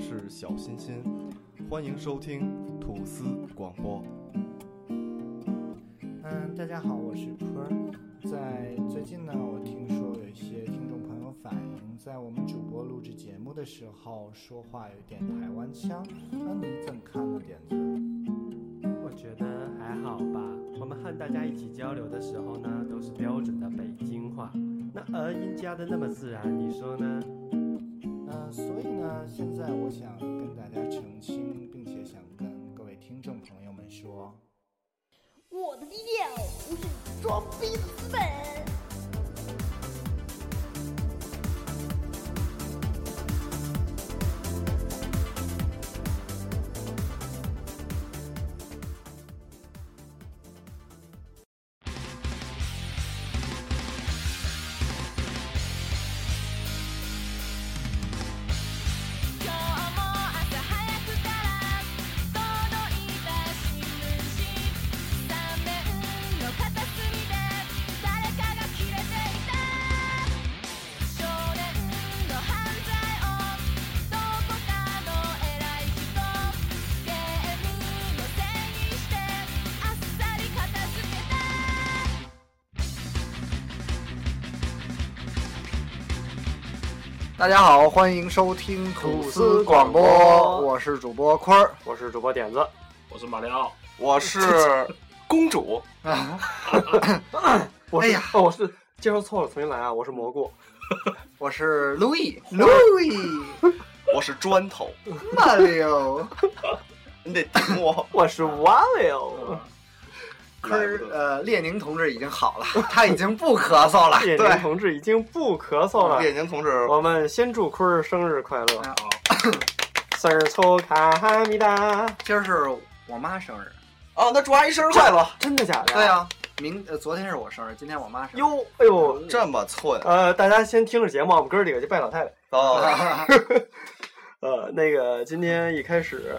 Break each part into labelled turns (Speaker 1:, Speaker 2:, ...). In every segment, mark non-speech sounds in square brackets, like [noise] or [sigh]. Speaker 1: 是小欣欣，欢迎收听吐司广播。
Speaker 2: 嗯，大家好，我是坤儿。在最近呢，我听说有一些听众朋友反映，在我们主播录制节目的时候说话有点台湾腔，那你怎么看呢，点子？
Speaker 3: 我觉得还好吧。我们和大家一起交流的时候呢，都是标准的北京话，那儿音加的那么自然，你说呢？
Speaker 2: 嗯，所以呢，现在我想跟大家澄清，并且想跟各位听众朋友们说，
Speaker 4: 我的低调不是装逼的资本。
Speaker 5: 今日も朝早くから届いた新聞紙三面の片隅で誰かが切れていた少年の犯罪をどこかの偉い人ゲームのせいにしてあっさり片付けた
Speaker 2: 大家好，欢迎收听吐司广播，我是主播坤儿。
Speaker 6: 我是主播点子，
Speaker 7: 我是马里奥，
Speaker 1: 我是 [laughs] 公主，
Speaker 6: 啊
Speaker 2: [laughs]
Speaker 6: 我是、
Speaker 2: 哎呀
Speaker 6: 哦，我是介绍错了，重新来啊！我是蘑菇，
Speaker 2: [laughs] 我是路易，路易，
Speaker 1: 我是砖头。
Speaker 2: 马里奥，
Speaker 1: 你得听我
Speaker 6: 我是瓦里奥，
Speaker 2: 科儿，呃，列宁同志已经好了，他已经不咳嗽了。
Speaker 6: [laughs] 列宁
Speaker 2: 对，
Speaker 6: 同志已经不咳嗽了。
Speaker 1: 列宁同志，
Speaker 6: 我们先祝坤儿生日快乐
Speaker 2: 啊，
Speaker 6: 生日抽卡哈密达！
Speaker 2: 今儿是我妈生日。
Speaker 1: 啊，那祝阿姨生日快乐！
Speaker 6: 真的假的？
Speaker 2: 对，啊，明呃昨天是我生日，今天我妈生日。
Speaker 6: 哟，哎呦，
Speaker 1: 这么寸
Speaker 6: 呃，大家先听着节目，我们哥儿几个去拜老太太。
Speaker 1: 啊！
Speaker 6: 呃，那个今天一开始，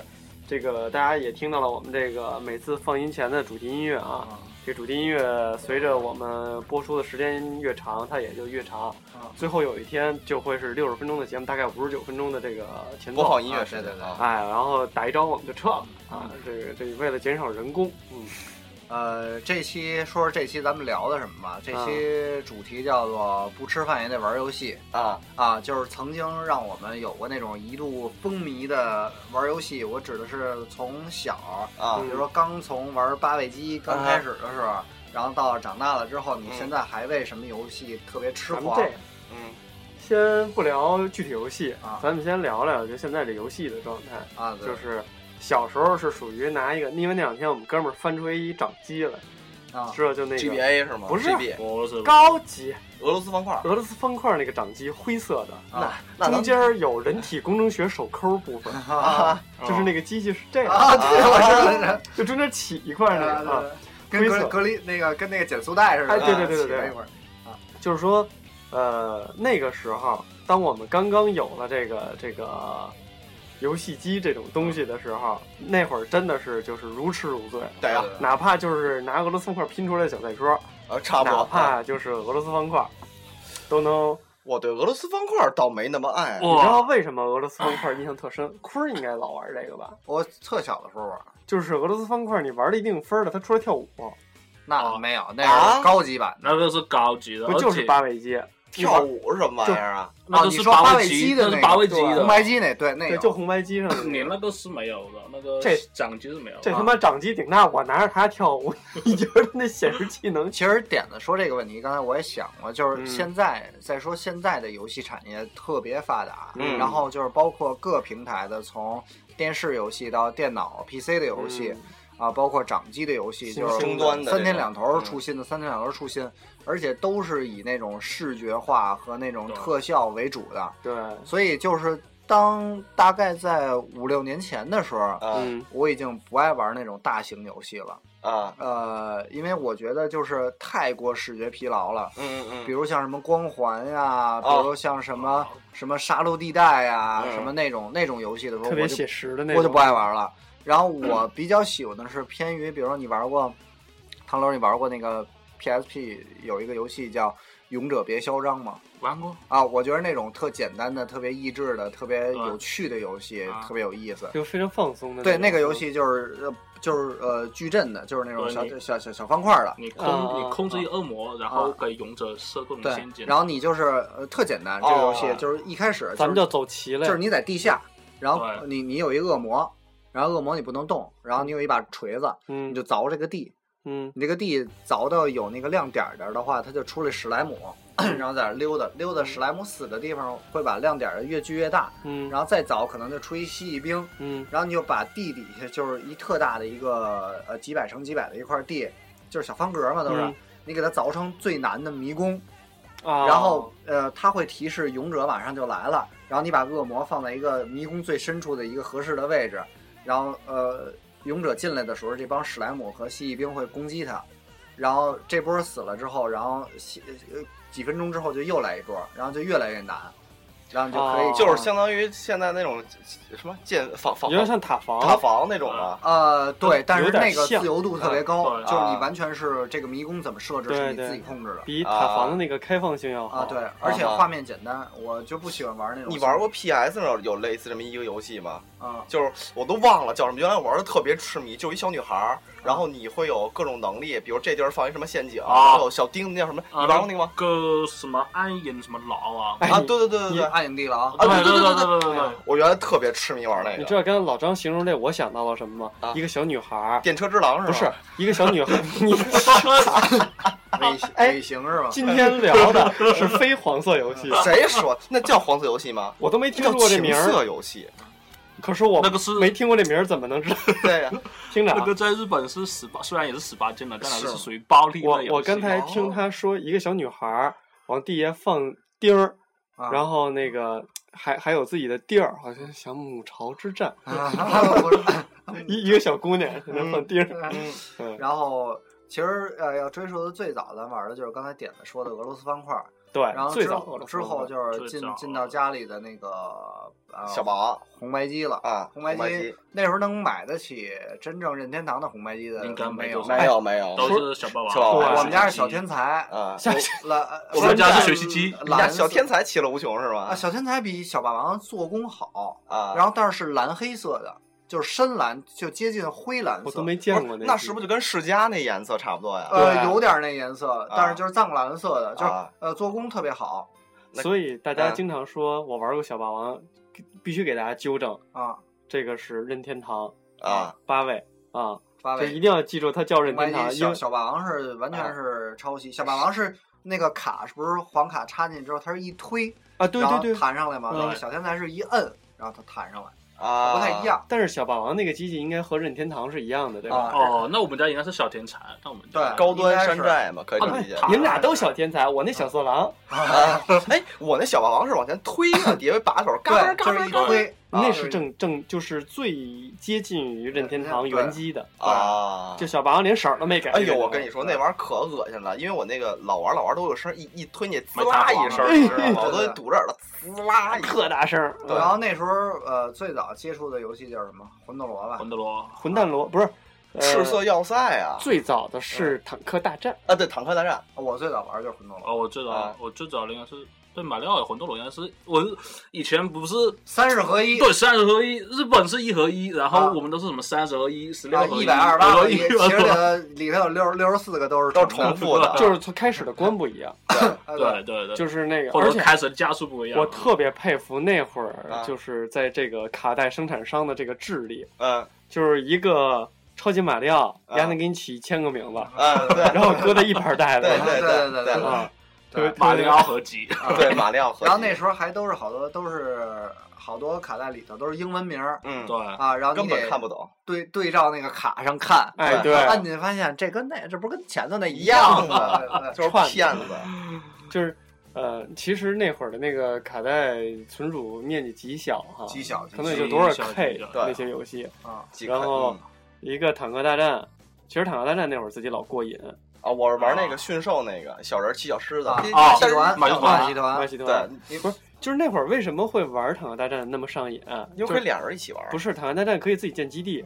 Speaker 6: 这个大家也听到了我们这个每次放音前的主题音乐啊。这个主题音乐随着我们播出的时间越长，它也就越长。
Speaker 2: 啊
Speaker 6: 最后有一天就会是六十分钟的节目，大概五十九分钟的这个前奏
Speaker 1: 播放音乐时
Speaker 2: 对
Speaker 1: 间
Speaker 2: 对对
Speaker 1: 啊，
Speaker 6: 哎，然后打一招我们就撤了啊。这个这为了减少人工，嗯，
Speaker 2: 呃，这期说说这期咱们聊的什么吧？这
Speaker 6: 嗯
Speaker 2: 期主题叫做“不吃饭也得玩游戏
Speaker 1: 啊，”
Speaker 2: 啊，就是曾经让我们有过那种一度风靡的玩游戏。我指的是从小，
Speaker 1: 啊
Speaker 2: 比如说刚从玩八位机刚开始的时候，然后到长大了之后，你
Speaker 1: 嗯
Speaker 2: 现在还为什么游戏特别痴
Speaker 6: 咱们
Speaker 2: 狂
Speaker 6: 这样
Speaker 1: 嗯，
Speaker 6: 先不聊具体游戏
Speaker 2: 啊
Speaker 6: 咱们先聊聊就现在这游戏的状态。
Speaker 2: 啊？对
Speaker 6: 就是小时候是属于拿一个，因为那两天我们哥们儿翻出一掌机来，
Speaker 2: 啊，
Speaker 6: 知道就那个
Speaker 1: GBA 是吗？
Speaker 6: 不是
Speaker 1: GB
Speaker 7: 我是
Speaker 6: 高级
Speaker 1: 俄罗斯方块，
Speaker 6: 俄罗斯方块那个掌机，灰色的，
Speaker 2: 啊
Speaker 1: 那咱
Speaker 6: 中间儿有人体工程学手抠部分，
Speaker 2: [laughs] 啊
Speaker 6: [laughs] 就是那个机器是这样，
Speaker 2: 啊！对，我知道。
Speaker 6: [laughs] 就中间起一块那个，啊
Speaker 2: 啊，跟
Speaker 6: 灰
Speaker 2: 隔
Speaker 6: 色
Speaker 2: 隔离那个跟那个减速带似的，
Speaker 6: 哎对对对对对
Speaker 2: 啊起了一会儿
Speaker 6: 就是说，呃，那个时候，当我们刚刚有了这个这个游戏机这种东西的时候，那会儿真的是就是如痴如醉，
Speaker 1: 对啊，
Speaker 6: 哪怕就是拿俄罗斯方块拼出来的小赛车，
Speaker 1: 啊，差不
Speaker 6: 哪
Speaker 1: 多。啊
Speaker 6: 怕就是俄罗斯方块，都能。
Speaker 1: 我对俄罗斯方块倒没那么爱，
Speaker 6: 你知道为什么俄罗斯方块印象特深？ [laughs] 坤儿应该老玩这个吧？
Speaker 2: 我特小的时候啊玩，
Speaker 6: 就是俄罗斯方块，你玩了一定分儿了，它出来跳舞，
Speaker 2: 那
Speaker 7: 啊
Speaker 2: 没有，那是高级版的。
Speaker 7: 那个是高级的，
Speaker 6: 不就是八位机？
Speaker 1: 跳舞是什么玩意儿啊？
Speaker 7: 那
Speaker 2: 哦
Speaker 7: 个
Speaker 2: 你
Speaker 7: 是
Speaker 2: 说
Speaker 7: 八
Speaker 2: 八位机
Speaker 7: 机，
Speaker 2: 的
Speaker 7: 那
Speaker 2: 那
Speaker 7: 是
Speaker 2: 个
Speaker 7: 八位机
Speaker 2: 红
Speaker 7: 的。
Speaker 2: 白机那对那
Speaker 6: 对，
Speaker 2: 有，
Speaker 6: 就红白机上 [clears throat] 的
Speaker 7: 你那个是没有的，那个
Speaker 6: 这
Speaker 7: 掌机是没有的。
Speaker 6: 这他妈掌机顶大，我拿着它跳舞， [laughs] 你觉得那显示器能？
Speaker 2: 其实点子说这个问题，刚才我也想过，就是
Speaker 6: 嗯
Speaker 2: 现在再说现在的游戏产业特别发达，
Speaker 6: 嗯
Speaker 2: 然后就是包括各平台的，从电视游戏到电脑、PC 的 [laughs] 游戏，啊，包括掌机的游戏，
Speaker 6: 新
Speaker 2: 就是
Speaker 1: 终端的这种
Speaker 2: 三天两头儿出新的，三天两头儿出新，而且都是以那种视觉化和那种
Speaker 7: 对
Speaker 2: 特效为主的，
Speaker 6: 嗯对，
Speaker 2: 所以就是当大概在五六年前的时候，
Speaker 1: 啊
Speaker 6: 嗯，
Speaker 2: 我已经不爱玩那种大型游戏了，
Speaker 1: 啊，
Speaker 2: 呃，因为我觉得就是太过视觉疲劳了。
Speaker 1: 嗯嗯嗯，
Speaker 2: 比如像什么光环呀、比
Speaker 1: 哦
Speaker 2: 如像什么、什么杀戮地带呀、
Speaker 1: 嗯
Speaker 2: 什么那种那种游戏的时候，
Speaker 6: 特
Speaker 2: 我
Speaker 6: 别
Speaker 2: 就
Speaker 6: 写实的那种，
Speaker 2: 我就不爱玩了。然后我比较喜欢的是偏于，比如说你玩过，唐楼你玩过那个 PSP 有一个游戏叫《勇者别嚣张》嘛。
Speaker 7: 玩过，
Speaker 2: 啊，我觉得那种特简单的、特别益智的、特别有趣的游戏，
Speaker 7: 啊
Speaker 2: 特别有意思。
Speaker 6: 就非常放松的。
Speaker 2: 对，那个游，戏就是呃，就是呃矩阵的，就是那种
Speaker 7: 对
Speaker 2: 小
Speaker 7: 你
Speaker 2: 小小小方块的。
Speaker 7: 你控
Speaker 6: 啊
Speaker 7: 你控制一恶魔，然后给勇者设各种
Speaker 2: 对
Speaker 7: 陷阱，，
Speaker 2: 然后你就是呃特简单，这个游戏
Speaker 6: 哦
Speaker 2: 就是一开始
Speaker 6: 咱
Speaker 2: 就
Speaker 6: 们
Speaker 2: 是
Speaker 6: 就走齐了
Speaker 2: 就。是你在地下，然后
Speaker 7: 对
Speaker 2: 你你有一恶魔，然后恶魔你不能动，然后你有一把锤子，你
Speaker 6: 嗯
Speaker 2: 就凿这个地，
Speaker 6: 嗯，
Speaker 2: 你这个地凿到有那个亮点儿的话，它就出来史莱姆， [clears throat] 然后在那儿溜达溜达，史莱姆死的地方会把亮点儿越聚越大，
Speaker 6: 嗯
Speaker 2: 然后再凿可能就出一蜥蜴兵，
Speaker 6: 嗯
Speaker 2: 然后你就把地底下就是一特大的一个呃几百乘几百的一块地，就是小方格嘛都是，
Speaker 6: 嗯
Speaker 2: 你给它凿成最难的迷宫，
Speaker 6: 啊，
Speaker 2: 然后呃它会提示勇者马上就来了，然后你把恶魔放在一个迷宫最深处的一个合适的位置，然后呃勇者进来的时候，这帮史莱姆和蜥蜴兵会攻击他，然后这波死了之后，然后蜥呃几分钟之后就又来一波，然后就越来越难，然后你就可以、
Speaker 6: 哦
Speaker 1: 就是相当于现在那种什么建房
Speaker 6: 有
Speaker 1: 房
Speaker 6: 点像塔
Speaker 1: 塔
Speaker 6: 防，
Speaker 1: 防那种啊的，
Speaker 2: 呃，对，但是
Speaker 6: 有点
Speaker 2: 那个自
Speaker 6: 像
Speaker 2: 由度特别高，
Speaker 7: 嗯对
Speaker 2: 就是你完全是这个迷宫怎么设置
Speaker 6: 对
Speaker 2: 是你
Speaker 6: 对
Speaker 2: 自己控制的
Speaker 6: 比塔防的那个开放性要好。
Speaker 2: 啊，对，而且画面简单，我就不喜欢玩那种。
Speaker 1: 你玩过 PS 上有类似这么一个游戏吗？
Speaker 2: 啊？
Speaker 1: 就是我都忘了叫什么，原来我玩的特别痴迷，就是一小女孩儿，然后你会有各种能力，比如这地儿放一什么陷阱，
Speaker 7: 啊
Speaker 1: 然后有小钉子叫什么，你
Speaker 7: 啊
Speaker 1: 玩过那个吗？
Speaker 7: 个什么暗影什么牢啊，
Speaker 6: 哎
Speaker 1: 啊，
Speaker 6: 你
Speaker 1: 对对对对对，
Speaker 2: 暗影地牢
Speaker 1: 啊对
Speaker 7: 对
Speaker 1: 对对
Speaker 7: 对对对，
Speaker 1: 我原来特别痴迷玩那
Speaker 6: 你
Speaker 1: 个
Speaker 6: 知道刚刚老张形容这，我想到了什么吗
Speaker 1: 啊？
Speaker 6: 一个小女孩儿，
Speaker 1: 电车之狼是吗？
Speaker 6: 不是一个小女孩儿， [laughs] 你 [laughs]
Speaker 2: 尾行
Speaker 6: 哎
Speaker 2: 尾行是吧？
Speaker 6: 今天聊的是非黄色游
Speaker 1: [laughs]
Speaker 6: 戏，
Speaker 1: 谁说那叫黄色游戏吗？
Speaker 6: 我都没听
Speaker 1: 叫
Speaker 6: 过这
Speaker 1: 情
Speaker 6: 名
Speaker 1: 色
Speaker 6: 儿，
Speaker 1: 游戏。
Speaker 6: 可是我
Speaker 7: 那个是
Speaker 6: 没听过啊这名儿，怎么能知道？
Speaker 1: 对呀，
Speaker 6: 厅
Speaker 7: 那个
Speaker 6: 长，
Speaker 7: 在日本是十八，虽然也是十八禁的，但还
Speaker 2: 是
Speaker 7: 是属于暴力
Speaker 6: 我
Speaker 7: 类游戏。
Speaker 6: 我刚才听他说，一个小女孩儿往地下放钉儿，
Speaker 2: 啊
Speaker 6: 然后那个还还有自己的地儿，好像想母巢之战，
Speaker 2: 啊我说
Speaker 6: 一一个小姑娘在那放钉儿，嗯，
Speaker 2: [laughs] 然后其实呃，要追溯的最早咱玩的就是刚才点子说的俄罗斯方块，然
Speaker 6: 对，
Speaker 2: 后
Speaker 6: 哎最
Speaker 2: 之
Speaker 6: 早
Speaker 2: 后
Speaker 6: 的
Speaker 2: 之后就是
Speaker 7: 最
Speaker 2: 进
Speaker 7: 早
Speaker 2: 进到家里的那个呃
Speaker 1: 小王
Speaker 2: 红白机了
Speaker 1: 啊，
Speaker 2: 红白
Speaker 1: 白
Speaker 2: 机那时候能买得起真正任天堂的红白机的
Speaker 7: 应该
Speaker 2: 没
Speaker 7: 没
Speaker 2: 有
Speaker 7: 有，
Speaker 1: 没有没有，
Speaker 7: 都是小霸王，
Speaker 1: 小霸王
Speaker 2: 我
Speaker 6: 对
Speaker 2: 我们家是小天才，呃
Speaker 1: 啊， [laughs]
Speaker 6: 下
Speaker 2: 蓝
Speaker 7: 我们家是学习机
Speaker 1: 你家
Speaker 2: 蓝
Speaker 1: 小天
Speaker 2: 才
Speaker 1: 才其乐无穷是
Speaker 2: 啊，
Speaker 1: 吧？
Speaker 2: 小天才比小霸王做工好，
Speaker 1: 啊，
Speaker 2: 然后但是是蓝黑色的，就是深蓝，就接近灰蓝色，
Speaker 6: 我都没见过
Speaker 1: 不是
Speaker 6: 那
Speaker 1: 那是不是就跟世嘉那颜色差不多呀？
Speaker 2: 呃
Speaker 6: 对
Speaker 2: 有点那颜色，但是就是藏蓝色的，就是
Speaker 1: 啊
Speaker 2: 呃做工特别好
Speaker 1: 那
Speaker 6: 所以大家
Speaker 1: 嗯
Speaker 6: 经常说我玩过小霸王，必须给大家纠正，
Speaker 2: 啊，
Speaker 6: 这个是任天堂
Speaker 1: 啊，
Speaker 6: 八位啊，
Speaker 2: 八
Speaker 6: 就
Speaker 2: 位
Speaker 6: 一。定要记住它叫任
Speaker 2: 红白
Speaker 6: 天堂，
Speaker 2: 机
Speaker 6: 因
Speaker 2: 小
Speaker 6: 为
Speaker 2: 小霸王是完全是抄袭，小霸王是那个卡是不是黄卡插进去之后，它是一推，
Speaker 6: 啊对
Speaker 2: 然
Speaker 6: 对
Speaker 2: 后
Speaker 6: 对，
Speaker 2: 弹上来嘛。
Speaker 6: 嗯
Speaker 2: 那个小天才是一摁，然后它弹上来，
Speaker 1: 啊，
Speaker 2: 不太一。样。
Speaker 6: 但是小霸王那个机器应该和任天堂是一样的，对吧？
Speaker 2: 啊
Speaker 7: 哦，那我们家应该是小天才，那我们家
Speaker 2: 对
Speaker 1: 高端山寨嘛，可以这么理解。
Speaker 6: 你们俩都小天才，我那小色狼，
Speaker 1: 啊，哎，我那小霸王是往前推的，底下有一把手，嘎嘣
Speaker 2: 对，
Speaker 1: 嘎
Speaker 2: 就是
Speaker 1: 嘣
Speaker 2: 一
Speaker 1: 嘎嘣
Speaker 2: 推，
Speaker 1: 啊
Speaker 6: 那是正正就是最接近于任天堂原机的，
Speaker 1: 啊！
Speaker 6: 就小霸王连色儿都没改。
Speaker 1: 哎呦，我跟你说，
Speaker 2: 对
Speaker 1: 那玩意儿可恶心了，因为我那个老玩老玩都有声，一一推你滋
Speaker 7: 没打
Speaker 1: 啦
Speaker 7: 过
Speaker 1: 一声，
Speaker 7: 哎
Speaker 1: 你知道吗？
Speaker 2: 对
Speaker 1: 我都堵着耳朵滋啦一
Speaker 6: [laughs] 特
Speaker 1: 声。
Speaker 6: 大声儿，
Speaker 1: 对
Speaker 2: 然后那时候呃，最早接触的游戏叫什么？魂斗罗吧
Speaker 7: 魂。斗罗，
Speaker 6: 混蛋罗不是，呃
Speaker 1: 赤色要塞啊！
Speaker 6: 最早的是坦克大战，
Speaker 1: 啊，对，坦克大战
Speaker 2: 我最早玩的就是魂斗罗，
Speaker 7: 哦，我最
Speaker 1: 啊
Speaker 7: 早我最早的应该是对马里奥魂斗罗应该是我以前不是
Speaker 2: 三十合一，
Speaker 7: 对三十合一，日本是一合一，然后
Speaker 2: 啊
Speaker 7: 我们都是什么三十合一、十六
Speaker 2: 啊，
Speaker 7: 合
Speaker 2: 一百二十八合
Speaker 7: 一
Speaker 2: 一，其实里头里头有六六十四个都是
Speaker 1: 都是
Speaker 2: 的
Speaker 1: 重复的，
Speaker 6: 就是从开始的关不一样，
Speaker 2: 啊
Speaker 7: 对对对，
Speaker 6: 就是那个，
Speaker 7: 或
Speaker 6: 而
Speaker 7: 者
Speaker 6: 且
Speaker 7: 开始啊的加速不一样。
Speaker 6: 我特别佩服那会儿
Speaker 1: 啊
Speaker 6: 就是在这个卡带生产商的这个智力，
Speaker 1: 嗯
Speaker 6: 就是一个超级马里奥，
Speaker 1: 啊
Speaker 6: 丫能给你起一千个名字，
Speaker 1: 嗯，对
Speaker 6: 然后搁在一盘带子
Speaker 1: [laughs] 对
Speaker 6: 上，
Speaker 1: 对
Speaker 2: 对对
Speaker 1: 对
Speaker 2: 对对
Speaker 6: 啊，
Speaker 2: 对
Speaker 6: 特别
Speaker 7: 马里奥合集，
Speaker 2: 啊
Speaker 1: 对，马里奥合集。
Speaker 2: 然后那时候还都是好多都是好多卡带里头都是英文名儿
Speaker 1: 嗯，
Speaker 7: 对，
Speaker 2: 啊，然后
Speaker 1: 根
Speaker 2: 你得
Speaker 1: 本看不懂，
Speaker 2: 对对照那个卡上看，
Speaker 6: 哎对，
Speaker 2: 按进去发现这跟那这不是跟前头那一
Speaker 1: 一样
Speaker 2: 吗？
Speaker 1: 的
Speaker 2: 对对对
Speaker 1: 就是
Speaker 6: 串
Speaker 1: 骗子。
Speaker 6: 就是呃，其实那会儿的那个卡带存储面积极小哈，
Speaker 2: 极小极
Speaker 6: 可能也
Speaker 2: 小
Speaker 6: 就多少
Speaker 7: 极小
Speaker 6: K
Speaker 7: 极小
Speaker 1: 对
Speaker 6: 那些游戏，
Speaker 2: 啊，
Speaker 1: 几
Speaker 6: 然
Speaker 1: 个
Speaker 6: 后
Speaker 1: 嗯
Speaker 6: 一个坦克大战。其实坦克大战那会儿自己老过瘾，
Speaker 1: 啊，我是玩那个驯兽那个小人骑小狮子
Speaker 2: 啊
Speaker 7: 啊
Speaker 1: 嗯
Speaker 2: 马戏团，
Speaker 7: 马戏
Speaker 2: 马戏
Speaker 7: 团
Speaker 6: 马
Speaker 2: 团，
Speaker 6: 戏
Speaker 1: 对
Speaker 6: 团，不是，就是那会儿为什么会玩坦克大战那么上瘾、啊
Speaker 1: 因为
Speaker 6: 就
Speaker 1: 可以
Speaker 6: 是
Speaker 1: 俩人一起玩。
Speaker 6: 不
Speaker 1: 是
Speaker 6: 是坦克大战可以自己建基地，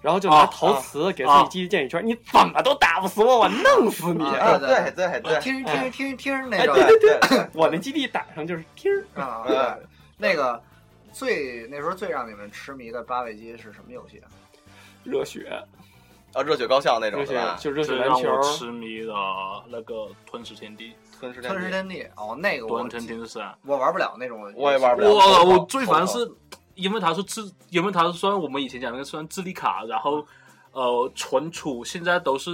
Speaker 6: 然后就拿
Speaker 7: 啊
Speaker 6: 陶瓷给自
Speaker 7: 啊
Speaker 6: 己击建一圈，你怎么都打不死我，我弄死你！
Speaker 2: 啊
Speaker 1: 对对对，
Speaker 2: 听听听听那
Speaker 6: 哎
Speaker 2: 个，
Speaker 6: 对
Speaker 1: 对对对
Speaker 6: 我那基地打上就是踢儿，
Speaker 2: 啊，
Speaker 1: 嗯
Speaker 2: 对，那个最那时候最让你们痴迷的八位机是什么游戏啊？
Speaker 6: 热血，
Speaker 1: 啊，热血高校那种
Speaker 6: 热
Speaker 1: 是
Speaker 6: 血
Speaker 1: 吧？
Speaker 6: 就热血
Speaker 7: 最
Speaker 6: 篮
Speaker 7: 让
Speaker 6: 球
Speaker 7: 我，痴迷的那个吞噬天地，
Speaker 1: 吞噬
Speaker 2: 吞噬
Speaker 1: 地，
Speaker 2: 天地哦，那个我
Speaker 7: 吞噬天山。
Speaker 2: 我玩不了那种游戏，
Speaker 1: 我也玩不了
Speaker 7: 我
Speaker 1: 头
Speaker 7: 我
Speaker 1: 头
Speaker 7: 最烦是，因为它是智，因为它是算我们以前讲那个算智力卡，然后呃存储现在都是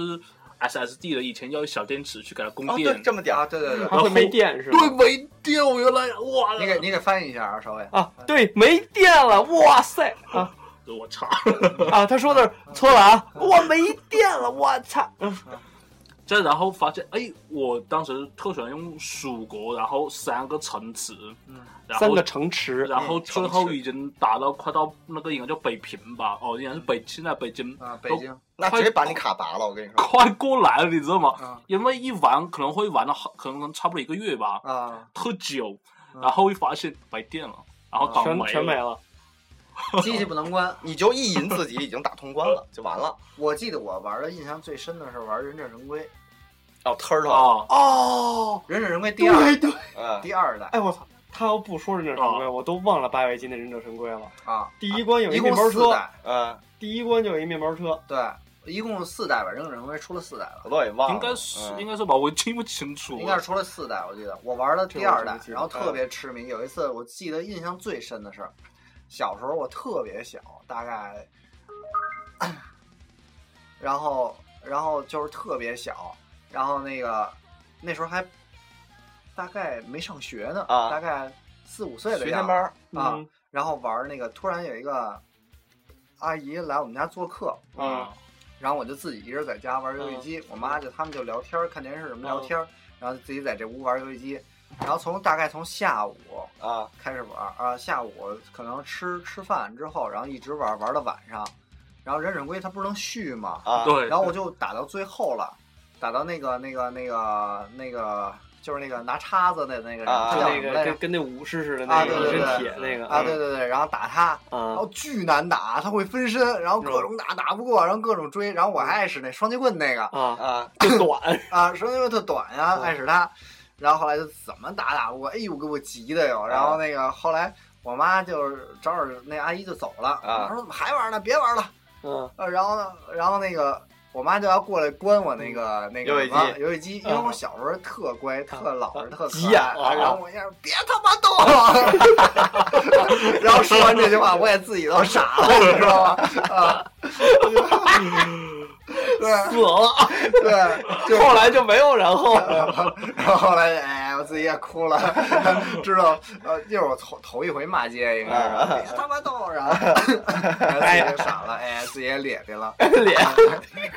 Speaker 7: SSD 的，以前要小电池去给它供
Speaker 1: 啊，
Speaker 7: 电，
Speaker 1: 对，这么点
Speaker 2: 啊，对对对，
Speaker 6: 然后没电是吧？
Speaker 7: 哦对没电，我原来哇，
Speaker 2: 你给你给翻译一下啊，稍微
Speaker 6: 啊，对，没电了，哇塞啊
Speaker 7: 我操！ [laughs]
Speaker 6: 啊！他说的是错了啊，我没电了，我操！
Speaker 7: 再然后发现，哎，我当时特喜欢用蜀国，然后三个城池，然
Speaker 6: 三
Speaker 7: 后
Speaker 6: 个城池，
Speaker 7: 然后
Speaker 1: 嗯
Speaker 7: 最
Speaker 1: 城
Speaker 7: 后
Speaker 1: 池
Speaker 7: 已经打到快到那个应该叫北平吧，哦，应该是北，现在北京
Speaker 2: 啊，北
Speaker 7: 都
Speaker 2: 京
Speaker 1: 那直接把你卡拔了，我跟你说。
Speaker 7: 快过来了，你知道吗？
Speaker 2: 啊
Speaker 7: 因为一玩可能会玩了好，可能差不多一个月吧，
Speaker 2: 啊，
Speaker 7: 特久，
Speaker 2: 嗯
Speaker 7: 然后一发现没电了，然后倒
Speaker 6: 嗯全
Speaker 7: 霉
Speaker 6: 全没
Speaker 7: 了。
Speaker 6: 了。
Speaker 2: 机器不能
Speaker 6: [laughs]
Speaker 2: 关。
Speaker 1: 你就意淫自己已经打通关了，就完了。
Speaker 2: 我记得我玩的印象最深的是玩《忍者神龟》，
Speaker 1: 哦，Turtle，
Speaker 7: 啊，
Speaker 6: 哦，
Speaker 2: 《忍者神龟》第二
Speaker 6: 对对，
Speaker 1: 嗯，
Speaker 2: 第二代
Speaker 6: 哎我操！他要不说忍者神龟，我都忘了八位金的忍者神龟了。
Speaker 2: 啊，
Speaker 6: 第一关有
Speaker 2: 一
Speaker 6: 一
Speaker 2: 共
Speaker 6: 面包
Speaker 2: 四
Speaker 6: 车，
Speaker 2: 代，
Speaker 1: 嗯，
Speaker 6: 第一关就有一面包车，
Speaker 2: 对，一共四代吧，《忍者神龟》出了四代吧，
Speaker 1: 我都给忘了，
Speaker 7: 应该是、
Speaker 1: 嗯
Speaker 7: 应该是吧，我记不清楚
Speaker 2: 应该是出了四代，我记得我玩了第二代，
Speaker 6: 这
Speaker 2: 然
Speaker 6: 个
Speaker 2: 后
Speaker 6: 我
Speaker 1: 嗯
Speaker 2: 特别痴迷。有一次我记得印象最深的是，小时候我特别小，大概，然后然后就是特别小，然后那个那时候还大概没上学呢，
Speaker 1: 啊
Speaker 2: 大概四五岁的
Speaker 1: 学
Speaker 2: 样
Speaker 1: 前
Speaker 2: 子
Speaker 1: 班儿，
Speaker 2: 啊，
Speaker 6: 嗯
Speaker 2: 然后玩那个，突然有一个阿姨来我们家做客，
Speaker 7: 啊，
Speaker 2: 然后我就自己一人在家玩游戏机，我妈就他们就聊天儿，看电视什么聊天儿，然后自己在这屋玩游戏机，然后从大概从下午
Speaker 1: 啊，
Speaker 2: 开始玩儿啊，下午可能吃吃饭之后，然后一直玩儿玩到晚上，然后忍者龟它不是能续吗？
Speaker 1: 啊，
Speaker 7: 对，
Speaker 2: 然后我就打到最后了，打到那个那个那个那个就是那个拿叉子的那个人，
Speaker 1: 啊
Speaker 2: 他
Speaker 6: 就
Speaker 2: 叫
Speaker 6: 那
Speaker 2: 什么
Speaker 6: 个
Speaker 2: 来着
Speaker 6: 跟？跟那武士似的
Speaker 2: 啊
Speaker 6: 那
Speaker 2: 对
Speaker 6: 个
Speaker 2: 对
Speaker 6: 一身
Speaker 2: 对
Speaker 6: 铁那个
Speaker 2: 啊，对对对，然后打他，然后
Speaker 6: 啊，
Speaker 2: 巨难打，他会分身，然后各种打打不过，然后各种追，然后我还爱使那双截棍那个
Speaker 6: 啊
Speaker 1: 啊，
Speaker 6: 就短，
Speaker 2: 啊，双截棍特短呀、
Speaker 6: 嗯
Speaker 2: 爱使它，然后后来就怎么打打不过，哎呦给我急的哟，然后那个后来我妈就是正好那阿姨就走了，
Speaker 1: 啊
Speaker 2: 我说怎么还玩呢？别玩了，
Speaker 6: 嗯 [laughs]
Speaker 2: 呃，然后呢，然后那个我妈就要过来关我那个那
Speaker 1: 游
Speaker 2: 个
Speaker 1: 戏机
Speaker 2: 什么游戏机，因为
Speaker 6: 嗯啊
Speaker 2: 我小时候特乖、特老实、特可爱
Speaker 6: 急眼了啊
Speaker 2: 然后我一下别他妈动我， [laughs] 然后说完这句话，我也自己都傻了，你知道吗？啊， [laughs] 对
Speaker 6: 死了，
Speaker 2: 对，就是
Speaker 6: 后来就没有然后了。
Speaker 2: 然后后来，哎，我自己也哭了， [laughs] 知道，呃，就是我头头一回骂街，应该是，别他妈逗 [laughs] 我，然后啊哎自己就傻了，哎，自己也咧开了， [laughs] 咧，咧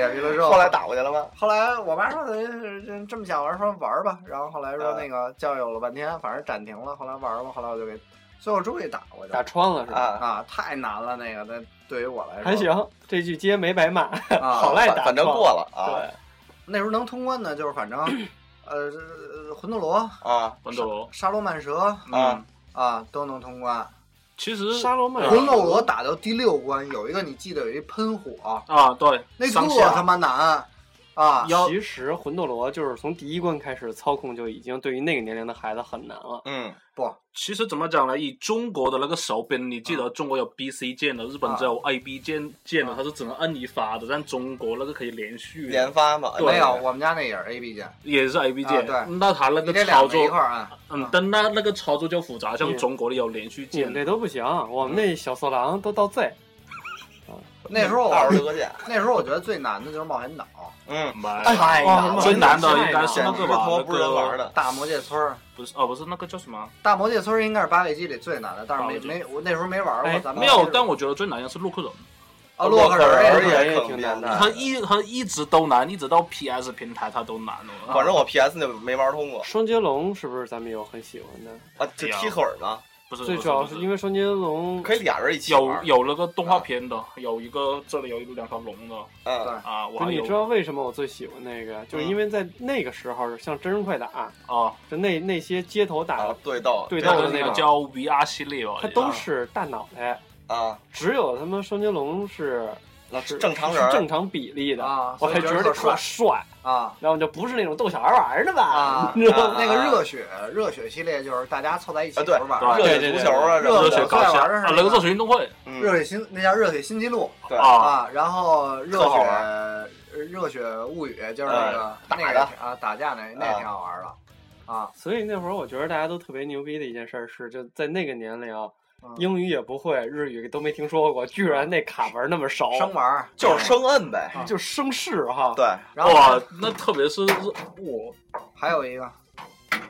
Speaker 2: 开了之后，
Speaker 1: 后来，打过去了吗？
Speaker 2: 后来我妈说，哎这这么想玩，说玩吧，然后后来说
Speaker 1: 嗯
Speaker 2: 那个教育我了半天，反正暂停了，后来玩吧，后来我就给，最后终于打过去
Speaker 6: 打
Speaker 2: 了，
Speaker 6: 穿了是吧？
Speaker 1: 啊，
Speaker 2: 啊，太难了，那个，那对于我来说
Speaker 6: 还行，这句街没白骂。
Speaker 2: 啊，
Speaker 6: 好赖
Speaker 1: 反
Speaker 6: 打
Speaker 1: 反正
Speaker 6: 撞
Speaker 1: 过了啊
Speaker 6: 对，
Speaker 2: 那时候能通关的，就是反正，呃，这魂斗罗。
Speaker 1: 啊
Speaker 7: 魂斗罗
Speaker 2: 沙罗曼蛇
Speaker 1: 啊
Speaker 7: 嗯，
Speaker 2: 啊都能通关。
Speaker 7: 其实
Speaker 6: 沙罗曼
Speaker 7: 对啊
Speaker 2: 魂斗罗打到第六关，有一个你记得有一喷火，
Speaker 7: 啊，对，
Speaker 2: 那
Speaker 7: 上
Speaker 2: 特他
Speaker 7: 下
Speaker 2: 妈难啊！
Speaker 7: 要
Speaker 6: 其实魂斗罗就是从第一关开始操控就已经对于那个年龄的孩子很难了。
Speaker 1: 嗯，
Speaker 7: 其实怎么讲呢？以中国的那个手柄，你记得
Speaker 2: 嗯
Speaker 7: 中国有 B、C 键的，日本只有
Speaker 2: 啊
Speaker 7: A、B 键键的，它是只能按一发的，但中国那个可以连续的，
Speaker 1: 连发嘛，
Speaker 7: 对
Speaker 2: 没有，我们家那也是 A B 键，
Speaker 7: 也是 A、B 键。
Speaker 2: 啊对
Speaker 7: 那它那
Speaker 2: 你
Speaker 7: 个
Speaker 2: 这
Speaker 7: 操
Speaker 2: 两个
Speaker 7: 作
Speaker 2: 一块，儿按。
Speaker 7: 嗯，但那那个操作就复杂，像
Speaker 6: 嗯
Speaker 7: 中国的有连续
Speaker 6: 你们
Speaker 7: 键，
Speaker 6: 这都不行，我们那小色狼都到 Z。
Speaker 2: 那时候
Speaker 1: 二十
Speaker 7: 嗯
Speaker 2: 我
Speaker 1: 多个键，
Speaker 2: 那时候我觉得最难的就是冒险岛，
Speaker 7: [laughs]
Speaker 1: 嗯，
Speaker 7: 哎，
Speaker 2: 太难
Speaker 6: 哇
Speaker 7: [laughs]
Speaker 2: 了，
Speaker 6: 最
Speaker 7: 难的应该是
Speaker 1: 简
Speaker 7: 那
Speaker 1: 直
Speaker 7: 个
Speaker 1: 他
Speaker 7: 吧
Speaker 1: 妈不是人玩的。
Speaker 2: 大魔界村儿。
Speaker 7: 不是哦，不是那个叫什么？
Speaker 2: 大魔界村儿应该是八位机里最难的，但是没
Speaker 7: 八位机
Speaker 2: 没我那时候没玩过，
Speaker 6: 哎
Speaker 2: 咱们
Speaker 7: 没有，但我觉得最难的是洛克人，
Speaker 2: 啊洛克人
Speaker 1: 人
Speaker 2: 也是
Speaker 1: 也
Speaker 6: 也
Speaker 1: 挺
Speaker 6: 挺
Speaker 1: 难
Speaker 6: 难的
Speaker 7: 他一他一直都难，一直到 PS 平台他都难了。
Speaker 1: 反正我 PS 那没玩通过
Speaker 6: 双截龙是不是咱们有很喜欢的？
Speaker 1: 啊，就踢腿儿嘛，
Speaker 7: 不是
Speaker 6: 最主要
Speaker 7: 是
Speaker 6: 是因为双截龙
Speaker 1: 可以俩人一起
Speaker 7: 有
Speaker 1: 玩。
Speaker 7: 有那个动画片的，有一个这里有一两条龙的
Speaker 1: 嗯
Speaker 7: 啊，我
Speaker 6: 就
Speaker 7: 还
Speaker 6: 你
Speaker 7: 有
Speaker 6: 知道为什么我最喜欢那个？就是因为在那个时候，像真人快打，
Speaker 7: 啊，
Speaker 6: 就那那些街头打
Speaker 1: 啊，，对斗
Speaker 6: 对
Speaker 7: 那
Speaker 6: 斗
Speaker 7: 个
Speaker 6: 的那
Speaker 7: 那个
Speaker 6: 种，
Speaker 7: 叫 VR 系列吧，
Speaker 6: 它都是大脑袋，
Speaker 1: 啊，
Speaker 6: 只有他妈双截龙是
Speaker 1: 那
Speaker 6: 是
Speaker 1: 正常人
Speaker 6: 是正常比例的，
Speaker 2: 啊
Speaker 6: 我
Speaker 2: 所以
Speaker 6: 还
Speaker 2: 觉
Speaker 6: 觉
Speaker 2: 得
Speaker 6: 得
Speaker 2: 特
Speaker 6: 特
Speaker 2: 帅
Speaker 6: 帅，
Speaker 2: 啊
Speaker 6: 然后就不是那种逗小孩玩儿的吧？
Speaker 7: [laughs]
Speaker 2: 啊！
Speaker 6: 你知道吗
Speaker 2: 那个热血热血系列就是大家凑在一起
Speaker 1: 啊
Speaker 2: 一
Speaker 1: 对
Speaker 2: 块儿玩
Speaker 7: 对
Speaker 2: 儿，
Speaker 1: 热血足球啊，
Speaker 2: 热
Speaker 7: 热
Speaker 1: 热
Speaker 7: 血
Speaker 2: 血
Speaker 7: 高
Speaker 2: 高校
Speaker 7: 校
Speaker 2: 是吧
Speaker 7: 啊，热血运动会
Speaker 1: 嗯
Speaker 2: 热血新那叫热血新纪录
Speaker 1: 对
Speaker 7: 啊，
Speaker 2: 啊，然后热
Speaker 1: 特好
Speaker 2: 血
Speaker 1: 玩哎
Speaker 2: 呃热血物语就是那个
Speaker 1: 打
Speaker 2: 那
Speaker 1: 的
Speaker 2: 个啊打架那那
Speaker 1: 啊
Speaker 2: 挺好玩儿的啊，
Speaker 6: 所以那会儿我觉得大家都特别牛逼的一件事儿是，就在那个年龄啊，
Speaker 2: 嗯
Speaker 6: 英语也不会，日语都没听说过，居然那卡门那么熟，
Speaker 2: 生玩儿
Speaker 1: 哦就是生摁呗，
Speaker 6: 就生事哈。
Speaker 1: 对，
Speaker 2: 然后
Speaker 7: 哇，那特别是我，
Speaker 2: 还有一个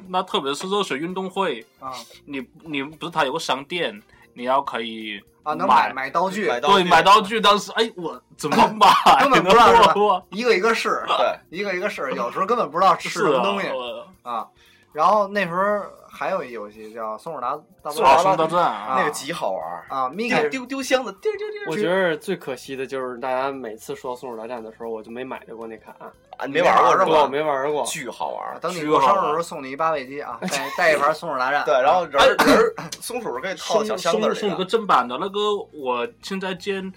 Speaker 7: 那特别是热血运动会，
Speaker 2: 啊
Speaker 7: 你你不是它有个商店，你要可以
Speaker 2: 啊能
Speaker 7: 买
Speaker 2: 买买道具，
Speaker 1: 买道具
Speaker 7: 对买道具，但是哎，我怎么买？
Speaker 2: 根本不知道
Speaker 7: [laughs]
Speaker 2: 是吧
Speaker 7: 我
Speaker 2: 一个一个试，
Speaker 1: 对，哦
Speaker 2: 一个一个试，有时候根本不
Speaker 1: [laughs]
Speaker 2: 知道是
Speaker 7: [laughs]
Speaker 2: 什么东西
Speaker 7: 啊西，
Speaker 2: 啊。然后那时候还有一游戏叫松鼠大大
Speaker 7: 是
Speaker 2: 作
Speaker 7: 吧？
Speaker 1: 啊
Speaker 2: 战
Speaker 7: 双大战啊，
Speaker 1: 那个极好玩，
Speaker 2: 啊
Speaker 1: 丢
Speaker 2: ，Mickey
Speaker 1: 丢丢箱子，丢丢丢，
Speaker 6: 我觉得最可惜的就是大家每次说《松鼠大战》的时候，我就没买着过那卡，
Speaker 1: 啊你没玩过是
Speaker 2: 没玩过
Speaker 6: 我
Speaker 1: 吧？哦
Speaker 6: 没玩过。
Speaker 1: 巨好玩，
Speaker 2: 等你过生日的时候送你一八倍机
Speaker 1: [laughs]
Speaker 2: 啊，带带一盘松鼠大战。
Speaker 1: 对，然后人儿人儿松鼠是可以套
Speaker 7: 送
Speaker 1: 小箱子
Speaker 7: 送
Speaker 1: 里
Speaker 7: 送个
Speaker 1: 的，
Speaker 7: 正版的那个，我现在见，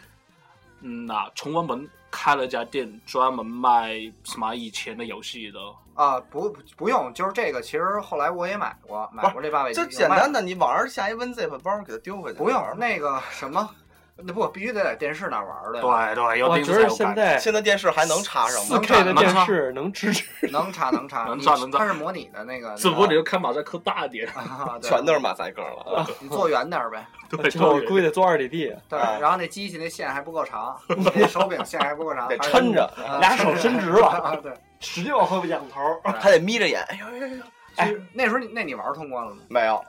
Speaker 7: 嗯呐、崇文门开了一家店，专门卖什么以前的游戏的。
Speaker 2: 啊，不不用，就是这个。其实后来我也买过，买过这八倍机，
Speaker 1: 就简单的，你网上下一 WinZip 包给它丢回去，
Speaker 2: 不用那个什么，那不必须得在电视那玩儿的，
Speaker 7: 对对，有
Speaker 6: 我
Speaker 7: 电
Speaker 6: 觉
Speaker 7: 视才
Speaker 6: 得
Speaker 7: 有
Speaker 6: 现
Speaker 7: 感。
Speaker 6: 在
Speaker 1: 现在电视还能插上
Speaker 6: 四
Speaker 1: 吗？
Speaker 6: K 的
Speaker 7: 能看
Speaker 6: 电视能支 [laughs] 持
Speaker 2: 能查
Speaker 1: [laughs]
Speaker 2: 能查，
Speaker 7: 能
Speaker 2: 你
Speaker 7: 查能查
Speaker 2: 它是模拟的那个，
Speaker 7: 只不过你就看马赛克大一点， [laughs]
Speaker 1: [laughs]
Speaker 2: 啊对
Speaker 1: 全都是马赛克了，
Speaker 2: 你坐远点
Speaker 1: [laughs]
Speaker 2: 儿呗。
Speaker 7: 对，
Speaker 6: 这我
Speaker 7: 对
Speaker 6: 估计得做二 D D，
Speaker 2: 对，
Speaker 1: 哎
Speaker 2: 然后那机器那线还不
Speaker 1: [laughs]
Speaker 2: 够长，那手柄线还不够长，
Speaker 1: 得
Speaker 2: 还是
Speaker 1: 抻着
Speaker 6: [laughs]
Speaker 2: 啊
Speaker 6: 俩 [laughs] 手伸直了，
Speaker 2: [laughs] 啊对，
Speaker 6: 使劲往后仰头。
Speaker 1: 还得眯着眼，哎呦呦呦呦，
Speaker 2: 哎，那时候你那你玩通关了吗？
Speaker 1: 没有，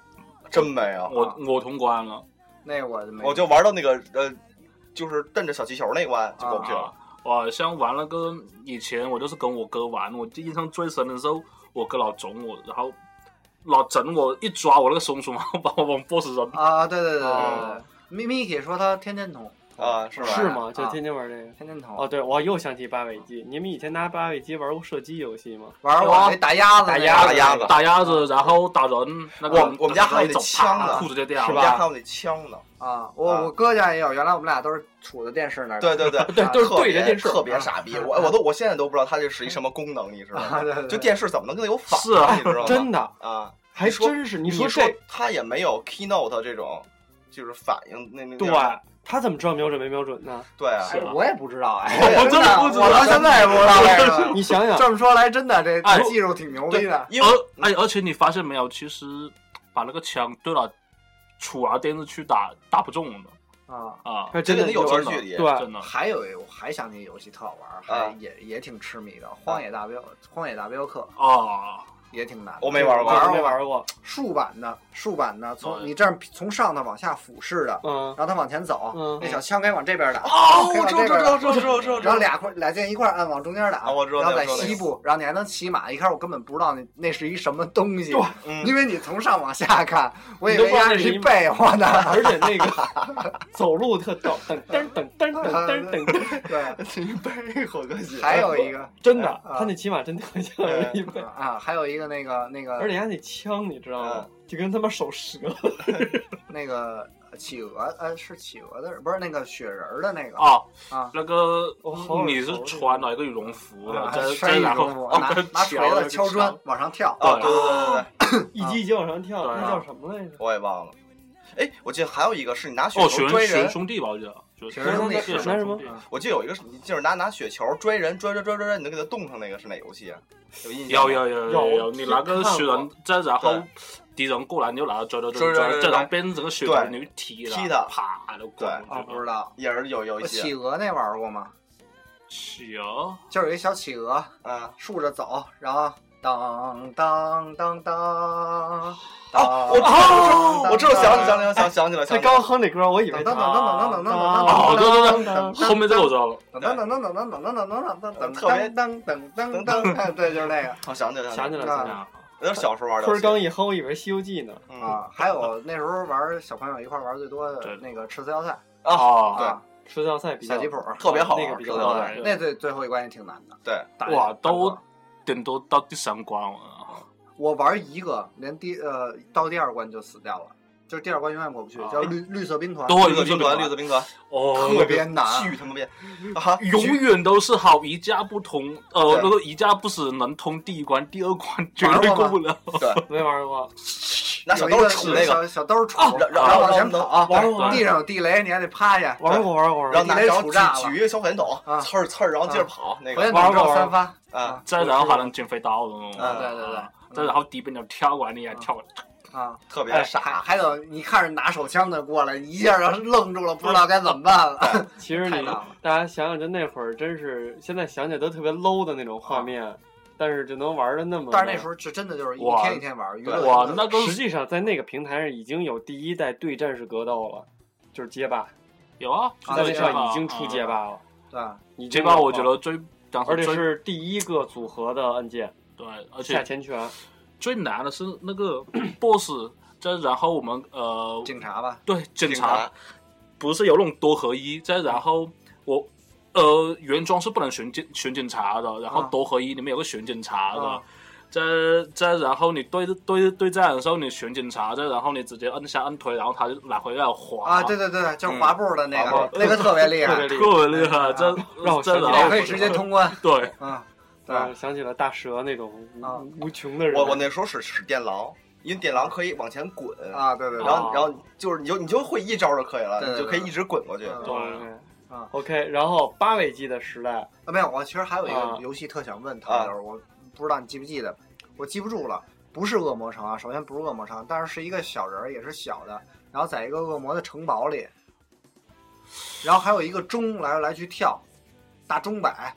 Speaker 1: 真没有，
Speaker 7: 我我通关了，
Speaker 2: 那我没，
Speaker 1: 我就玩到那个呃，就是瞪着小气球那关就过不去了。
Speaker 7: 我好像玩了个以前我就是跟我哥玩，我印象最深的时候，我哥老整我，然后老整我一抓我那个松鼠，然 [laughs] 后把我往 boss 扔。
Speaker 2: 啊，对对对对对对
Speaker 6: 哦
Speaker 2: 咪咪 k 说他天天通
Speaker 1: 啊是吧
Speaker 6: 是吗？就
Speaker 2: 啊
Speaker 6: 天天玩这个。
Speaker 2: 天天通
Speaker 6: 哦，对，我又想起八尾机。你们以前拿八尾机玩过射击游戏吗？
Speaker 2: 玩
Speaker 7: 有啊
Speaker 2: 我那打鸭子那
Speaker 1: 打哦
Speaker 2: 个，
Speaker 1: 鸭子鸭子
Speaker 7: 打鸭子，然后打人，那个
Speaker 1: 我我们家还有
Speaker 7: 一
Speaker 1: 那
Speaker 7: 种
Speaker 1: 枪呢
Speaker 7: 啪裤子就掉
Speaker 1: 我
Speaker 7: 了
Speaker 1: 们家还有那枪呢，
Speaker 2: 啊！我我哥家也有，原来我们俩都是杵在电视那儿，
Speaker 1: 对对对，
Speaker 2: 对
Speaker 6: 都是
Speaker 1: 特
Speaker 6: 对
Speaker 1: 别
Speaker 6: 着电视
Speaker 1: 特别傻逼，我我都我现在都不知道它这是一什么功能，你 [laughs] 知道
Speaker 2: 啊
Speaker 1: 吗？
Speaker 2: 对对，对
Speaker 1: 就电视怎么能跟它有反
Speaker 7: 是啊
Speaker 1: 应，你知道吗？
Speaker 6: 真的，
Speaker 1: 啊，
Speaker 6: 还
Speaker 1: 你说
Speaker 6: 真是。
Speaker 1: 你说
Speaker 6: 你这，
Speaker 1: 它也没有 Keynote 这种，就是反应那那
Speaker 6: 对他怎么知道瞄准没瞄准呢？
Speaker 1: 对啊，
Speaker 2: 哎我也不知道哎，
Speaker 7: 我真的不知道
Speaker 2: 我到现在也不知道哎为什么。
Speaker 6: 你想想，
Speaker 2: 这么说来，真的这
Speaker 7: 哎
Speaker 2: 这技术挺牛逼的
Speaker 1: 因为
Speaker 7: 而哎，而且你发现没有，其实把那个枪对了，杵啊电视去打打不中的
Speaker 2: 啊！
Speaker 7: 啊，
Speaker 6: 还
Speaker 1: 这
Speaker 6: 真
Speaker 1: 个
Speaker 6: 的
Speaker 1: 得有段
Speaker 7: 真的
Speaker 1: 距离，
Speaker 6: 对
Speaker 7: 真的。
Speaker 2: 还有一我还想起游戏特好玩，还
Speaker 1: 啊
Speaker 2: 也也挺痴迷的，《荒野大镖荒野大镖客》
Speaker 7: 哦，
Speaker 2: 也挺难的。
Speaker 1: 我没玩过
Speaker 2: 玩
Speaker 6: 我没
Speaker 2: 过
Speaker 6: 玩过。
Speaker 2: 竖版的，竖版的，从
Speaker 7: 嗯
Speaker 2: 你这样从上头往下俯视的，
Speaker 6: 嗯
Speaker 2: 然后他往前走，
Speaker 6: 嗯
Speaker 2: 那小枪该往这边打，
Speaker 1: 哦，
Speaker 2: 该
Speaker 1: 我
Speaker 2: 往
Speaker 1: 知道
Speaker 2: 这
Speaker 1: 知
Speaker 2: 边打
Speaker 1: 道知道知道知道知道，
Speaker 2: 然后俩块俩键一块按往中间打，
Speaker 1: 啊我知道
Speaker 2: 然后
Speaker 1: 那
Speaker 2: 在
Speaker 1: 个
Speaker 2: 西部，然后你还能骑马。一开始我根本不知道那那是一什么东西，
Speaker 1: 嗯
Speaker 2: 因为你从上往下看，我以
Speaker 6: 你都
Speaker 2: 为
Speaker 6: 不知道
Speaker 2: 它
Speaker 6: 那
Speaker 2: 是
Speaker 6: 是
Speaker 2: 一
Speaker 6: 一
Speaker 2: 被窝呢。
Speaker 6: 而且那个走路特抖，噔噔噔噔噔噔噔，
Speaker 2: 对，
Speaker 1: 一背后个血
Speaker 2: 还有一个
Speaker 6: 真的，
Speaker 2: 啊
Speaker 6: 他那骑马真特像
Speaker 1: 哎
Speaker 6: 一倍。
Speaker 2: 啊，还有一个那个那
Speaker 6: 而且
Speaker 2: 个
Speaker 6: 他那枪，你知道吗？就跟他妈手折了。
Speaker 2: 那个企鹅，呃，是企鹅的，不是那个雪人儿的那个
Speaker 7: 哦，
Speaker 2: 啊
Speaker 7: 那个
Speaker 6: 我好耳熟
Speaker 7: 你是穿了一个羽绒服的，
Speaker 2: 啊
Speaker 7: 再
Speaker 2: 摔
Speaker 7: 再
Speaker 2: 一
Speaker 7: 然后
Speaker 2: 中国
Speaker 7: 哦
Speaker 2: 拿
Speaker 7: 跟
Speaker 2: 拿
Speaker 7: 脚
Speaker 2: 锤
Speaker 7: 那
Speaker 2: 子
Speaker 7: 个
Speaker 2: 敲砖
Speaker 7: 枪，
Speaker 2: 往上跳，
Speaker 1: 哦，对对对对对，
Speaker 6: 一级一级往上跳，
Speaker 7: 对啊
Speaker 6: 那叫什么来着？
Speaker 1: 我也忘了。哎，我记得还有一个是你拿雪
Speaker 7: 哦，
Speaker 1: 球
Speaker 7: 雪
Speaker 1: 追
Speaker 7: 雪
Speaker 1: 人，
Speaker 7: 兄弟吧，我记得，雪
Speaker 2: 雪人兄弟
Speaker 7: 雪人
Speaker 6: 那是什么
Speaker 7: 兄弟
Speaker 1: 我记得有一个是你就是拿拿雪球追人，追追追追追，你能给它冻上那个是哪游戏啊？有印象
Speaker 7: 有
Speaker 1: 吗？
Speaker 7: 有有
Speaker 6: 有
Speaker 7: 有，你拿个
Speaker 6: 看
Speaker 7: 雪
Speaker 6: 过
Speaker 7: 人，再然后
Speaker 1: 对
Speaker 7: 敌人过来，你就拿追追
Speaker 1: 追追
Speaker 7: 追追，
Speaker 1: 追
Speaker 7: 再然后
Speaker 1: 追
Speaker 7: 变成整个雪
Speaker 1: 对
Speaker 7: 人，你去踢
Speaker 1: 踢
Speaker 7: 它
Speaker 1: 它
Speaker 7: 啪就滚
Speaker 1: 对
Speaker 7: 过
Speaker 2: 啊，
Speaker 7: 去
Speaker 2: 不
Speaker 7: 了。
Speaker 2: 知道。
Speaker 1: 也是有游
Speaker 2: 企
Speaker 1: 戏，
Speaker 2: 鹅那玩过吗？
Speaker 7: 企鹅，
Speaker 2: 就是有一小企鹅
Speaker 1: 啊
Speaker 2: 竖着走，然后当当当当
Speaker 1: 啊！
Speaker 2: 当，
Speaker 1: 我知道，我知道，想起
Speaker 2: 当
Speaker 1: 想起来
Speaker 2: 哎
Speaker 1: 想想起来，想
Speaker 6: 他
Speaker 1: 起来
Speaker 6: 刚哼那歌，我以为
Speaker 2: 当
Speaker 6: 他
Speaker 2: 当当当当当当
Speaker 7: 哦，对对对，
Speaker 2: 当
Speaker 7: 后面这个我知道了。
Speaker 2: 当当当当当当当当当当当当当当当当，对，就是那个
Speaker 1: 我哦想起来
Speaker 6: 想起来
Speaker 2: 那
Speaker 6: 了。
Speaker 7: 啊
Speaker 1: 有点小时候玩的游
Speaker 6: 坤儿
Speaker 1: 戏。
Speaker 6: 刚一哼，我以为《西游记》呢。
Speaker 1: 嗯
Speaker 2: 啊。还有那时候玩小朋友一块玩最多的那个吃四条菜
Speaker 7: 哦，
Speaker 2: 啊，
Speaker 6: 吃道赛比较
Speaker 2: 小吉普，
Speaker 1: 特别好玩
Speaker 6: 那个比较
Speaker 1: 特别好玩
Speaker 6: 对
Speaker 2: 那最最后一关也挺难的。
Speaker 1: 对，
Speaker 7: 哇，都顶多到第三关了。
Speaker 2: 我玩一个，连第呃到第二关就死掉了。就是第二关永远过不去，
Speaker 1: 啊
Speaker 2: 叫绿绿色兵团。
Speaker 7: 都会
Speaker 1: 绿色兵团，绿色兵团
Speaker 7: 哦，
Speaker 2: 特别难
Speaker 1: 巨他妈变啊！
Speaker 7: 永远都是好宜家不同，呃，
Speaker 1: 对
Speaker 7: 那个宜家不是能通第一关，第二关绝
Speaker 2: 玩
Speaker 7: 对
Speaker 2: 过
Speaker 7: 过
Speaker 2: 吗
Speaker 7: 不了。
Speaker 6: [laughs] 没玩过，
Speaker 1: 拿
Speaker 2: 有
Speaker 1: 小
Speaker 2: 一
Speaker 1: 刀
Speaker 2: 个
Speaker 1: 杵那个，
Speaker 2: 小小兜杵，
Speaker 7: 啊
Speaker 2: 然后往前跑，
Speaker 6: 玩过玩过
Speaker 2: 地上有哎地雷，你还得趴 [laughs] 下。
Speaker 6: 玩过玩过玩
Speaker 1: 然后拿
Speaker 6: 过，
Speaker 2: 地雷
Speaker 1: 然后
Speaker 2: 杵炸
Speaker 1: 举
Speaker 2: 了
Speaker 1: 举一个小火箭筒，
Speaker 2: 啊
Speaker 1: 刺儿刺儿，然后接着
Speaker 2: 啊
Speaker 1: 跑那
Speaker 2: 火箭
Speaker 1: 个
Speaker 2: 筒只有三发，
Speaker 1: 啊，
Speaker 7: 再然后还能减肥刀哦，
Speaker 1: 嗯
Speaker 2: 对对对，
Speaker 7: 再然后敌兵就跳过来，你也跳过来，
Speaker 2: 啊，
Speaker 1: 特
Speaker 2: 还
Speaker 1: 别
Speaker 2: 还
Speaker 1: 傻。
Speaker 2: 还有你看着拿手枪的过来，一下就愣住了，不知道该怎么办了。
Speaker 6: 其实
Speaker 2: 太
Speaker 6: 你
Speaker 2: 难了
Speaker 6: 大家想想，就那会儿真是，现在想起来都特别 low 的那种画面，但是就能玩的那么。
Speaker 2: 啊但是那时候是真的就是一
Speaker 7: 哇
Speaker 2: 天一天玩，娱乐
Speaker 7: 哇，那个
Speaker 6: 嗯实际上在那个平台上已经有第一代对战式格斗了，就是街霸，
Speaker 7: 有啊，
Speaker 2: 啊
Speaker 6: 在那
Speaker 7: 就在
Speaker 2: 街
Speaker 7: 街霸
Speaker 6: 上已经出街，
Speaker 7: 啊
Speaker 6: 霸了。
Speaker 2: 对
Speaker 6: 你
Speaker 7: 街霸嗯我觉得最，当时
Speaker 6: 而且
Speaker 7: 最
Speaker 6: 是第一个组合的按键
Speaker 7: 对，而
Speaker 6: 下
Speaker 7: 且
Speaker 6: 前拳，
Speaker 7: 最难的是那个 [clears throat] boss，再然后我们呃，
Speaker 2: 警察吧，
Speaker 7: 对警
Speaker 1: 警
Speaker 7: 察
Speaker 1: 察
Speaker 7: 不是有那种多合一，再然后我。呃，原装是不能选警选警察的，然后
Speaker 2: 啊
Speaker 7: 多合一里面有个选警察的，
Speaker 2: 啊
Speaker 7: 再再然后你对对对战的时候，你选警察，再然后你直接摁下摁推，然后他就来回要滑
Speaker 2: 啊，对对对，就是滑步的那
Speaker 6: 滑
Speaker 2: 个
Speaker 6: 步，
Speaker 2: [laughs] 那个特别厉害
Speaker 6: 特，别
Speaker 7: 特别厉害，这
Speaker 6: 让我想
Speaker 7: 这
Speaker 6: 起来
Speaker 2: 那 [laughs]
Speaker 7: 然
Speaker 2: 个
Speaker 7: 后
Speaker 2: 可以直接通关
Speaker 7: 对
Speaker 2: 啊，对
Speaker 6: 让我想起了大蛇那种无
Speaker 2: 啊
Speaker 6: 无穷的人。
Speaker 1: 我我那时候使使电狼，因为电狼可以往前滚，
Speaker 2: 啊，对对
Speaker 1: 然
Speaker 2: 对
Speaker 1: 后然后就是你就你就会一招就可以了，
Speaker 2: 对对
Speaker 1: 你就可以
Speaker 2: 对
Speaker 1: 一直滚过去。
Speaker 2: 嗯
Speaker 7: 对
Speaker 2: 啊
Speaker 6: OK，然后八位机的时代，
Speaker 2: 啊，没有，我其实还有一
Speaker 6: 啊
Speaker 2: 个游戏特想问唐刘，我不知道你记不记得，我记不住了。不是恶魔城啊，首先不是恶魔城，但是是一个小人儿，也是小的，然后在一个恶魔的城堡里，然后还有一个钟来来去跳，大钟摆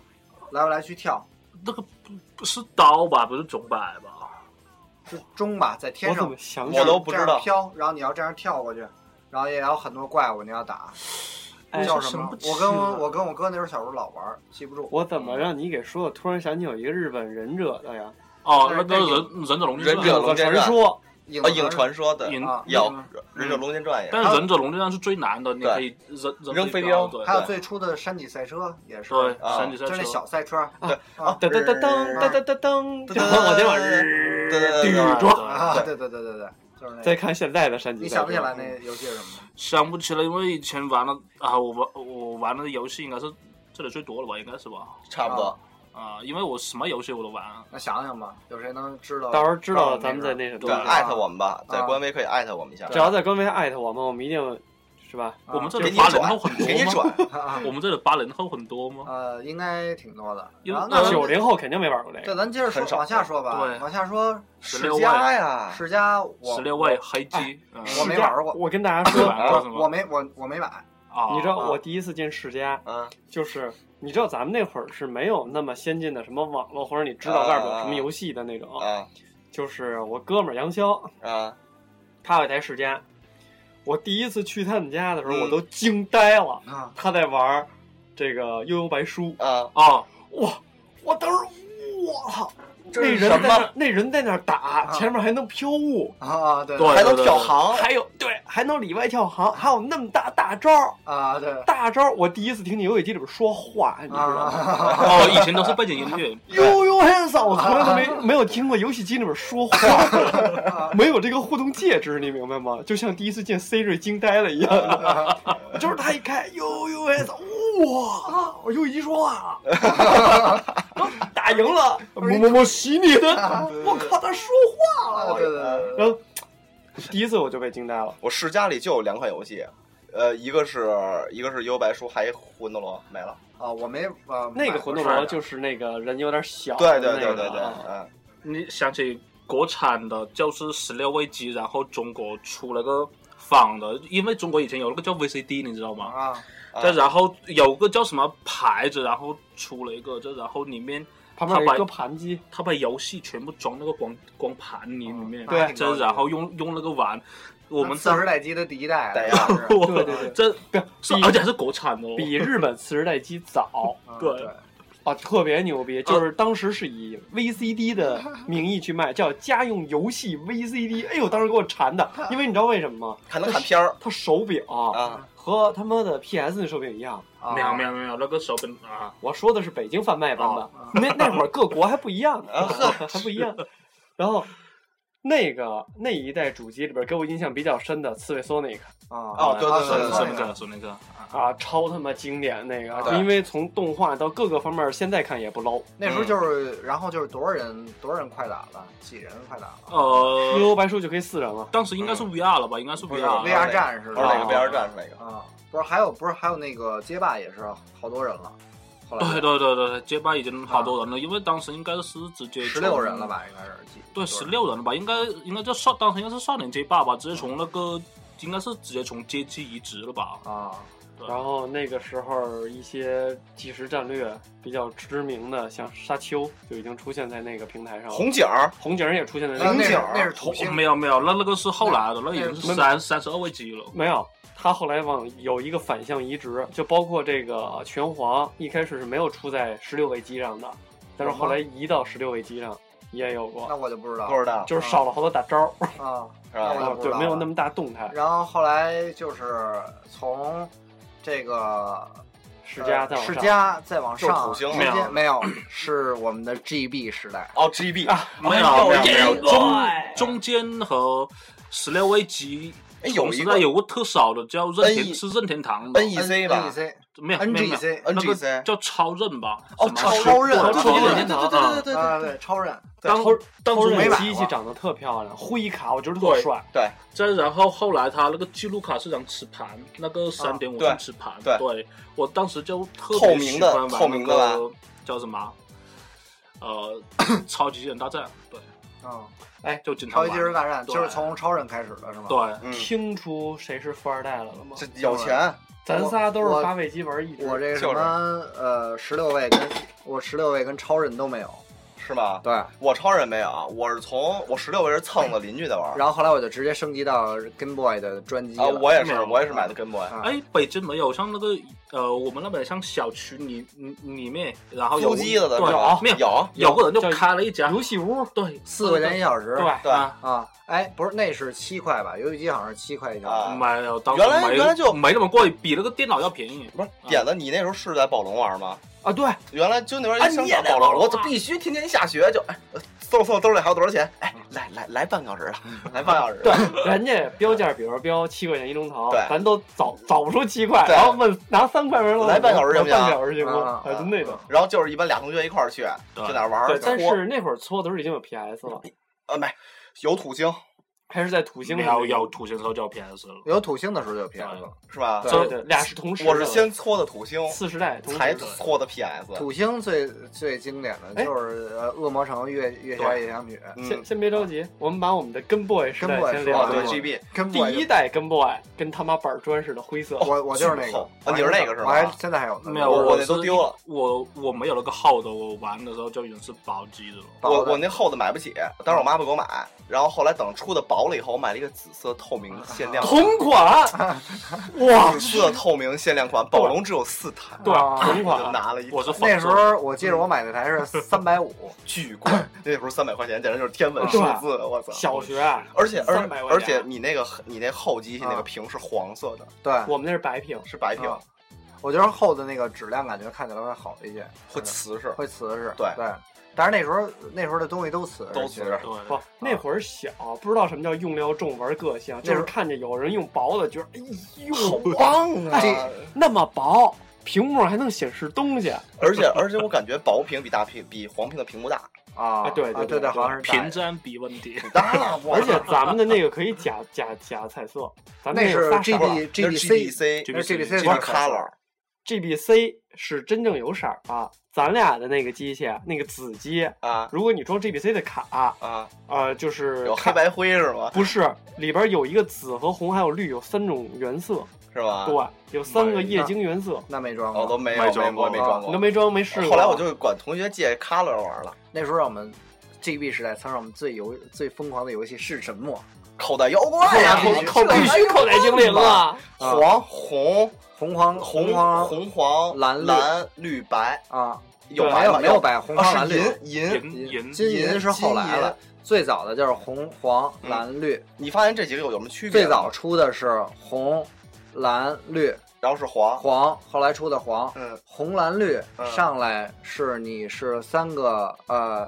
Speaker 2: 来来去跳，
Speaker 7: 那个不不是刀吧，不是钟摆吧？
Speaker 2: 是钟吧，在天
Speaker 6: 我怎
Speaker 2: 上
Speaker 6: 么想
Speaker 1: 我
Speaker 6: 起来
Speaker 1: 都不知道
Speaker 2: 这样飘，然后你要这样跳过去，然后也有很多怪物你要打，
Speaker 6: 哎
Speaker 2: 叫什么
Speaker 7: 神不？
Speaker 2: 我
Speaker 7: 知
Speaker 2: 跟
Speaker 7: 啊
Speaker 2: 我跟我哥那时候小时候老玩儿，记不住。
Speaker 6: 我怎么让你给说的？突然想起有一个日本忍者的呀，
Speaker 7: 哦，
Speaker 2: 但
Speaker 7: 那
Speaker 2: 是
Speaker 7: 个
Speaker 2: 但是
Speaker 7: 忍忍者龙之
Speaker 1: 忍者
Speaker 7: 战，
Speaker 1: 龙之
Speaker 6: 传
Speaker 1: 战
Speaker 6: 说，
Speaker 2: 影
Speaker 1: 啊，影传说的
Speaker 7: 影
Speaker 2: 啊，
Speaker 1: 有
Speaker 2: 嗯
Speaker 1: 忍者龙剑传也
Speaker 7: 但是忍者龙之战是最难的，你可以扔
Speaker 1: 扔
Speaker 7: 飞
Speaker 1: 飞镖
Speaker 7: 镖，对
Speaker 2: 还有最初的山脊赛车也是，
Speaker 7: 对，
Speaker 1: 啊
Speaker 7: 神级赛
Speaker 2: 就是那
Speaker 7: 车，
Speaker 2: 小赛车
Speaker 1: 啊，
Speaker 6: 哦噔噔噔噔噔噔噔噔，就往前往日
Speaker 1: 对对对对
Speaker 6: 地
Speaker 7: 对
Speaker 1: 对
Speaker 7: 对
Speaker 2: 啊，对对对对对，就是那
Speaker 6: 再
Speaker 2: 个。
Speaker 6: 看现在的山脊
Speaker 2: 你
Speaker 6: 赛车，
Speaker 2: 想不起来那游戏是什么吗？
Speaker 7: 想不起来，因为以前玩了啊，我玩我玩的游戏应该是这里最多了吧，应该是吧？
Speaker 1: 差不多。
Speaker 7: 啊，因为我什么游戏我都玩，
Speaker 2: 那想想吧，有谁能知道？
Speaker 6: 到时候知道了，咱们再
Speaker 2: 在
Speaker 6: 那什么。
Speaker 1: 对，艾特我们吧，在官微可以艾特我们一下，
Speaker 6: 只要在官微艾特我们，我们一定是吧？
Speaker 7: 我们这
Speaker 1: 给
Speaker 7: 里
Speaker 1: 你
Speaker 7: 八零
Speaker 1: 转
Speaker 7: 后很，
Speaker 1: 给你
Speaker 7: 多吗？
Speaker 1: 转。
Speaker 2: 啊
Speaker 7: 我们这里八零后很多吗？
Speaker 2: 呃，应该挺多的。
Speaker 7: 因为
Speaker 2: 然后那咱
Speaker 6: 九零后肯定没玩过这
Speaker 2: 对，
Speaker 6: 个。
Speaker 2: 咱接着说
Speaker 1: 很少
Speaker 2: 往下说吧
Speaker 7: 对，
Speaker 2: 往下说
Speaker 7: 十
Speaker 1: 世
Speaker 7: 六位，
Speaker 1: 家呀，
Speaker 2: 世嘉，我
Speaker 7: 十六位黑鸡，嗯
Speaker 2: 我没玩过
Speaker 6: 我跟大家说，
Speaker 7: 玩过是吗
Speaker 2: 我没我我没买，
Speaker 7: 啊，
Speaker 6: 你知道我第一次进世家，
Speaker 1: 嗯，
Speaker 6: 就是你知道咱们那会儿是没有那么先进的什么网络，或者你知道外边有什么游戏的那种。
Speaker 1: 啊
Speaker 6: 就是我哥们儿杨潇，
Speaker 1: 啊，
Speaker 6: 他有一台世家，我第一次去他们家的时候，
Speaker 1: 嗯
Speaker 6: 我都惊呆了。
Speaker 2: 啊
Speaker 6: 他在玩儿这个《悠悠白书》，
Speaker 1: 啊，
Speaker 7: 哦，
Speaker 6: 哇！我当时，我操！
Speaker 1: 这
Speaker 6: 那
Speaker 1: 是
Speaker 6: 人
Speaker 1: 什
Speaker 6: 在那
Speaker 1: 么啊
Speaker 6: 儿？那人在那儿打，前面还能飘雾，
Speaker 2: 啊，对
Speaker 7: 对
Speaker 1: 还能跳航？
Speaker 6: 还有对，还能里外跳行，还有那么大大招儿，[laughs]
Speaker 2: 啊对
Speaker 6: 大招儿！我第一次听见游戏机里边说话，你知道吗？
Speaker 2: 啊，
Speaker 7: 哦，以前都是背景音乐，
Speaker 6: 悠悠 hands，up，我从来都没没有听过游戏机里边说话，没有这个互动介质，你明白吗？就像第一次见 Siri 惊呆了一样，就是他一开悠悠 hands，up，哇，我游戏机说话了，然后打赢了，我我我洗你的， [laughs] 我靠，他说话了，
Speaker 2: 对对对对
Speaker 6: 然后第一次我就被惊呆了，
Speaker 1: 我世家里就有两款游戏，呃，一个是一个是幽白书，还有魂斗罗没了。
Speaker 2: 啊，我没呃
Speaker 6: 那个魂斗罗
Speaker 2: 是
Speaker 6: 就是那个人有点小
Speaker 1: 对
Speaker 6: 的那
Speaker 1: 对
Speaker 6: 个，
Speaker 1: 对对对，
Speaker 6: 啊
Speaker 1: 嗯，
Speaker 7: [laughs] 你想起国产的就是十六位机，然后中国出了个仿的，因为中国以前有那个叫 VCD，你知道吗？
Speaker 2: 啊
Speaker 1: 啊
Speaker 7: 再、然后有个叫什么牌子，然后出了一个，这然后里面
Speaker 6: 旁边有
Speaker 7: 他
Speaker 6: 一
Speaker 7: 把
Speaker 6: 个盘机，
Speaker 7: 他把游戏全部装那个光光盘里里面，
Speaker 2: 对
Speaker 7: 这然后用用那个玩，我们
Speaker 2: 四十代机的第一代，啊
Speaker 1: 对呀
Speaker 7: [laughs]
Speaker 2: 呀，
Speaker 7: 我
Speaker 6: 对对对
Speaker 7: 这
Speaker 6: 对
Speaker 7: 是而且还是国产的、哦，
Speaker 6: 比日本次时代机早。
Speaker 2: 啊
Speaker 7: 对
Speaker 2: 对
Speaker 6: 啊，特别牛逼！就是当时是以 VCD 的名义去卖，叫家用游戏 VCD。哎呦，当时给我馋的，因为你知道为什么吗？
Speaker 1: 还能看片儿
Speaker 6: 它手柄、
Speaker 1: 啊
Speaker 6: 和他妈的 PS 那手柄一样。
Speaker 2: 啊
Speaker 7: 没有没有没有那个手柄啊，
Speaker 6: 我说的是北京贩卖版本，
Speaker 2: 啊
Speaker 6: 那那会儿各国还不一样呢，
Speaker 1: 啊
Speaker 6: 还不一样。然后那个那一代主机里边给我印象比较深的刺猬 Sonic
Speaker 2: 啊
Speaker 1: 哦，对对对
Speaker 7: 说那
Speaker 1: 对对，
Speaker 7: 个说那个，
Speaker 6: 啊，超他妈经典那个，
Speaker 1: 对
Speaker 6: 因为从动画到各个方面，现在看也不 low。
Speaker 2: 那时
Speaker 7: 嗯
Speaker 2: 候就是，然后就是多少人多少人快打了，几人快打了
Speaker 6: 悠
Speaker 7: 呃，
Speaker 6: 悠白书就可以四人了，
Speaker 7: 当时应该是 VR 了吧？应该是
Speaker 1: 不是那
Speaker 7: VR
Speaker 1: 个
Speaker 2: ，VR 战士
Speaker 1: 啊不是哪个
Speaker 2: 吧
Speaker 1: VR 战士那个，
Speaker 2: 啊，不是还有不是还有那个街霸也是好多人了，后来
Speaker 7: [laughs] 对对对对对，街霸已经好多人了，因为当时应该是直接
Speaker 2: 十六人了？吧，应该是记
Speaker 7: 对，十六人了吧？应该应该叫少，当时应该是少年街霸吧，直接从那个应该是直接从街机移植了吧？
Speaker 2: 啊，
Speaker 6: 然后那个时候一些即时战略比较知名的，像沙丘就已经出现在那个平台上了，
Speaker 1: 红警儿
Speaker 6: 红警儿也出现在
Speaker 2: 那
Speaker 6: 那
Speaker 2: 那
Speaker 6: 个
Speaker 2: 是
Speaker 1: 红警
Speaker 2: 那是土星
Speaker 7: 没有没有，那那个是后来的，那已经
Speaker 6: 那哦
Speaker 7: 是三三十二位机了。
Speaker 6: 没有。他后来往有一个反向移植，就包括这个拳皇，一开始是没有出在十六位机上的，但是后来移到十六位机上也有
Speaker 2: 啊那
Speaker 6: 过，
Speaker 2: 我就不知道
Speaker 1: 不知道
Speaker 6: 就是少了好多大招儿，
Speaker 2: 啊，
Speaker 1: 是吧？
Speaker 2: 那我不知
Speaker 6: 对
Speaker 2: 道，
Speaker 6: 没有那么大动态。
Speaker 2: 然后后来就是从这个
Speaker 6: 世家再往
Speaker 2: 世
Speaker 6: 上，
Speaker 2: 家呃再往
Speaker 1: 就是
Speaker 2: 上，
Speaker 1: 土星
Speaker 2: 直
Speaker 7: 没
Speaker 2: 接
Speaker 7: 有
Speaker 2: 没有，是我们的 GB 时代。
Speaker 1: 哦，GB
Speaker 7: 没有
Speaker 1: 没有没有
Speaker 7: 中中间和十六位机
Speaker 1: 哎有一
Speaker 7: 时
Speaker 1: 个
Speaker 7: 代有个特少的叫任田
Speaker 1: NE
Speaker 7: 是任天堂的，
Speaker 1: NEC 吧
Speaker 2: NEC
Speaker 7: 没有没有没有
Speaker 2: NGC
Speaker 7: 那个
Speaker 1: NGC
Speaker 7: 叫超任吧？
Speaker 1: 哦
Speaker 7: 什，么
Speaker 1: 超
Speaker 2: 超人
Speaker 1: 对
Speaker 6: 超
Speaker 1: 对
Speaker 6: 人
Speaker 1: 对对对对对
Speaker 2: 啊，对，超人
Speaker 6: 当当
Speaker 2: 初
Speaker 6: 初
Speaker 2: 没
Speaker 6: 那
Speaker 2: 买
Speaker 6: 机器
Speaker 2: 过
Speaker 6: 长得特漂亮，灰卡我觉得特
Speaker 7: 对
Speaker 6: 帅。
Speaker 1: 对，
Speaker 7: 再然后后来他那个记录卡是张磁盘，那个三点五
Speaker 1: 啊对
Speaker 7: 寸磁盘，
Speaker 1: 对
Speaker 7: 我当时就特
Speaker 1: 透
Speaker 7: 别
Speaker 1: 明
Speaker 7: 喜
Speaker 1: 的
Speaker 7: 欢玩
Speaker 1: 透
Speaker 7: 那
Speaker 1: 明的
Speaker 7: 个叫什么？啊呃，
Speaker 1: [coughs]
Speaker 7: 超级机器人大战，对，
Speaker 2: 啊，
Speaker 7: 就经常
Speaker 2: 超级机
Speaker 7: 玩。
Speaker 2: 器人大战
Speaker 7: 对
Speaker 2: 就是从超人开始的是吗？，
Speaker 7: 对，
Speaker 1: 嗯，
Speaker 6: 听出谁是富二代来了吗？
Speaker 1: 这有钱，
Speaker 6: 咱仨都
Speaker 2: 我
Speaker 6: 是八位机玩一直。
Speaker 2: 我这个什
Speaker 1: 就是
Speaker 2: 么呃十六位跟我十六位跟超人都没有，
Speaker 1: 是吗？
Speaker 2: 对，
Speaker 1: 我超人没有，啊，我是从我十六个人蹭的邻居在玩儿
Speaker 2: 然后后来我就直接升级到 Game Boy 的专辑
Speaker 1: 啊，
Speaker 2: 了。
Speaker 1: 我也是
Speaker 7: 没有
Speaker 1: 我也是买的 Game Boy，
Speaker 2: 啊
Speaker 7: 哎，北京没有像那个呃，我们那边像小区里里里面，然后有
Speaker 1: 租机子的
Speaker 7: 对
Speaker 1: 是吧？哦
Speaker 7: 没有
Speaker 1: 有，
Speaker 7: 有个人就
Speaker 6: 叫
Speaker 7: 开了一家
Speaker 6: 游戏屋，
Speaker 7: 对
Speaker 2: 四块钱一小时，
Speaker 6: 对，
Speaker 1: 对
Speaker 7: 啊，
Speaker 2: 啊，哎，不是那是七块吧？游戏机好像是七块一小时。
Speaker 1: 啊
Speaker 7: 没有，当时
Speaker 1: 原来
Speaker 7: 没
Speaker 1: 原来就
Speaker 7: 没那么贵，比那个电脑要便宜。
Speaker 1: 不是点子，你那时候是在暴龙玩吗？
Speaker 6: 啊，对，
Speaker 1: 原来就那时候
Speaker 6: 啊
Speaker 1: 一想
Speaker 6: 你
Speaker 1: 打
Speaker 6: 也在
Speaker 1: 暴龙，
Speaker 6: 暴龙
Speaker 1: 我
Speaker 6: 啊
Speaker 1: 就必须天天一下学就哎，呃搜搜兜里还有多少钱？哎，来来来半个小时了， [laughs] 来半个小时了。 [laughs]
Speaker 6: 对，人家标价比如标七块钱一中堂
Speaker 1: 对，
Speaker 6: 咱都找找不出七块，
Speaker 1: 对
Speaker 6: 然后问拿三块钱
Speaker 1: 来半小时行不行嗯
Speaker 6: 来半小时行不行？
Speaker 2: 啊啊
Speaker 6: 哎，就那种。
Speaker 1: 然后就是一般俩同学一块儿去，
Speaker 7: 对
Speaker 1: 去哪儿玩儿
Speaker 6: 对，
Speaker 1: 去
Speaker 6: 但
Speaker 1: 豁
Speaker 6: 是那会儿搓的时候已经有 PS 了，
Speaker 1: 呃没有土星
Speaker 6: 还是在土星
Speaker 7: 没
Speaker 6: 上
Speaker 7: 有有土星的时候就要 PS 了。
Speaker 2: 有土星的时候就有 PS 了。
Speaker 1: 是吧？
Speaker 6: 对对，俩是同时的。
Speaker 1: 我是先搓的土星，
Speaker 6: 次时代同时
Speaker 1: 才
Speaker 6: 的
Speaker 1: 搓的 PS。
Speaker 2: 土星最最经典的
Speaker 6: 哎
Speaker 2: 就是呃《恶魔城月月下夜想曲
Speaker 6: 先先别着急，我们把我们的跟 boy 时代
Speaker 2: Boy
Speaker 6: 先
Speaker 2: 说
Speaker 6: 聊
Speaker 1: 啊，
Speaker 2: 完
Speaker 6: 聊
Speaker 1: 嗯对
Speaker 2: 了。
Speaker 1: GB，
Speaker 2: 跟
Speaker 6: 第
Speaker 2: 我
Speaker 6: 一代跟 boy 跟他妈板砖似的灰色，
Speaker 2: 我我就是那
Speaker 1: 巨
Speaker 2: 个
Speaker 1: 厚，啊你是那个是吧
Speaker 2: 我还现在还有呢。
Speaker 7: 没有，
Speaker 1: 我
Speaker 7: 我
Speaker 1: 那
Speaker 7: 是
Speaker 1: 都丢了。
Speaker 7: 我我没有那个号的，我玩的时候就已经是薄机的了。
Speaker 1: 我
Speaker 2: 薄的
Speaker 1: 我那厚的买不起，当时我妈不给我买，然后后来等出的薄了以后，我买了一个紫色透明限量，
Speaker 6: 同款，
Speaker 1: 啊
Speaker 6: 哇
Speaker 1: 紫，色透明限量款，暴龙只有四台，
Speaker 6: 对，同
Speaker 1: 我就
Speaker 6: 款，啊
Speaker 1: 拿了一
Speaker 7: 我是仿
Speaker 2: 那时
Speaker 7: 制
Speaker 2: 候我记得我买那台是三百五，
Speaker 1: 嗯巨贵，那时候三百块钱简直就是天文
Speaker 6: 对
Speaker 1: 数字，我操！
Speaker 6: 小学啊，
Speaker 1: 而且而
Speaker 6: 300块钱
Speaker 1: 而且你那个你那后机器
Speaker 2: 啊
Speaker 1: 那个屏是黄色的，
Speaker 2: [coughs] 对，
Speaker 6: 我们那是白屏，
Speaker 1: 是白屏，
Speaker 2: 啊我觉得厚的那个质量感觉看起来会好一些，
Speaker 1: 会瓷实，
Speaker 2: 会瓷实。
Speaker 1: 对
Speaker 2: 对，但是那时候那时候的东西都瓷实，
Speaker 1: 都
Speaker 2: 其实啊
Speaker 1: 瓷实。
Speaker 6: [laughs]
Speaker 7: 对，
Speaker 6: 不，那会儿小，不知道什么叫用料重玩个性，就是看见有人用薄的，觉得哎呦，好
Speaker 1: 棒啊
Speaker 2: 这
Speaker 6: 那么薄，屏幕上还能显示东西，
Speaker 1: 而且而且我感觉薄屏比大屏比黄屏的屏幕大，
Speaker 2: 啊
Speaker 6: 啊对
Speaker 2: 啊
Speaker 6: 对
Speaker 2: 对
Speaker 6: 对
Speaker 2: 好像是大
Speaker 7: 屏
Speaker 2: 的
Speaker 7: 占比问题。
Speaker 1: 当然了， [laughs]
Speaker 6: 而且咱们的那个可以假假假彩色，咱们
Speaker 2: 那是
Speaker 6: 有仨色
Speaker 2: GB
Speaker 1: 那是
Speaker 2: GBC
Speaker 1: GBC
Speaker 2: 那是 GBC
Speaker 1: 这是
Speaker 2: 是彩色
Speaker 1: color，
Speaker 6: GBC 是真正有色儿啊，咱俩的那个机器，那个子机，
Speaker 1: 啊
Speaker 6: 如果你装 GBC 的卡，
Speaker 1: 啊，
Speaker 6: 呃，就是
Speaker 1: 有黑
Speaker 6: 看
Speaker 1: 白灰是吗？
Speaker 6: 不是里边有一个紫和红还有绿，有三种原色，
Speaker 1: 是吧？
Speaker 6: 对，有三个液晶原色，
Speaker 2: 那没装
Speaker 1: 我
Speaker 2: 过。
Speaker 1: 都没有
Speaker 7: 没
Speaker 1: 没
Speaker 7: 装
Speaker 1: 我
Speaker 7: 过
Speaker 1: 没装
Speaker 6: 你
Speaker 1: 过
Speaker 6: 啊都，没装没试过。
Speaker 1: 后来我就管同学借 color 玩了，
Speaker 2: 那时候让我们 GB 时代曾让我们最游最疯狂的游戏是什么？
Speaker 1: 口袋妖怪呀，
Speaker 2: 口
Speaker 1: 这
Speaker 2: 口
Speaker 1: 个
Speaker 2: 必须
Speaker 6: 口袋精灵啊，
Speaker 2: 啊
Speaker 1: 黄红
Speaker 2: 红黄
Speaker 1: 红
Speaker 2: 黄
Speaker 1: 红黄
Speaker 2: 蓝
Speaker 1: 蓝绿白，
Speaker 2: 啊，
Speaker 1: 有
Speaker 2: 没
Speaker 1: 白
Speaker 2: 有
Speaker 1: 吗？
Speaker 2: 没有白，红
Speaker 1: 啊
Speaker 2: 黄
Speaker 1: 是
Speaker 2: 蓝绿。
Speaker 1: 银银。
Speaker 7: 银银
Speaker 2: 金银是后来
Speaker 1: 金
Speaker 2: 了，最早的就是红黄
Speaker 1: 嗯
Speaker 2: 蓝绿，
Speaker 1: 你发现这几个有有什么区别？
Speaker 2: 最早，出的是红蓝绿
Speaker 1: 然后是黄，
Speaker 2: 黄，后来出的黄
Speaker 1: 嗯，
Speaker 2: 红蓝绿
Speaker 1: 嗯
Speaker 2: 上来是你是三个呃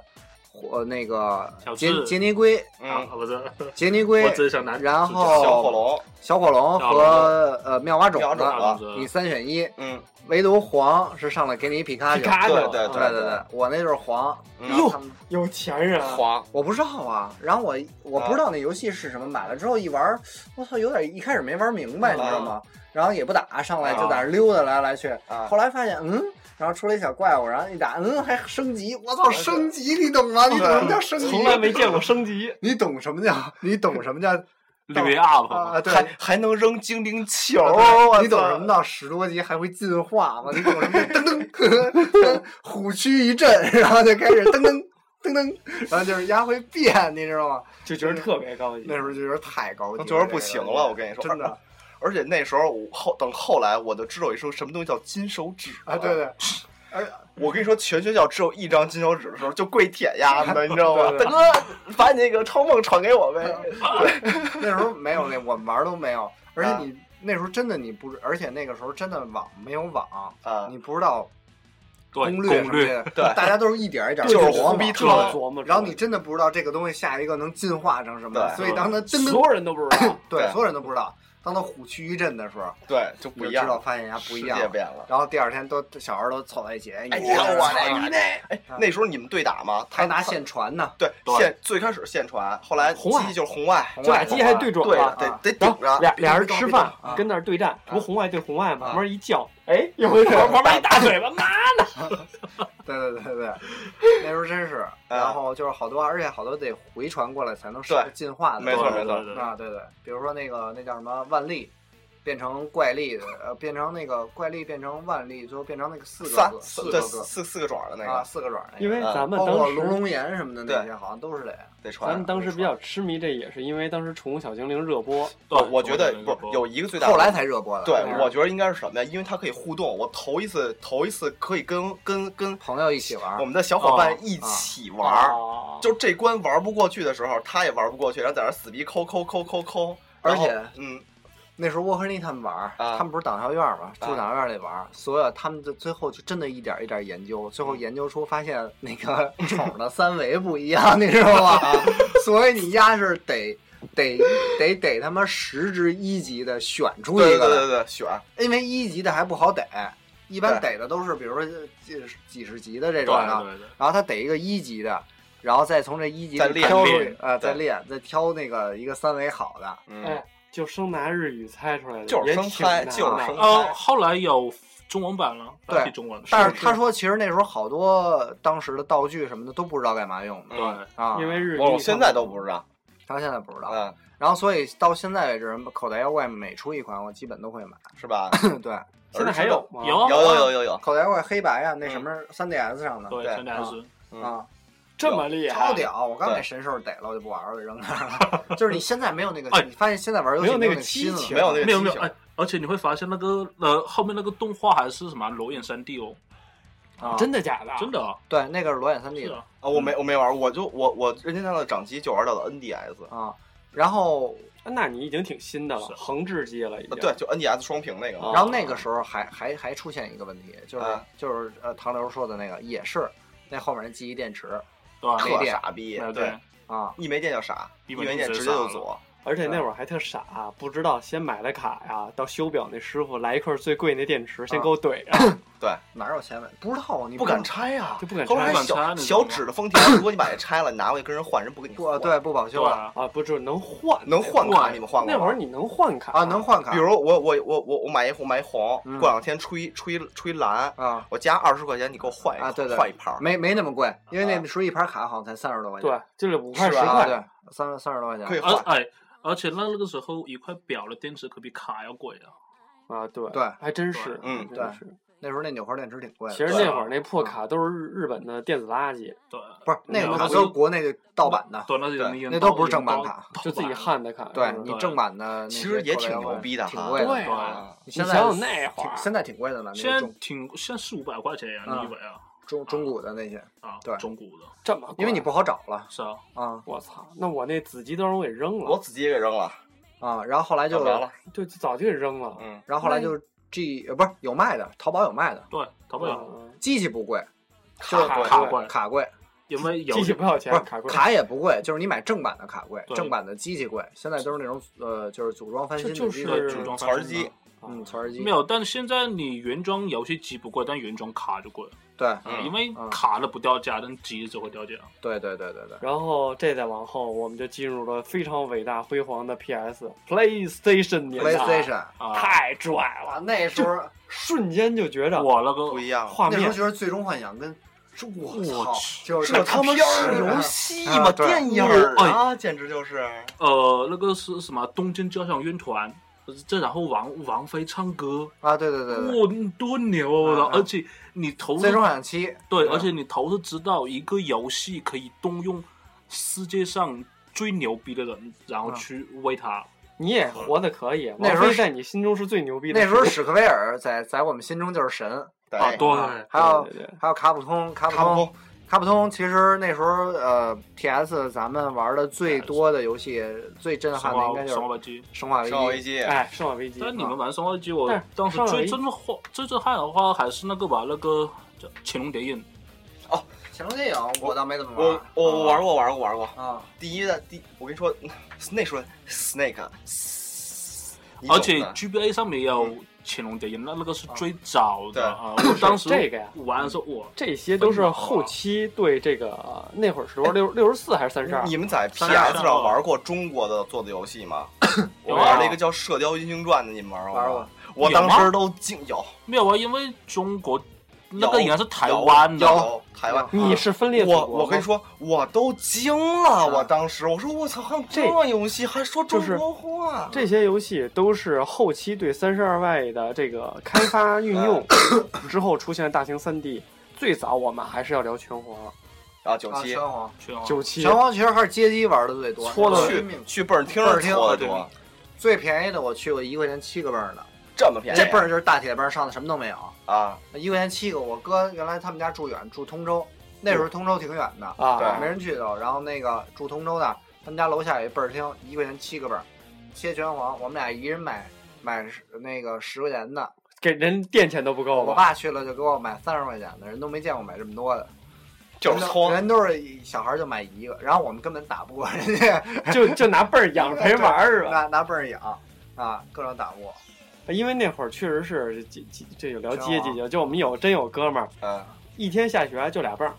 Speaker 2: 呃那个
Speaker 7: 小
Speaker 2: 杰
Speaker 7: 智
Speaker 2: 杰尼龟，
Speaker 7: 啊，
Speaker 1: 嗯，
Speaker 7: 不是，
Speaker 2: 杰尼龟
Speaker 7: 我，只是想拿
Speaker 2: 然后
Speaker 1: 小火龙，
Speaker 2: 小火龙
Speaker 7: 小火龙
Speaker 2: 和呃妙蛙种
Speaker 1: 妙蛙
Speaker 2: 子
Speaker 1: 种，
Speaker 7: 大种
Speaker 2: 你
Speaker 7: 子，
Speaker 2: 三选一，
Speaker 1: 嗯，
Speaker 2: 唯独黄是上来给你一皮卡丘。
Speaker 7: 卡
Speaker 1: 对
Speaker 7: 的，
Speaker 1: 对
Speaker 6: 啊
Speaker 2: 对对对，我那就是黄，
Speaker 1: 嗯
Speaker 2: 然后他们
Speaker 6: 有钱人啊，
Speaker 1: 黄，
Speaker 2: 我不知道啊，然后我我不知道那游戏是什么，买了之后一玩儿，我操，有点一开始没玩明白，
Speaker 1: 嗯
Speaker 2: 你知道吗？然后也不打，上来就在那儿溜达来来去
Speaker 1: 啊，
Speaker 2: 后来发现嗯，然后出来一小怪物，然后一打嗯还升级，我操，升级你懂吗？你懂什么叫升级？，
Speaker 6: 从来没见过升级 [laughs]
Speaker 2: 你懂什么叫你懂什么叫
Speaker 7: 绿 up，
Speaker 2: 啊？对，
Speaker 1: 还还能扔精灵球，
Speaker 2: 啊
Speaker 1: 我
Speaker 2: 对你懂
Speaker 1: 操
Speaker 2: 什么？到十多级还会进化吗？你懂什么？噔噔，噔
Speaker 1: [laughs]
Speaker 2: [laughs] 虎躯一震，然后就开始噔噔噔噔，然后就是压会变，你知道吗？
Speaker 6: 就觉得特别高级
Speaker 2: 那。时候就觉得太高级了，
Speaker 1: 觉得不行了我跟你说
Speaker 2: 真的
Speaker 1: [laughs] 而且那时候我后等后来我就知道一说什么东西叫金手指
Speaker 2: 啊，对对，
Speaker 1: 我跟你说，全学校只有一张金手指的时候，就跪舔丫
Speaker 2: [laughs]
Speaker 1: 的，你知道吗？
Speaker 2: 对对
Speaker 1: 大
Speaker 2: 嗯
Speaker 1: 哥，把你那个超梦传给我呗。
Speaker 2: 那时候没有那我们玩都没有，而且
Speaker 1: 啊
Speaker 2: 你那时候真的你不，而且那个时候真的网没有网，
Speaker 1: 啊，
Speaker 2: 你不知道
Speaker 7: 对，
Speaker 2: 攻
Speaker 7: 略
Speaker 2: 什么的，
Speaker 1: 对
Speaker 2: 大家都是一点儿一点儿
Speaker 1: 就是
Speaker 2: 琢磨
Speaker 1: 胡逼
Speaker 2: 对
Speaker 1: 特
Speaker 6: 这琢磨出来
Speaker 2: 然后你真的不知道这个东西下一个能进化成什么样，
Speaker 1: 对
Speaker 2: 所以当它真，
Speaker 6: 所有人都不知道
Speaker 2: 对
Speaker 1: 对
Speaker 2: 所有人都不知道，当它虎躯一震的时候，
Speaker 1: 对，就不一
Speaker 2: 你就
Speaker 1: 样
Speaker 2: 知道
Speaker 1: 了，
Speaker 2: 发现人家不一
Speaker 1: 世界
Speaker 2: 样。
Speaker 1: 变了。
Speaker 2: 然后第二天都小孩儿都凑在一起，哎，
Speaker 1: 哎，
Speaker 2: 你
Speaker 1: 你
Speaker 2: 这
Speaker 1: 看我
Speaker 2: 这
Speaker 1: 那，你那，哎，那时候你们对打吗？
Speaker 2: 还
Speaker 1: 他
Speaker 2: 拿
Speaker 1: 他
Speaker 2: 线传呢，
Speaker 1: 对
Speaker 7: 对
Speaker 1: 线，最开始线传，后来
Speaker 6: 红外
Speaker 1: 机就是红外，
Speaker 2: 红
Speaker 6: 就
Speaker 2: 外
Speaker 6: 俩机还对准
Speaker 1: 对
Speaker 6: 了，，
Speaker 1: 得
Speaker 2: 啊
Speaker 1: 得
Speaker 6: 然
Speaker 1: 顶
Speaker 6: 后
Speaker 1: 着。
Speaker 6: 俩俩人
Speaker 1: 别动
Speaker 6: 吃饭
Speaker 2: 啊
Speaker 6: 跟那儿对战，什么红外对红外嘛，
Speaker 2: 啊
Speaker 6: 旁边一叫，哎，一回头旁边一大嘴巴，妈的！
Speaker 2: 对对对对，那时候
Speaker 1: [laughs]
Speaker 2: 真是，然后就是好多，而且好多得回传过来才能是
Speaker 1: 嗯对
Speaker 2: 进化的，
Speaker 1: 没错没错
Speaker 7: 对对对
Speaker 2: 啊，对对，比如说那个那叫什么万历，变成怪力的，呃，变成那个怪力变成万历，最后变成那个四个
Speaker 1: 三
Speaker 2: 个
Speaker 1: 四
Speaker 2: 四个
Speaker 1: 对
Speaker 2: 个
Speaker 1: 四四个爪的那
Speaker 2: 啊
Speaker 1: 个
Speaker 2: 四个爪儿那个，
Speaker 6: 因为咱们
Speaker 2: 包
Speaker 6: 当
Speaker 2: 括
Speaker 6: 时
Speaker 2: 龙龙岩什么的那
Speaker 1: 对
Speaker 2: 些，好像都是得
Speaker 1: 得
Speaker 6: 咱
Speaker 1: 传
Speaker 6: 们。当时比较痴迷这也是因为当时《宠物小精灵》热播，
Speaker 7: 对，
Speaker 1: 哦我觉得不是有一个最大的
Speaker 2: 后来才热播的，
Speaker 1: 对
Speaker 6: 对，
Speaker 1: 我觉得应该是什么呀？因为它可以互动，我头一次头一次可以跟跟跟
Speaker 2: 朋友一起玩
Speaker 1: 我
Speaker 2: 儿，
Speaker 1: 们的小伙伴一起玩儿，
Speaker 6: 啊
Speaker 1: 就是这关玩不过去的时候，他也玩不过去，然后在那儿死逼抠抠抠抠抠，
Speaker 2: 而
Speaker 1: 然后
Speaker 2: 且
Speaker 1: 嗯，
Speaker 2: 那时候沃克利他们玩儿，
Speaker 1: 啊
Speaker 2: 他们不是党校院儿嘛，
Speaker 1: 啊
Speaker 2: 住党校院儿里玩儿，所有他们就最后就真的一点儿一点儿研究，
Speaker 1: 嗯
Speaker 2: 最后研究出发现那个 [laughs] 宠的三维不一样，你知道
Speaker 1: 啊
Speaker 2: 吗？ [laughs] 所以你丫是得得得得他妈十至一级的选出
Speaker 1: 对
Speaker 2: 一
Speaker 1: 对对对
Speaker 2: 个
Speaker 1: 对，选
Speaker 2: 来，因为一级的还不好逮，一般
Speaker 1: 对
Speaker 2: 逮的都是比如说几十几十级的这
Speaker 7: 对
Speaker 2: 种啊的，
Speaker 7: 对对，
Speaker 2: 然后他逮一个一级的。然后再从这一级
Speaker 1: 再
Speaker 2: 里
Speaker 1: 练
Speaker 2: 挑出
Speaker 7: 练
Speaker 2: 啊，再
Speaker 1: 对
Speaker 2: 练，再挑那个一个三维好的，
Speaker 1: 嗯
Speaker 6: 哎，就生拿日语猜出来的，
Speaker 1: 就是
Speaker 6: 也
Speaker 1: 生
Speaker 6: 挺
Speaker 1: 猜就
Speaker 6: 难
Speaker 1: 是
Speaker 6: 的啊
Speaker 1: 生
Speaker 7: 呃，后来有中文版了，
Speaker 2: 对
Speaker 7: 繁体中文，
Speaker 2: 但
Speaker 7: 是
Speaker 2: 是他说，其实那时候好多当时的道具什么的都不知道干嘛用的
Speaker 7: 对
Speaker 2: 啊，
Speaker 6: 因为日语
Speaker 1: 嗯我现在都不知道，
Speaker 2: 到现在不知道。
Speaker 1: 嗯，
Speaker 2: 然后所以到现在为止，口袋妖怪每出一款，我基本都会买。 [coughs]
Speaker 1: 是吧？
Speaker 2: 对，
Speaker 6: 现在还有吗？
Speaker 7: 有哦
Speaker 1: 有有有有有，
Speaker 2: 口袋妖怪黑白啊，那
Speaker 6: 嗯
Speaker 2: 什么三 DS 上的
Speaker 7: 对，
Speaker 1: 对
Speaker 7: 现在还是
Speaker 1: 嗯，
Speaker 2: 啊，
Speaker 6: 这么厉害，
Speaker 2: 超屌！我刚给神兽逮了，我就不玩了，扔那儿了。 [laughs] 就是你现在没有那个
Speaker 7: 哎，
Speaker 2: 你发现现在玩游戏
Speaker 6: 哦没有那个
Speaker 2: 个心了
Speaker 6: 激情
Speaker 1: 没有那个
Speaker 7: 没有没有
Speaker 1: 技巧
Speaker 7: 哎。而且你会发现，那个呃，后面那个动画还是什么裸眼三 D 哦，
Speaker 2: 啊！
Speaker 6: 真的假的？
Speaker 7: 真的啊，
Speaker 2: 对，那个是裸眼三 D
Speaker 7: 是
Speaker 2: 的
Speaker 7: 啊，
Speaker 1: 啊，我没我没玩儿，我就我我任天堂的掌机就玩到了 NDS，
Speaker 2: 啊。然后
Speaker 6: 啊那你已经挺新的了，
Speaker 7: 是
Speaker 6: 横置机了已经。
Speaker 1: 呃对，就 NDS 双屏那个
Speaker 6: 啊
Speaker 1: 嘛，
Speaker 2: 然后那个时候还还还出现一个问题，就是、
Speaker 1: 啊
Speaker 2: 就是呃唐刘说的那个，也是那后面那记忆电池
Speaker 7: 对吧？
Speaker 2: 没
Speaker 1: 特
Speaker 2: 电
Speaker 1: 傻逼
Speaker 7: 对，
Speaker 1: 对，
Speaker 2: 啊，
Speaker 1: 一没电就傻，
Speaker 7: 一
Speaker 1: 一
Speaker 7: 没
Speaker 1: 没
Speaker 7: 电
Speaker 1: 电
Speaker 7: 就
Speaker 1: 直接
Speaker 7: 傻
Speaker 1: 就
Speaker 7: 了
Speaker 1: 左，
Speaker 6: 而且那会儿还特傻，不知道先买了卡呀，到修表那师傅来一块最贵那电池，先给我怼上。
Speaker 2: 哪有钱买？不知道啊，你
Speaker 1: 不敢拆呀，
Speaker 6: 就不敢
Speaker 1: 后来
Speaker 6: 拆
Speaker 7: 不敢拆
Speaker 1: 小
Speaker 7: 那
Speaker 1: 小
Speaker 7: 种
Speaker 1: 指的封条，如果你把这拆了，拿回去跟人换，人不给你
Speaker 2: 不
Speaker 1: 换，
Speaker 2: 对，不保修
Speaker 7: 对
Speaker 2: 了
Speaker 7: 啊，
Speaker 6: 啊，不是能换
Speaker 1: 能换卡，你们换过
Speaker 6: 那
Speaker 1: 吗
Speaker 6: 会儿你能换卡
Speaker 2: 啊，能换卡，
Speaker 1: 比如我我我我我买一红买一红
Speaker 2: 嗯，
Speaker 1: 过两天出一出一出一蓝，
Speaker 2: 啊
Speaker 1: 我加二十块钱，你给我换一
Speaker 2: 啊对对
Speaker 1: 换一盘儿。
Speaker 2: 没没那么贵，因为那时候一盘卡好像才三十多块钱，
Speaker 6: 对，就是五块
Speaker 1: 是
Speaker 6: 十
Speaker 1: 吧
Speaker 2: 啊
Speaker 6: 块，
Speaker 2: 对，三十三十多块钱 [laughs] 啊
Speaker 1: 可以
Speaker 7: 而
Speaker 1: 换
Speaker 7: 哎，而且那那个时候一块表的电池可比卡要贵啊，
Speaker 6: 啊，对
Speaker 2: 对
Speaker 6: 还真是，
Speaker 1: 嗯
Speaker 6: 还真
Speaker 2: 对
Speaker 6: 是。
Speaker 2: 那时候那纽扣电池挺贵的，
Speaker 6: 其实
Speaker 1: 对
Speaker 6: 那会儿那破卡都是日日本的电子垃圾，
Speaker 7: 对，
Speaker 2: 不是那
Speaker 7: 那
Speaker 2: 种
Speaker 7: 个
Speaker 2: 卡
Speaker 7: 时
Speaker 2: 都
Speaker 7: 候
Speaker 2: 是国内的盗版的，
Speaker 7: 对，那是有
Speaker 1: 对
Speaker 7: 人
Speaker 2: 啊那都不是正版卡，
Speaker 7: 盗
Speaker 6: 就自己
Speaker 7: 版
Speaker 6: 焊的卡。
Speaker 2: 对
Speaker 6: 嗯
Speaker 2: 你正版的那
Speaker 1: 其
Speaker 2: 些
Speaker 1: 实也
Speaker 2: 口袋
Speaker 1: 挺
Speaker 2: 妖怪
Speaker 1: 牛逼的
Speaker 2: 挺
Speaker 1: 哈
Speaker 2: 贵
Speaker 6: 对
Speaker 2: 的。
Speaker 6: 啊，
Speaker 2: 你
Speaker 6: 你
Speaker 2: 现
Speaker 6: 想
Speaker 2: 在
Speaker 6: 想那会儿
Speaker 2: 挺，现在挺贵的了，那
Speaker 7: 现
Speaker 2: 些
Speaker 7: 在
Speaker 2: 中
Speaker 7: 挺现在四五百块钱呀，
Speaker 2: 啊
Speaker 7: 你以为啊？
Speaker 2: 中中古的那些，
Speaker 7: 啊，
Speaker 2: 对
Speaker 7: 中古的
Speaker 6: 这么贵，
Speaker 2: 因为你不好找了
Speaker 7: 是啊，
Speaker 2: 啊
Speaker 6: 我操，那我那子机都让我给扔
Speaker 1: 我
Speaker 6: 了，
Speaker 1: 自己也给扔了，
Speaker 2: 啊，然后后来
Speaker 1: 找
Speaker 2: 就
Speaker 1: 不着了。
Speaker 6: 对，就早就给扔了。
Speaker 1: 嗯，
Speaker 2: 然后后来就是 G 呃不是有卖的，淘宝有卖的，
Speaker 7: 对，淘宝有
Speaker 6: 嗯
Speaker 2: 机器不贵，
Speaker 1: 卡
Speaker 6: 卡
Speaker 1: 贵
Speaker 7: 卡
Speaker 6: 对
Speaker 7: 贵，
Speaker 2: 卡贵，
Speaker 7: 有没有
Speaker 6: 机器不要钱
Speaker 2: 不，是
Speaker 6: 卡贵。啊
Speaker 2: 卡也不贵，就是你买正版的卡贵，
Speaker 6: 对
Speaker 2: 正版的机器贵。现在都是那种呃，就是组装翻新的
Speaker 6: 就
Speaker 2: 机器，
Speaker 6: 是
Speaker 7: 对组装
Speaker 1: 词
Speaker 7: 翻
Speaker 1: 儿
Speaker 7: 新
Speaker 1: 机
Speaker 7: 的
Speaker 2: 嗯，存儿机
Speaker 7: 啊没有，但现在你原装游戏机不贵，但原装卡就贵，
Speaker 2: 对
Speaker 1: 嗯
Speaker 7: 因为
Speaker 2: 嗯
Speaker 7: 卡的不掉价，但机子会掉价。
Speaker 2: 对对对对对，
Speaker 6: 然后这再往后，我们就进入了非常伟大辉煌的 PS、PlayStation 年代
Speaker 2: PlayStation
Speaker 7: 啊，
Speaker 6: 太拽了，
Speaker 2: 啊，那时候
Speaker 6: 瞬间就觉着
Speaker 7: 我了
Speaker 1: 不
Speaker 7: 个
Speaker 1: 一样了。
Speaker 6: 画
Speaker 2: 那时
Speaker 6: 面
Speaker 2: 候觉得《最终幻想》跟是我
Speaker 7: 我
Speaker 2: 操，
Speaker 7: 去
Speaker 2: 就是
Speaker 1: 这他妈
Speaker 2: 片
Speaker 1: 是
Speaker 2: 儿啊
Speaker 1: 游戏
Speaker 2: 啊
Speaker 1: 吗？
Speaker 2: 对
Speaker 1: 电影儿啊，简直就是
Speaker 7: 哦呃，那个是什么？东京交响乐团，这然后王王菲唱歌，
Speaker 2: 啊，对对对对，
Speaker 7: 哇，多牛啊！
Speaker 2: 嗯嗯
Speaker 7: 而且你头
Speaker 2: 《
Speaker 7: 是
Speaker 2: 最终幻想七》
Speaker 7: 对，
Speaker 2: 嗯
Speaker 7: 而且你头是知道一个游戏可以动用世界上最牛逼的人，然后
Speaker 2: 嗯
Speaker 7: 去为他。
Speaker 6: 你也活得可以。
Speaker 2: 那时候
Speaker 6: 王菲
Speaker 2: 是
Speaker 6: 在你心中是最牛逼的。
Speaker 2: 那时候史克威尔在在我们心中就是神，
Speaker 1: 对
Speaker 7: 啊，对，
Speaker 2: 还有
Speaker 6: 对对对
Speaker 2: 还有卡普通，卡普
Speaker 1: 卡普
Speaker 2: 通
Speaker 1: 空，
Speaker 2: 卡普通，其实那时候呃，TS 咱们玩的
Speaker 7: 哎
Speaker 2: 最多的游戏，最震
Speaker 7: 生
Speaker 2: 撼的应该
Speaker 7: 化
Speaker 2: 就是嗯
Speaker 7: 生化
Speaker 2: 《
Speaker 7: 危机。
Speaker 2: 生化
Speaker 1: 生
Speaker 2: 危
Speaker 1: 化危
Speaker 2: 机》。
Speaker 1: 机，
Speaker 6: 哎，生化危机，
Speaker 7: 啊但你们玩生化危机，我
Speaker 6: 但是
Speaker 7: 当时
Speaker 6: 上来
Speaker 7: 最
Speaker 6: 一
Speaker 7: 震撼、最震撼的话还是那个吧，那个叫《潜龙谍影》。
Speaker 2: 潜龙谍影我倒没怎么
Speaker 1: 我我我玩过玩过玩过。
Speaker 2: 啊，
Speaker 1: 第一代第，我跟你说，那时候 Snake，嘶你懂
Speaker 7: 而
Speaker 1: 的
Speaker 7: 且 GBA 上面也有
Speaker 2: 嗯
Speaker 7: 《潜龙谍影》，那那个是最早
Speaker 1: 对
Speaker 7: 的啊。我当时
Speaker 6: 这个呀
Speaker 7: 玩的时候，我
Speaker 6: 这些都是后期对这个呃那会儿
Speaker 2: 哎
Speaker 6: 是多少六六十四还是三十二？
Speaker 1: 你们在
Speaker 7: 三十二
Speaker 1: PS 上玩过中国的做的游戏吗？我
Speaker 7: 有啊
Speaker 1: 玩了一个叫《射雕英雄传》的，你们玩过
Speaker 2: 玩
Speaker 1: 吗
Speaker 2: 过？
Speaker 1: 我
Speaker 7: 有吗
Speaker 1: 当时都惊，有
Speaker 7: 没有啊，因为中国那个
Speaker 1: 有
Speaker 7: 应该是台湾
Speaker 1: 有
Speaker 7: 的，
Speaker 1: 有台湾。
Speaker 6: 你是分裂祖
Speaker 1: 我
Speaker 6: 国
Speaker 1: 我
Speaker 6: 吗
Speaker 1: 跟你，说，我都惊了，我当时我说我操，还有
Speaker 6: 这
Speaker 1: 这游戏还说中
Speaker 6: 就是
Speaker 1: 国话，
Speaker 6: 这些游戏都是后期对三十二位的这个开发运用
Speaker 2: 哎
Speaker 6: 之后出现的大型三 D。最早我们还是要聊拳皇
Speaker 1: 啊九七
Speaker 2: 拳皇，
Speaker 7: 拳皇
Speaker 6: 九七
Speaker 2: 拳，皇其实还是街机玩的最多，
Speaker 6: 搓了
Speaker 2: 拼
Speaker 1: 去
Speaker 2: 命
Speaker 1: 去倍儿厅
Speaker 2: 倍儿
Speaker 1: 儿
Speaker 2: 厅
Speaker 1: 搓的
Speaker 2: 对
Speaker 1: 多，
Speaker 2: 最便宜的我去过一块钱七个泵的，
Speaker 1: 这么便宜
Speaker 2: 这泵就是大铁泵，上的什么都没有，
Speaker 1: 啊！
Speaker 2: 一块钱七个。我哥原来他们家住远，住通州，那时候通州挺远的，
Speaker 6: 啊，
Speaker 2: 没人去都。然后那个住通州的，他们家楼下有一倍儿厅，一块钱七个倍儿，切拳皇，我们俩一人买买十那个十块钱的，
Speaker 6: 给人电钱都不够
Speaker 2: 我
Speaker 6: 吧？
Speaker 2: 爸去了就给我买三十块钱的，人都没见过买这么多的，
Speaker 1: 就是搓
Speaker 2: 人都人都是小孩儿就买一个，然后我们根本打不过人家，
Speaker 6: 就就拿倍儿养着陪玩儿是吧？
Speaker 2: 拿拿倍儿养啊，各种打不过。
Speaker 6: 因为那会儿确实是这这这有聊
Speaker 2: 拳
Speaker 6: 阶级
Speaker 2: 皇
Speaker 6: 就就我们有真有哥们儿
Speaker 1: 嗯，
Speaker 6: 一天下学就俩泵儿，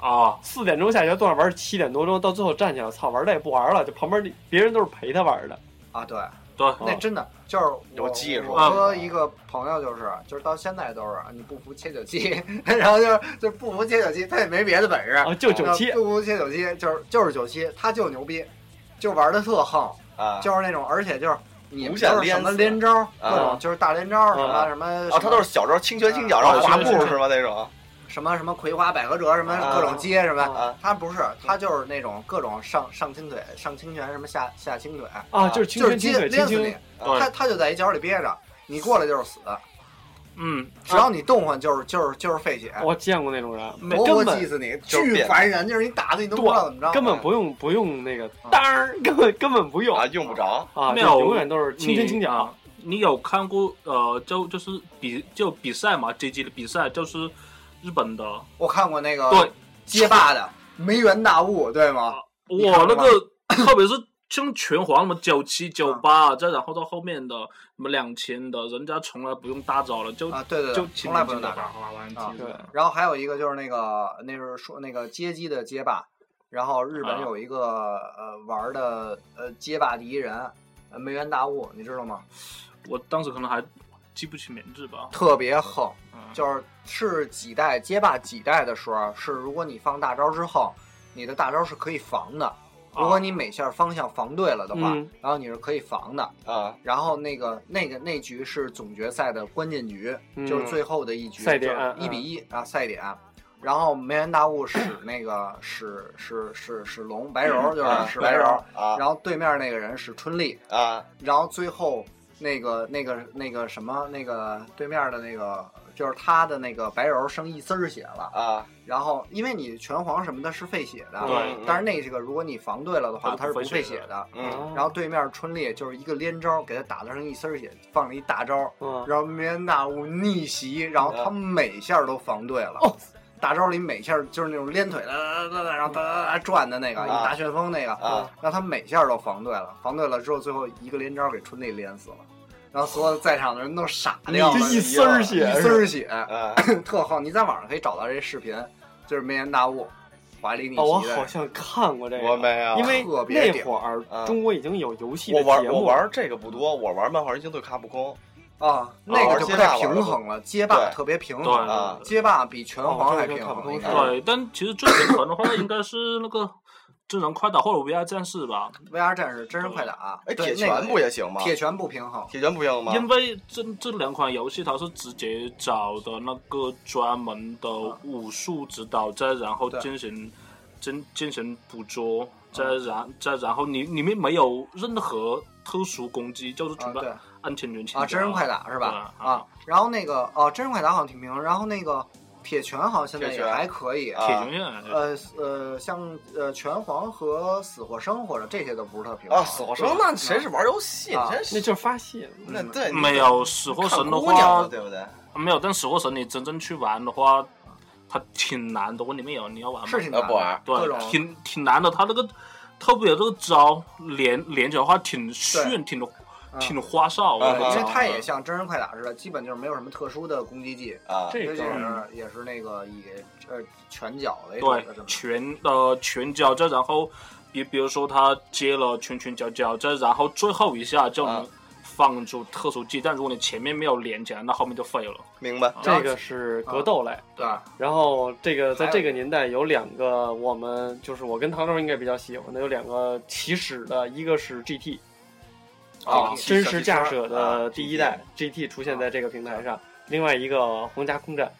Speaker 7: 啊，
Speaker 6: 四点钟下学坐那玩儿，七点多钟到最后站起来，操，玩累不玩了，就旁边那别人都是陪他玩儿的。
Speaker 2: 啊，对，
Speaker 7: 对，
Speaker 2: 那真的就是我
Speaker 1: 有技术嗯
Speaker 2: 我和一个朋友就是，就是到现在都是，啊你不服切九 [laughs] 七，然后就是就是不服切九七，他也没别的本事，
Speaker 6: 啊，就九七
Speaker 2: 啊，不服切九七，就是就是九七，他就牛逼，就玩的特横，
Speaker 1: 啊，
Speaker 2: 就是那种，而且就是你
Speaker 1: 无
Speaker 2: 们
Speaker 1: 限
Speaker 2: 就是
Speaker 1: 连
Speaker 2: 什么
Speaker 1: 死
Speaker 2: 连招，各
Speaker 1: 啊
Speaker 2: 种就是大连招，什
Speaker 6: 啊
Speaker 2: 么什么
Speaker 1: 啊，他都是小时候轻学轻脚，然后滑步是吗？那种
Speaker 2: 什么什么葵花百合折，什么
Speaker 1: 啊
Speaker 2: 各种接什么。
Speaker 1: 啊，
Speaker 2: 他不是，他就是那种各种上上轻腿、上轻拳，什么下下轻腿，
Speaker 6: 啊，就是青
Speaker 2: 就是
Speaker 6: 春青
Speaker 2: 接
Speaker 6: 腿青
Speaker 2: 连死你
Speaker 6: 青，，
Speaker 7: 对
Speaker 2: 他他就在一角里憋着，你过来就是死，
Speaker 1: 啊
Speaker 7: 嗯，
Speaker 2: 只要你动换就是就是就是废血，
Speaker 6: 啊我见过那种人，
Speaker 2: 活活
Speaker 6: 哦根
Speaker 2: 气
Speaker 6: 本
Speaker 2: 死你，
Speaker 1: 就是
Speaker 2: 巨
Speaker 1: 变
Speaker 2: 烦人，就是你打的你都嗯不知道怎么着，
Speaker 6: 根本不用不用那个当儿，根本根本不用
Speaker 1: 啊，用不着，
Speaker 6: 啊，
Speaker 7: 没
Speaker 6: 就
Speaker 7: 有
Speaker 6: 永远都是青春青脚
Speaker 7: 啊。你有看过呃，就就是比就比赛嘛，街机的比赛就是日本的，
Speaker 2: 我看过那个
Speaker 7: 对，
Speaker 2: 街霸的梅园大雾，对吗？你看
Speaker 7: 我那
Speaker 2: 过吗
Speaker 7: 个 [coughs] 特别是像拳皇什么九七九
Speaker 2: 嗯
Speaker 7: 八，啊再然后到后面的什么两千的，人家从来不用大招了，
Speaker 6: 哦
Speaker 7: 就
Speaker 2: 啊，对对
Speaker 7: 就
Speaker 2: 对，从来不用
Speaker 7: 用
Speaker 2: 打
Speaker 7: 招
Speaker 2: 仗。
Speaker 7: 玩玩
Speaker 2: 啊
Speaker 7: 机的
Speaker 2: 然后还有一个就是那个那是说那个街机的街霸，然后日本
Speaker 7: 啊
Speaker 2: 有一个、呃玩的呃街霸第一人。呃梅园大雾，你知道吗？
Speaker 7: 我当时可能还记不起名字吧，
Speaker 2: 特别横，
Speaker 7: 嗯
Speaker 2: 就是是几代街霸几代的时候，啊是如果你放大招之后，你的大招是可以防
Speaker 7: 啊
Speaker 2: 的。如果你每下方向防对了的话，
Speaker 6: 嗯
Speaker 2: 然后你是可以防的。
Speaker 1: 啊，
Speaker 2: 然后那个那个那局是总决赛的关键局，
Speaker 6: 嗯
Speaker 2: 就是最后的一局，
Speaker 6: 赛点
Speaker 2: 一比一啊赛点。然后梅园大雾使那个使使使使龙白柔，就是使白柔，
Speaker 1: 啊
Speaker 2: 然后对面那个人使春丽，
Speaker 1: 啊，
Speaker 2: 然后最后那个那个那个什么那个对面的那个就是他的那个白柔剩一丝儿血了，
Speaker 1: 啊，
Speaker 2: 然后因为你拳皇什么的是费血的，
Speaker 6: 嗯
Speaker 7: 对
Speaker 2: 但是那个如果你防对了的话，
Speaker 7: 它
Speaker 2: 它
Speaker 7: 是
Speaker 2: 是
Speaker 7: 不
Speaker 2: 不费
Speaker 7: 费血
Speaker 2: 血
Speaker 7: 的
Speaker 2: 的。
Speaker 1: 嗯，
Speaker 2: 然后对面春丽就是一个连招，给他打的剩一丝儿血，放了一大招，
Speaker 6: 嗯
Speaker 2: 然后梅纳乌逆袭，然后他每下都防对了。
Speaker 6: 哦
Speaker 2: 大招里每下就是那种连腿，哒哒哒哒，然后哒哒哒转的那个，
Speaker 1: 啊
Speaker 2: 一大旋风那个，
Speaker 1: 啊
Speaker 2: 然后他每下都防对了，防对了之后，最后一个连招给春丽连死了，然后所有在场的人都傻掉了，
Speaker 1: 你这一丝儿血
Speaker 2: 一丝儿血，
Speaker 1: 啊！
Speaker 2: 特好，你在网上可以找到这视频，就是梅岩大雾，华丽逆袭
Speaker 6: 哦，
Speaker 2: 的，
Speaker 6: 我好像看过这
Speaker 1: [laughs]
Speaker 6: 个，
Speaker 1: 我没有，
Speaker 6: 因为
Speaker 2: 特
Speaker 6: 那
Speaker 2: 别屌
Speaker 6: 会儿
Speaker 1: 嗯
Speaker 6: 中国已经有游戏的
Speaker 1: 我玩
Speaker 6: 节
Speaker 1: 我
Speaker 6: 目，
Speaker 1: 玩这个不多，我玩漫画人星对卡不空
Speaker 2: 啊，那个就不太平衡了，街霸
Speaker 1: 对
Speaker 2: 特别平
Speaker 7: 对
Speaker 2: 衡，
Speaker 1: 啊
Speaker 2: 街霸比拳皇还平
Speaker 1: 哦这
Speaker 2: 衡，
Speaker 1: 个
Speaker 2: 应
Speaker 1: 看
Speaker 2: 该
Speaker 1: 不懂
Speaker 7: 对，但其实最平衡的话应该是那个真人快打或者 VR 战士吧，
Speaker 2: VR 战士真人快打，啊
Speaker 1: 哎，
Speaker 2: 对
Speaker 1: 铁
Speaker 2: 那
Speaker 1: 拳
Speaker 2: 个
Speaker 1: 不也行吗？
Speaker 2: 铁拳不平衡，
Speaker 1: 铁拳不行吗？
Speaker 7: 因为这这两款游戏它是直接找的那个专门的武术指导，再然后
Speaker 2: 嗯对
Speaker 7: 进行进进行捕捉，再
Speaker 2: 嗯
Speaker 7: 然再然后你里面没有任何特殊攻击，就是
Speaker 2: 啊
Speaker 7: 全部
Speaker 2: 对
Speaker 7: 安全员
Speaker 2: 啊，真人快打是吧？
Speaker 7: 对
Speaker 2: 啊，
Speaker 1: 嗯
Speaker 2: 然后那个哦，真人快打好像挺平衡，然后那个铁拳好像现在
Speaker 1: 铁
Speaker 2: 也
Speaker 1: 拳
Speaker 2: 还可以，
Speaker 1: 啊
Speaker 7: 铁拳院
Speaker 2: 呃呃，像呃拳皇和死或生或者这些都不是特平衡嗯
Speaker 1: 啊，死活生那谁是玩游戏？
Speaker 2: 啊
Speaker 1: 真
Speaker 6: 那
Speaker 1: 是
Speaker 6: 就是发嗯泄。
Speaker 2: 嗯
Speaker 1: 那对
Speaker 7: 没有死或神的
Speaker 1: 看姑娘
Speaker 7: 话
Speaker 1: 了，对不对？
Speaker 7: 没有，但死或神你真正去玩的话，它挺难的。问你们有你要玩吗？
Speaker 2: 嗯是挺
Speaker 1: 呃
Speaker 2: 难
Speaker 1: 不玩
Speaker 2: 的，各种
Speaker 7: 对，挺挺难的。它那个特别这个招连连起来的话，挺
Speaker 2: 对
Speaker 7: 炫，挺
Speaker 2: 嗯
Speaker 7: 挺花哨的
Speaker 1: 嗯
Speaker 7: 那
Speaker 2: 因
Speaker 7: 个
Speaker 2: 为
Speaker 7: 招。
Speaker 2: 它也像真人快打似的，基本就是没有什么特殊的攻击技，
Speaker 1: 啊，
Speaker 2: 这
Speaker 6: 这
Speaker 2: 也
Speaker 6: 个
Speaker 2: 是也是那个以呃拳脚为主
Speaker 7: 嗯对
Speaker 2: 的这么
Speaker 7: 拳呃拳脚，再然后比比如说他接了拳拳脚脚，再然后最后一下就
Speaker 1: 啊
Speaker 7: 能放出特殊技，但如果你前面没有连起来，那后面就废了。
Speaker 1: 明白。
Speaker 6: 这个是格斗类，
Speaker 2: 对吧？
Speaker 6: 然后这个在
Speaker 2: 还有
Speaker 6: 这个年代有两个我们就是我跟唐周应该比较喜欢的有两个起始的，一个是 GT
Speaker 2: 啊
Speaker 6: 哦真实驾驶的
Speaker 1: 啊
Speaker 6: 第一代 GT 出现在这个平台上，另外一个皇家空战、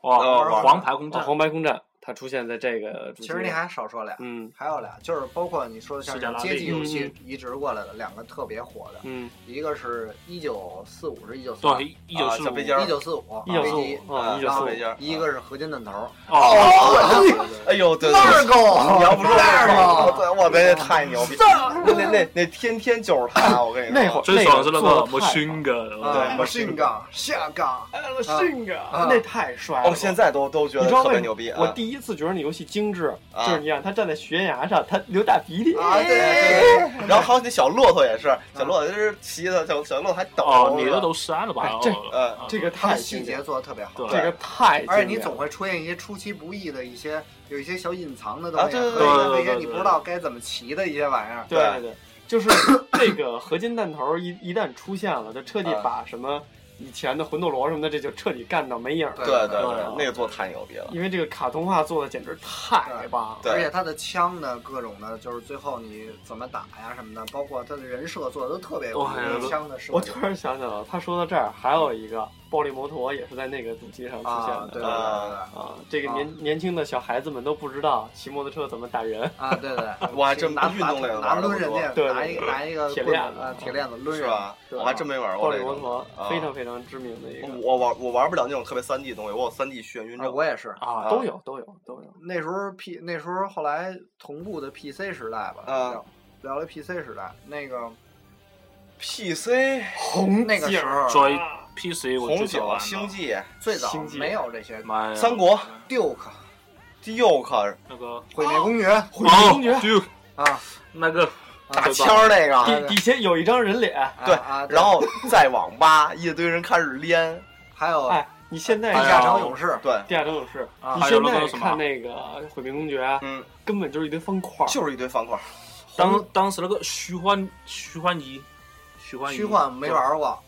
Speaker 7: 哇，
Speaker 2: 哦
Speaker 1: 玩
Speaker 7: 黄牌空
Speaker 6: 啊
Speaker 7: 战，
Speaker 6: 黄白空战，它出现在这个主
Speaker 2: 其
Speaker 6: 机
Speaker 2: 实
Speaker 6: 里
Speaker 2: 那还少说俩，
Speaker 6: 嗯
Speaker 2: 还有俩，就是包括你说的像
Speaker 7: 斯嘉拉
Speaker 2: 街机
Speaker 7: 利
Speaker 2: 游戏移植过来的两个特别火的，
Speaker 6: 嗯，
Speaker 2: 一个是一九四五是一九四五，
Speaker 7: 对，一九四
Speaker 1: 小
Speaker 7: 五
Speaker 1: 飞机儿
Speaker 2: 一九四五
Speaker 6: 一九四
Speaker 2: 飞
Speaker 6: 五啊，一九
Speaker 2: 然
Speaker 6: 四
Speaker 2: 后
Speaker 6: 五
Speaker 1: 飞机儿
Speaker 2: 一个是合金弹头，
Speaker 7: 哦，
Speaker 1: 哎呦，对对
Speaker 2: 那
Speaker 1: 对
Speaker 2: 儿，够，
Speaker 1: 你要不说
Speaker 2: 那
Speaker 1: 那
Speaker 2: 儿
Speaker 1: 个，
Speaker 2: 够，
Speaker 1: 对，我那那太牛逼，那那那那天天就是他，我跟你说，
Speaker 6: 那会儿
Speaker 7: 最爽的是那
Speaker 6: 做
Speaker 7: 个
Speaker 6: 得
Speaker 7: 摩
Speaker 6: 太
Speaker 7: 勋哥，
Speaker 2: 啊，
Speaker 1: 对
Speaker 2: 我信杠下杠，
Speaker 6: 哎我信啊
Speaker 2: 啊，
Speaker 6: 那太帅了！
Speaker 1: 哦，现在都都觉
Speaker 6: 你
Speaker 1: 得
Speaker 6: 知道
Speaker 1: 特
Speaker 6: 为
Speaker 1: 别
Speaker 6: 什
Speaker 1: 牛
Speaker 6: 么
Speaker 1: 逼？啊
Speaker 6: 我第一次觉得那游戏精致，
Speaker 1: 啊
Speaker 6: 就是你看他站在悬崖上，他流大鼻涕，
Speaker 2: 啊对
Speaker 6: 哎
Speaker 2: 对对，
Speaker 1: 然后还有那小骆驼也是，小骆驼就是骑的，小小骆驼还抖
Speaker 7: 哦，你的都删了吧？
Speaker 6: 哎
Speaker 7: 哦
Speaker 6: 这
Speaker 1: 呃
Speaker 7: 哦
Speaker 6: 这个
Speaker 2: 他
Speaker 6: 太
Speaker 2: 的细
Speaker 6: 经典
Speaker 2: 节
Speaker 6: 了，
Speaker 2: 做的特别好，
Speaker 7: 对
Speaker 6: 这个太经典了，
Speaker 2: 而且你总会出现一些出其不意的一些，有一些小隐藏的东西，
Speaker 1: 啊对对
Speaker 2: 和一些
Speaker 7: 对对对
Speaker 2: 一些你不知道该怎么骑的一些玩意儿。
Speaker 6: 对对对，就是 [coughs] 这个合金弹头一一旦出现了，就彻底
Speaker 1: 啊
Speaker 6: 把什么以前的魂斗罗什么的，这就彻底干到没影儿
Speaker 1: 对
Speaker 6: 了。
Speaker 1: 对
Speaker 2: 对
Speaker 1: 对
Speaker 6: 对
Speaker 1: 那个做太牛逼了，
Speaker 6: 因为这个卡通化做的简直太棒了。
Speaker 1: 对
Speaker 2: 而且他的枪的各种的，就是最后你怎么打呀什么的，包括他的人设做的都特别有
Speaker 7: 哇
Speaker 2: 意思枪的设
Speaker 6: 我
Speaker 2: 计
Speaker 6: 突然想起来了，他说到这儿，还有一个暴力摩托也是在那个主机上出现
Speaker 2: 啊
Speaker 6: 的，。
Speaker 2: 对对对对
Speaker 1: 啊
Speaker 2: 对
Speaker 6: 啊，这个
Speaker 2: 啊
Speaker 6: 年、年轻的小孩子们都不知道骑摩托车怎么打人，
Speaker 2: 啊对对，
Speaker 1: 我还
Speaker 2: 对
Speaker 1: 真
Speaker 2: 拿
Speaker 1: 运
Speaker 2: 拿
Speaker 1: 动类的
Speaker 2: 拿
Speaker 1: 玩得
Speaker 2: 抡人
Speaker 1: 不多
Speaker 2: 家，
Speaker 6: 对对
Speaker 2: 拿一
Speaker 6: 对
Speaker 2: 拿一个
Speaker 6: 铁
Speaker 2: 棍
Speaker 6: 链
Speaker 2: 子
Speaker 6: 子
Speaker 2: 啊铁链子抡
Speaker 1: 是
Speaker 2: 人，
Speaker 1: 吧？
Speaker 2: 对啊
Speaker 1: 我还真没玩
Speaker 6: 暴
Speaker 1: 过
Speaker 6: 力
Speaker 1: 这
Speaker 6: 摩
Speaker 1: 个。
Speaker 6: 托、
Speaker 1: 啊
Speaker 6: 非常非常知名的一个，
Speaker 1: 我玩我玩不了那种特别三 D 的东西，我有三 D 眩晕
Speaker 2: 啊
Speaker 1: 症。
Speaker 2: 我也是。
Speaker 7: 啊，
Speaker 6: 都有都有都有。
Speaker 2: 那时候 P 那时候后来同步的 PC 时代吧，
Speaker 1: 啊
Speaker 2: 聊聊了 PC 时代那个
Speaker 1: PC
Speaker 6: 红
Speaker 2: 那个时候
Speaker 7: 追 PC 我
Speaker 1: 红
Speaker 7: 最早
Speaker 1: 警、
Speaker 7: 玩
Speaker 1: 星
Speaker 7: 的，
Speaker 1: 际、
Speaker 2: 最早
Speaker 6: 星际
Speaker 2: 没有这些
Speaker 7: 妈呀，
Speaker 1: 三国、
Speaker 2: Duke
Speaker 1: Duke
Speaker 7: 那个
Speaker 2: 毁
Speaker 1: 哦
Speaker 2: 灭公爵
Speaker 6: 毁灭公爵
Speaker 7: 哦就
Speaker 2: 啊，
Speaker 7: 那个
Speaker 1: 打枪儿那个，
Speaker 6: 底底下有一张人脸，
Speaker 1: 对
Speaker 2: 啊，
Speaker 1: [laughs]
Speaker 2: 对
Speaker 1: 然后在网吧一堆人开始连，
Speaker 2: 还有
Speaker 6: 哎，你现在啊
Speaker 2: 地
Speaker 7: 哎
Speaker 2: 下
Speaker 7: 呀
Speaker 2: 城勇士，
Speaker 1: 对，
Speaker 6: 地下城勇士，
Speaker 2: 啊
Speaker 6: 你
Speaker 7: 还有
Speaker 6: 现
Speaker 7: 那
Speaker 6: 在
Speaker 7: 个什么
Speaker 6: 看那个毁灭公爵啊，
Speaker 1: 嗯，
Speaker 6: 根本就是一堆方块儿，
Speaker 1: 就是一堆方块。
Speaker 7: 当当时那个虚幻虚幻一，虚幻一
Speaker 2: 虚幻没。玩过啊，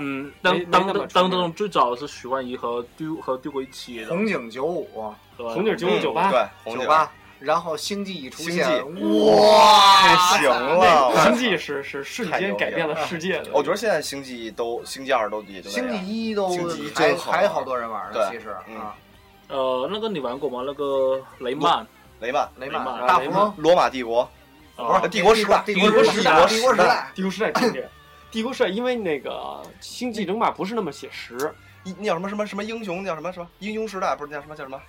Speaker 7: 嗯，
Speaker 6: 没
Speaker 7: 当
Speaker 6: 没那
Speaker 7: 当
Speaker 6: 么
Speaker 7: 当
Speaker 6: 出
Speaker 7: 当
Speaker 6: 名
Speaker 7: 中最早的是徐万一和丢和丢过一起的，
Speaker 2: 红警九五
Speaker 7: 对
Speaker 6: 红警九五
Speaker 1: 嗯
Speaker 6: 九八，
Speaker 1: 对，红
Speaker 2: 九
Speaker 1: 警
Speaker 2: 八，然后星际一出现
Speaker 1: 星，
Speaker 2: 哇，
Speaker 1: 太行了。
Speaker 6: 星际是是瞬
Speaker 1: 太牛
Speaker 6: 间
Speaker 1: 逼
Speaker 6: 改变
Speaker 1: 了
Speaker 6: 了世界的。
Speaker 1: 我觉得现在星际都星际二都也就那
Speaker 2: 星
Speaker 1: 样。
Speaker 2: 际一都
Speaker 1: 星际一
Speaker 2: 还
Speaker 1: 真好玩
Speaker 2: 还有好多人玩呢，
Speaker 1: 对嗯
Speaker 2: 其实啊，
Speaker 7: 呃，那个你玩过吗？那个雷曼，
Speaker 1: 雷曼、
Speaker 2: 雷曼
Speaker 7: 雷曼
Speaker 2: 大
Speaker 6: 雷
Speaker 2: 富
Speaker 6: 曼
Speaker 2: 翁
Speaker 1: 罗马帝国，
Speaker 7: 啊
Speaker 1: 不是帝国时代
Speaker 2: 帝
Speaker 7: 帝
Speaker 2: 国
Speaker 7: 国
Speaker 2: 时
Speaker 7: 时
Speaker 2: 代，
Speaker 1: 代
Speaker 2: 帝国时代，
Speaker 6: 帝国时代经典，帝国时代因为那个星际争霸不是那么写实，
Speaker 1: 一那叫什么什么什么英雄，那叫什么什么英雄时代，不是那叫什么叫什么？
Speaker 2: 啊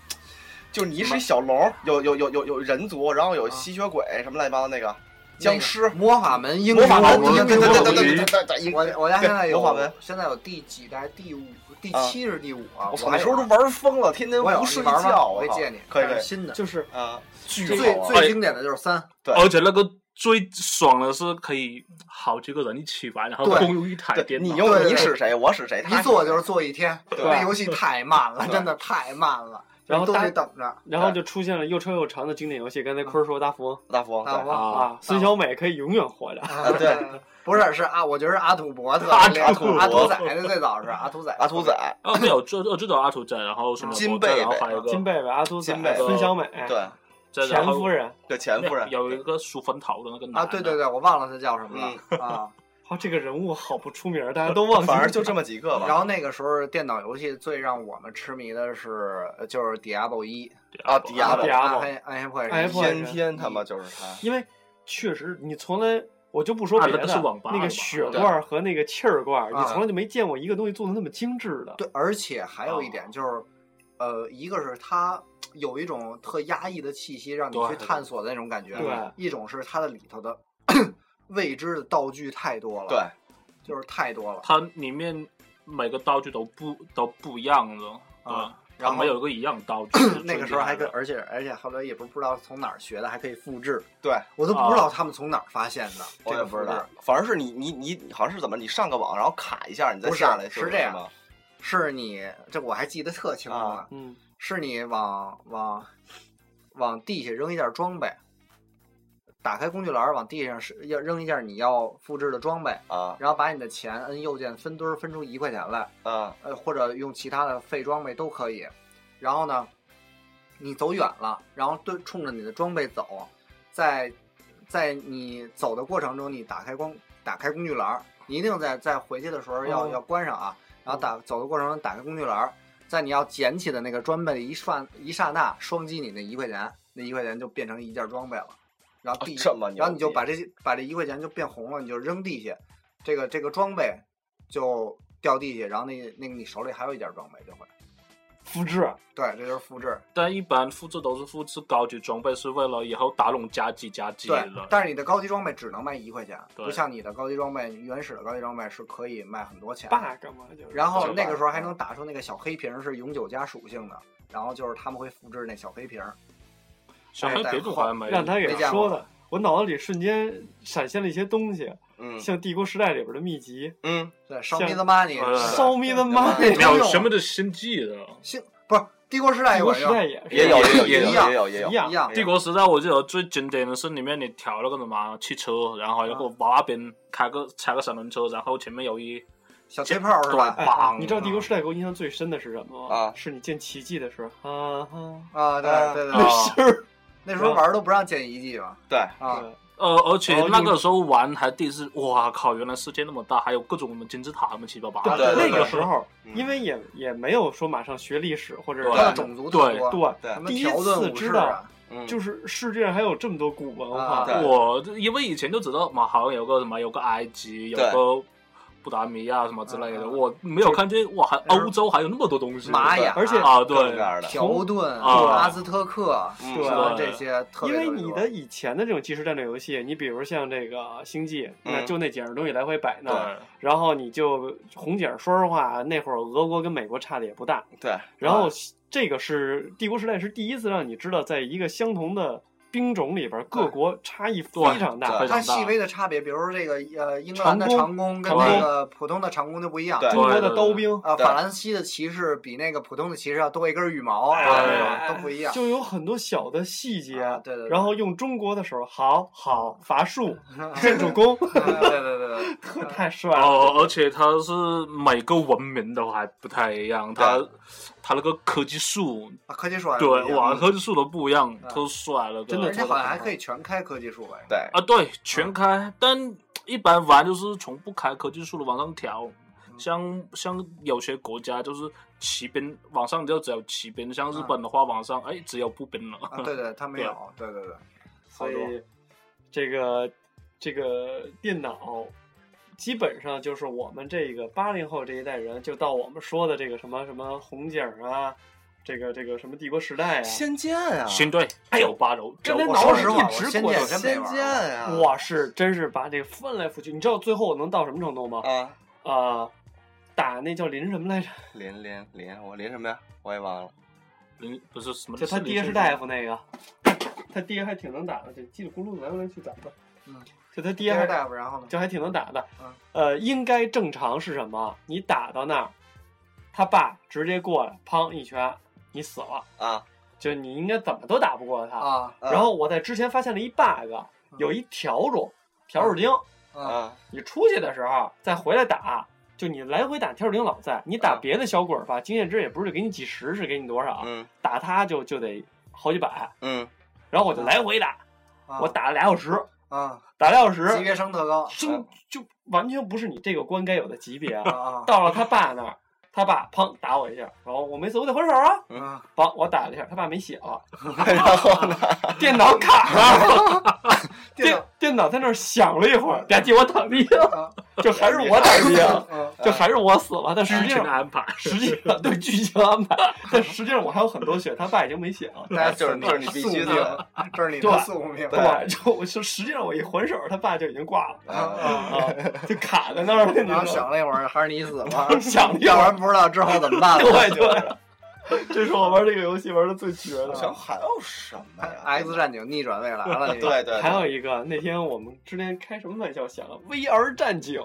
Speaker 1: 就是你是一小龙，有有有有有人族，然后有吸血鬼什么乱七八糟那个，僵尸、
Speaker 2: 魔法门英
Speaker 1: 魔法门、
Speaker 2: 我
Speaker 1: 对对对对对对对对，
Speaker 2: 我我家现在有
Speaker 1: 魔法门，
Speaker 2: 现在有第几代？第五、第七是第五啊！
Speaker 1: 我操，
Speaker 2: 还啊
Speaker 1: 那时候都玩疯了，天天
Speaker 2: 我有
Speaker 1: 不睡
Speaker 2: 你玩吗
Speaker 1: 觉，
Speaker 2: 我可以
Speaker 1: 靠
Speaker 2: 借你，
Speaker 1: 可以
Speaker 2: 但
Speaker 1: 可
Speaker 2: 是
Speaker 1: 以，
Speaker 2: 新的
Speaker 1: 就是啊，巨
Speaker 2: 最
Speaker 1: 好玩
Speaker 2: 最经典的就是三，
Speaker 1: 对
Speaker 7: 而且那个最爽的是可以好几个人一起玩，然后
Speaker 2: 对
Speaker 7: 共用一台
Speaker 1: 对
Speaker 7: 电
Speaker 1: 你
Speaker 7: 脑。
Speaker 1: 用
Speaker 2: 对对
Speaker 1: 你
Speaker 2: 对
Speaker 1: 使谁，我使谁，他
Speaker 2: 一坐就是坐一天，
Speaker 1: 对
Speaker 2: 那游戏太慢了，真的太慢了，
Speaker 6: 然后
Speaker 2: 都
Speaker 6: 大
Speaker 2: 得等着。
Speaker 6: 然后就出现了又臭又长的经典游戏，刚才坤儿说大富翁
Speaker 1: 大富翁，
Speaker 2: 大
Speaker 1: 哦对
Speaker 2: 王
Speaker 6: 啊，孙小美可以永远活着。
Speaker 2: 啊
Speaker 1: 对，
Speaker 2: 不是是阿，我觉得是阿土伯特，
Speaker 7: 阿土
Speaker 2: 阿
Speaker 1: 伯
Speaker 2: 阿土仔的最早是阿土仔，
Speaker 1: [laughs] 阿土仔，
Speaker 7: 哦，对，我知道我知道阿土在，然后什么
Speaker 1: 金
Speaker 7: 我在
Speaker 1: 贝
Speaker 7: 然后
Speaker 1: 贝
Speaker 7: 还有个
Speaker 6: 金贝贝、阿苏仔
Speaker 1: 金贝贝、
Speaker 6: 孙小美、
Speaker 1: 对
Speaker 7: 在
Speaker 6: 钱
Speaker 7: 然后
Speaker 6: 夫人，
Speaker 1: 对前夫人，
Speaker 7: 有一个梳分头的那个男的
Speaker 2: 啊，对对对，我忘了他叫什么了啊。
Speaker 6: 好，这个人物好不出名儿，大家都忘记。
Speaker 1: 反正就这么几个吧。
Speaker 2: 然后那个时候电脑游戏最让我们痴迷的是呃就是 Diablo 一，
Speaker 1: 啊迪亚
Speaker 2: 暗
Speaker 1: 诺
Speaker 2: 黑
Speaker 6: Diablo 啊
Speaker 2: 暗黑破坏
Speaker 6: 暗黑
Speaker 2: 神
Speaker 6: 破坏
Speaker 1: 天天他妈就是他，
Speaker 6: 因为确实你从来我就不说别的，
Speaker 7: 啊那个是网吧
Speaker 6: 那个血罐儿和那个气儿罐儿，
Speaker 2: 对
Speaker 6: 你从来就没见过一个东西做的那么精致的。
Speaker 2: 对，而且还有一
Speaker 1: 哦
Speaker 2: 点就是，呃，一个是它有一种特压抑的气息，让你去
Speaker 7: 对
Speaker 2: 探索的那种感觉；
Speaker 6: 对
Speaker 2: 一种是它的里头的未知的道具太多了，
Speaker 1: 对，
Speaker 2: 就是太多了。
Speaker 7: 它里面每个道具都不都不一样的，对，
Speaker 2: 啊
Speaker 7: 然
Speaker 2: 然
Speaker 7: 后
Speaker 2: 后。
Speaker 7: 没有一个一样的道具
Speaker 2: [clears throat] 那个时候还跟，
Speaker 7: 跟
Speaker 2: 而且而且后来也不是不知道从哪儿学的，还可以复制。
Speaker 1: 对
Speaker 2: 我都不知道他们从哪儿发现的，
Speaker 1: 哦我
Speaker 2: 这
Speaker 1: 也
Speaker 2: 个
Speaker 1: 不
Speaker 2: 复
Speaker 1: 知
Speaker 2: 制
Speaker 1: 道，反正是你你你好像是怎么，你上个网然后卡一下，你再
Speaker 2: 不是
Speaker 1: 下来就是
Speaker 2: 这样
Speaker 1: 吗？
Speaker 2: 是你这我还记得特清楚呢，
Speaker 1: 啊
Speaker 6: 嗯，
Speaker 2: 是你往往往地下扔一件装备，打开工具栏儿往地上是要扔一件你要复制的装备，
Speaker 1: 啊
Speaker 2: 然后把你的钱摁右键分堆儿分出一块钱来，
Speaker 1: 啊
Speaker 2: 呃，或者用其他的废装备都可以。然后呢，你走远了，然后对冲着你的装备走，在在你走的过程中，你打开光打开工具栏儿，你一定在在回去的时候要、
Speaker 6: 哦
Speaker 2: 要关上啊。然后打走的过程中打开工具栏儿，在你要捡起的那个装备的一刹一刹那，双击你那一块钱，那一块钱就变成一件装备了。然后
Speaker 1: 啊
Speaker 2: 第一、
Speaker 1: 这么牛逼，
Speaker 2: 哦然后你就把这些把这一块钱就变红了，你就扔地下，这个这个装备就掉地下，然后那那个你手里还有一件装备就会，
Speaker 6: 复制
Speaker 2: 对，这就是复制，
Speaker 7: 但一般复制都是复制高级装备，是为了以后打拢加级加级
Speaker 2: 对
Speaker 7: 的。。
Speaker 2: 但是你的高级装备只能卖一块钱，
Speaker 7: 对
Speaker 2: 不像你的高级装备，你原始的高级装备是可以卖很多钱的。
Speaker 6: bug 嘛，就是。
Speaker 2: 然后
Speaker 1: 是
Speaker 2: 那
Speaker 1: 吧
Speaker 2: 个时候还能打出那个小黑瓶是永久加属性的，然后就是他们会复制那小黑瓶，
Speaker 7: 小黑别种还没，
Speaker 6: 让他给
Speaker 2: 没见
Speaker 6: 说
Speaker 2: 过
Speaker 6: 的，我脑子里瞬间闪现了一些东西，
Speaker 1: 嗯
Speaker 6: 像《帝国时代》里边的秘籍，
Speaker 1: 嗯
Speaker 2: 对，烧
Speaker 6: 像
Speaker 2: 迷的 money，
Speaker 7: 呃
Speaker 2: 是的
Speaker 6: 烧迷的妈，
Speaker 2: 对
Speaker 6: 帝
Speaker 7: 没有
Speaker 2: 用
Speaker 7: 什么的星际的。
Speaker 2: 星不是帝国时代也
Speaker 6: 国
Speaker 2: 管
Speaker 6: 时代
Speaker 2: 用，
Speaker 6: 也
Speaker 1: [laughs]
Speaker 6: 是
Speaker 1: 也有也有也
Speaker 2: 一
Speaker 1: 有
Speaker 2: 样
Speaker 1: 也有也有
Speaker 6: 一样
Speaker 2: 一样
Speaker 7: 帝国时代，我记得最经典的是里面你调那个什么汽车，然后还有
Speaker 2: 嗯
Speaker 7: 个娃娃边开个踩个三轮车，然后前面有一
Speaker 2: 小吹炮是吧？
Speaker 6: 哎
Speaker 7: 对棒
Speaker 6: 你知道《帝国时代》给我印象最深的是什么吗？
Speaker 1: 啊
Speaker 6: 是你见奇迹的时候啊哈，
Speaker 2: 啊，对
Speaker 1: 啊
Speaker 2: 对对
Speaker 7: 啊
Speaker 2: 对，
Speaker 6: 是
Speaker 2: 那时候
Speaker 1: 嗯
Speaker 2: 玩儿都不让建遗迹嘛，
Speaker 1: 对
Speaker 2: 啊，
Speaker 7: 呃，而且
Speaker 1: 哦
Speaker 7: 那个时候玩还第一次，哇靠！原来世界那么大，还有各种什么金字塔什么七七八八
Speaker 1: 啊对
Speaker 7: 的。
Speaker 1: 对
Speaker 6: 那个时候，
Speaker 1: 嗯
Speaker 6: 因为也也没有说马上学历史或者
Speaker 2: 它的
Speaker 1: 对
Speaker 6: 是
Speaker 2: 种族啊特
Speaker 7: 对
Speaker 2: 多，
Speaker 6: 对，
Speaker 1: 对
Speaker 2: 什么
Speaker 6: 第一
Speaker 2: 条
Speaker 6: 次
Speaker 2: 顿武
Speaker 6: 知
Speaker 2: 士
Speaker 6: 道
Speaker 2: 啊，
Speaker 1: 嗯
Speaker 6: 就是世界上还有这么多古文化
Speaker 2: 啊，
Speaker 1: 对
Speaker 7: 我因为以前就知道嘛，好像有个什么，有个埃及，有
Speaker 1: 对嗯
Speaker 7: 个布达米亚什么之类
Speaker 2: 啊
Speaker 7: 的，
Speaker 2: 啊
Speaker 7: 我没有看见哇，还
Speaker 2: 那时候
Speaker 7: 欧洲还有那么多东西。
Speaker 2: 玛雅，
Speaker 6: 而且
Speaker 7: 啊，
Speaker 1: 各种各
Speaker 7: 对，
Speaker 1: 样的，
Speaker 2: 条顿、
Speaker 7: 啊
Speaker 2: 阿兹特克，
Speaker 1: 嗯
Speaker 6: 对
Speaker 2: 什么这些特
Speaker 6: 因
Speaker 2: 别
Speaker 6: 为
Speaker 2: 特别
Speaker 6: 你
Speaker 2: 多
Speaker 6: 的以前的这种即时战略游戏，你比如像这个星际，那
Speaker 1: 嗯
Speaker 6: 就那几样东西来回摆弄，
Speaker 1: 对
Speaker 6: 然后你就红警，说实话，那会儿俄国跟美国差的也不大，
Speaker 1: 对，
Speaker 6: 然后这个是帝国时代是第一次让你知道，在一个相同的兵种里边，各国差异非常大，
Speaker 1: 对
Speaker 7: 非
Speaker 2: 它
Speaker 7: 常大
Speaker 2: 细。微的差别，比如说这个呃英格兰的
Speaker 6: 长
Speaker 2: 长弓跟
Speaker 6: 长
Speaker 2: 那
Speaker 6: 弓
Speaker 2: 个普通的长弓就不一样，
Speaker 1: 对
Speaker 6: 中国
Speaker 7: 对
Speaker 6: 的
Speaker 7: 对
Speaker 6: 刀
Speaker 7: 对
Speaker 6: 兵
Speaker 2: 啊，
Speaker 1: 对
Speaker 2: 法兰西的骑士比那个普通的骑士要多一根羽毛，
Speaker 6: 哎
Speaker 2: 啊
Speaker 7: 对
Speaker 2: 那种都不一样。
Speaker 6: 就有很多小的细节。
Speaker 2: 啊对对对
Speaker 6: 然后用中国的时候，好好伐树、建筑工，
Speaker 2: 对对对对对，
Speaker 6: 太帅了。
Speaker 7: 哦，而且它是每个文明都还不太一样，它
Speaker 1: 对
Speaker 7: 它那个科技树，
Speaker 2: 啊科技树还不一
Speaker 7: 对，
Speaker 2: 样
Speaker 7: 哇，科技树都不一样
Speaker 2: 嗯，
Speaker 7: 特帅了，
Speaker 6: 真的
Speaker 2: 人
Speaker 7: 对
Speaker 2: 家好像还可以全开科技树吧？
Speaker 1: 对，
Speaker 7: 啊，对，全开，但一般玩就是从不开科技树的往上调。
Speaker 6: 嗯
Speaker 7: 像像有些国家就是骑兵往上就只有骑兵，像日本的话往
Speaker 6: 嗯
Speaker 7: 上哎只有步兵了。
Speaker 2: 啊，对对，他没有，对对对，
Speaker 6: 所以这个这个电脑基本上就是我们这个八零后这一代人，就到我们说的这个什么什么红警啊、这个这个什么帝国时代啊，
Speaker 1: 仙剑啊，
Speaker 7: 新队
Speaker 6: 哎呦
Speaker 7: 九八柔，
Speaker 6: 真的
Speaker 7: 九
Speaker 1: 我
Speaker 7: 八
Speaker 1: 说
Speaker 6: 脑子
Speaker 1: 实
Speaker 6: 里
Speaker 1: 话，我
Speaker 7: 一直
Speaker 1: 仙
Speaker 7: 过
Speaker 1: 剑
Speaker 7: 着
Speaker 2: 真
Speaker 1: 仙
Speaker 2: 没玩
Speaker 1: 剑啊，
Speaker 6: 我是真是把这个翻来覆去，你知道最后我能到什么程度吗？
Speaker 1: 啊，
Speaker 6: 啊、打那叫林什么来着？
Speaker 1: 林林林，我林什么呀？我也忘了。
Speaker 7: 林嗯不是什么，
Speaker 6: 就他
Speaker 7: 林
Speaker 6: 爹啊是
Speaker 7: 先
Speaker 6: 大
Speaker 7: 生，
Speaker 6: 夫那个，他爹还挺能打的，就叽里咕噜来回去打的。
Speaker 2: 嗯，
Speaker 6: 就他爹
Speaker 2: 接着
Speaker 6: 还
Speaker 2: 大夫，然后呢？
Speaker 6: 就还挺能打的
Speaker 2: 嗯。
Speaker 6: 呃，应该正常是什么？你打到那儿，他爸直接过来，砰一拳，你死了。
Speaker 1: 啊，
Speaker 6: 就你应该怎么都打不过他。
Speaker 2: 啊
Speaker 1: 啊
Speaker 6: 然后我在之前发现了一 bug，有一笤帚，笤帚精，
Speaker 2: 啊
Speaker 1: 啊
Speaker 6: 你出去的时候再回来打，就你来回打笤帚精老在，你打
Speaker 1: 啊
Speaker 6: 别的小鬼儿吧，经验值也不是给你几十，是给你多少，
Speaker 1: 嗯
Speaker 6: 打他就就得好几百。
Speaker 1: 嗯，
Speaker 6: 然后我就来回打，
Speaker 2: 啊！
Speaker 6: 我打了俩小时，
Speaker 2: 啊，
Speaker 6: 打俩小
Speaker 2: 级
Speaker 6: 时，
Speaker 2: 别升特高
Speaker 6: 真就完全不是你这个关该有的级别
Speaker 2: 啊
Speaker 6: 啊！
Speaker 2: 啊
Speaker 6: 到了他爸那儿，他爸砰打我一下，然后我没死，我得还手啊！
Speaker 2: 啊！
Speaker 6: 砰，我打了一下，他爸没血了，
Speaker 1: 然后呢？
Speaker 6: 电脑 [laughs] 卡了，
Speaker 2: 电
Speaker 6: 电电脑在那儿响了一会儿，吧唧，我躺地了，
Speaker 2: 啊
Speaker 6: 就还是我躺地了，
Speaker 2: 啊
Speaker 6: 就还是我死了，但实
Speaker 7: 剧
Speaker 6: 际
Speaker 7: 情的
Speaker 6: 上。
Speaker 7: 安排，
Speaker 6: 实际上对剧情安排，但实际上我还有很多血，他爸已经没血了。
Speaker 2: 大家
Speaker 1: 就是就是你必须的，
Speaker 6: [laughs]
Speaker 2: 这是你
Speaker 6: 对
Speaker 2: 的宿命。
Speaker 6: 对，就我就实际上我一还手，他爸就已经挂了，
Speaker 1: 啊，
Speaker 6: [laughs] 啊，就卡 [laughs] 在那儿了。你知
Speaker 2: 然
Speaker 6: 道
Speaker 2: 后
Speaker 6: 吗
Speaker 2: 想了一会儿，还是你死吧，
Speaker 6: [laughs] 想了一会
Speaker 2: 要
Speaker 6: 儿
Speaker 2: 不然不知道之后怎么办了。
Speaker 6: 对对，这是我玩这个游戏玩的最绝
Speaker 1: 我想
Speaker 6: 的。
Speaker 1: 还有什么呀？
Speaker 2: [laughs] X 战警逆转未来了，
Speaker 1: 对对对，
Speaker 6: 还有一个，那天我们之前开什么玩笑想了，VR 战警，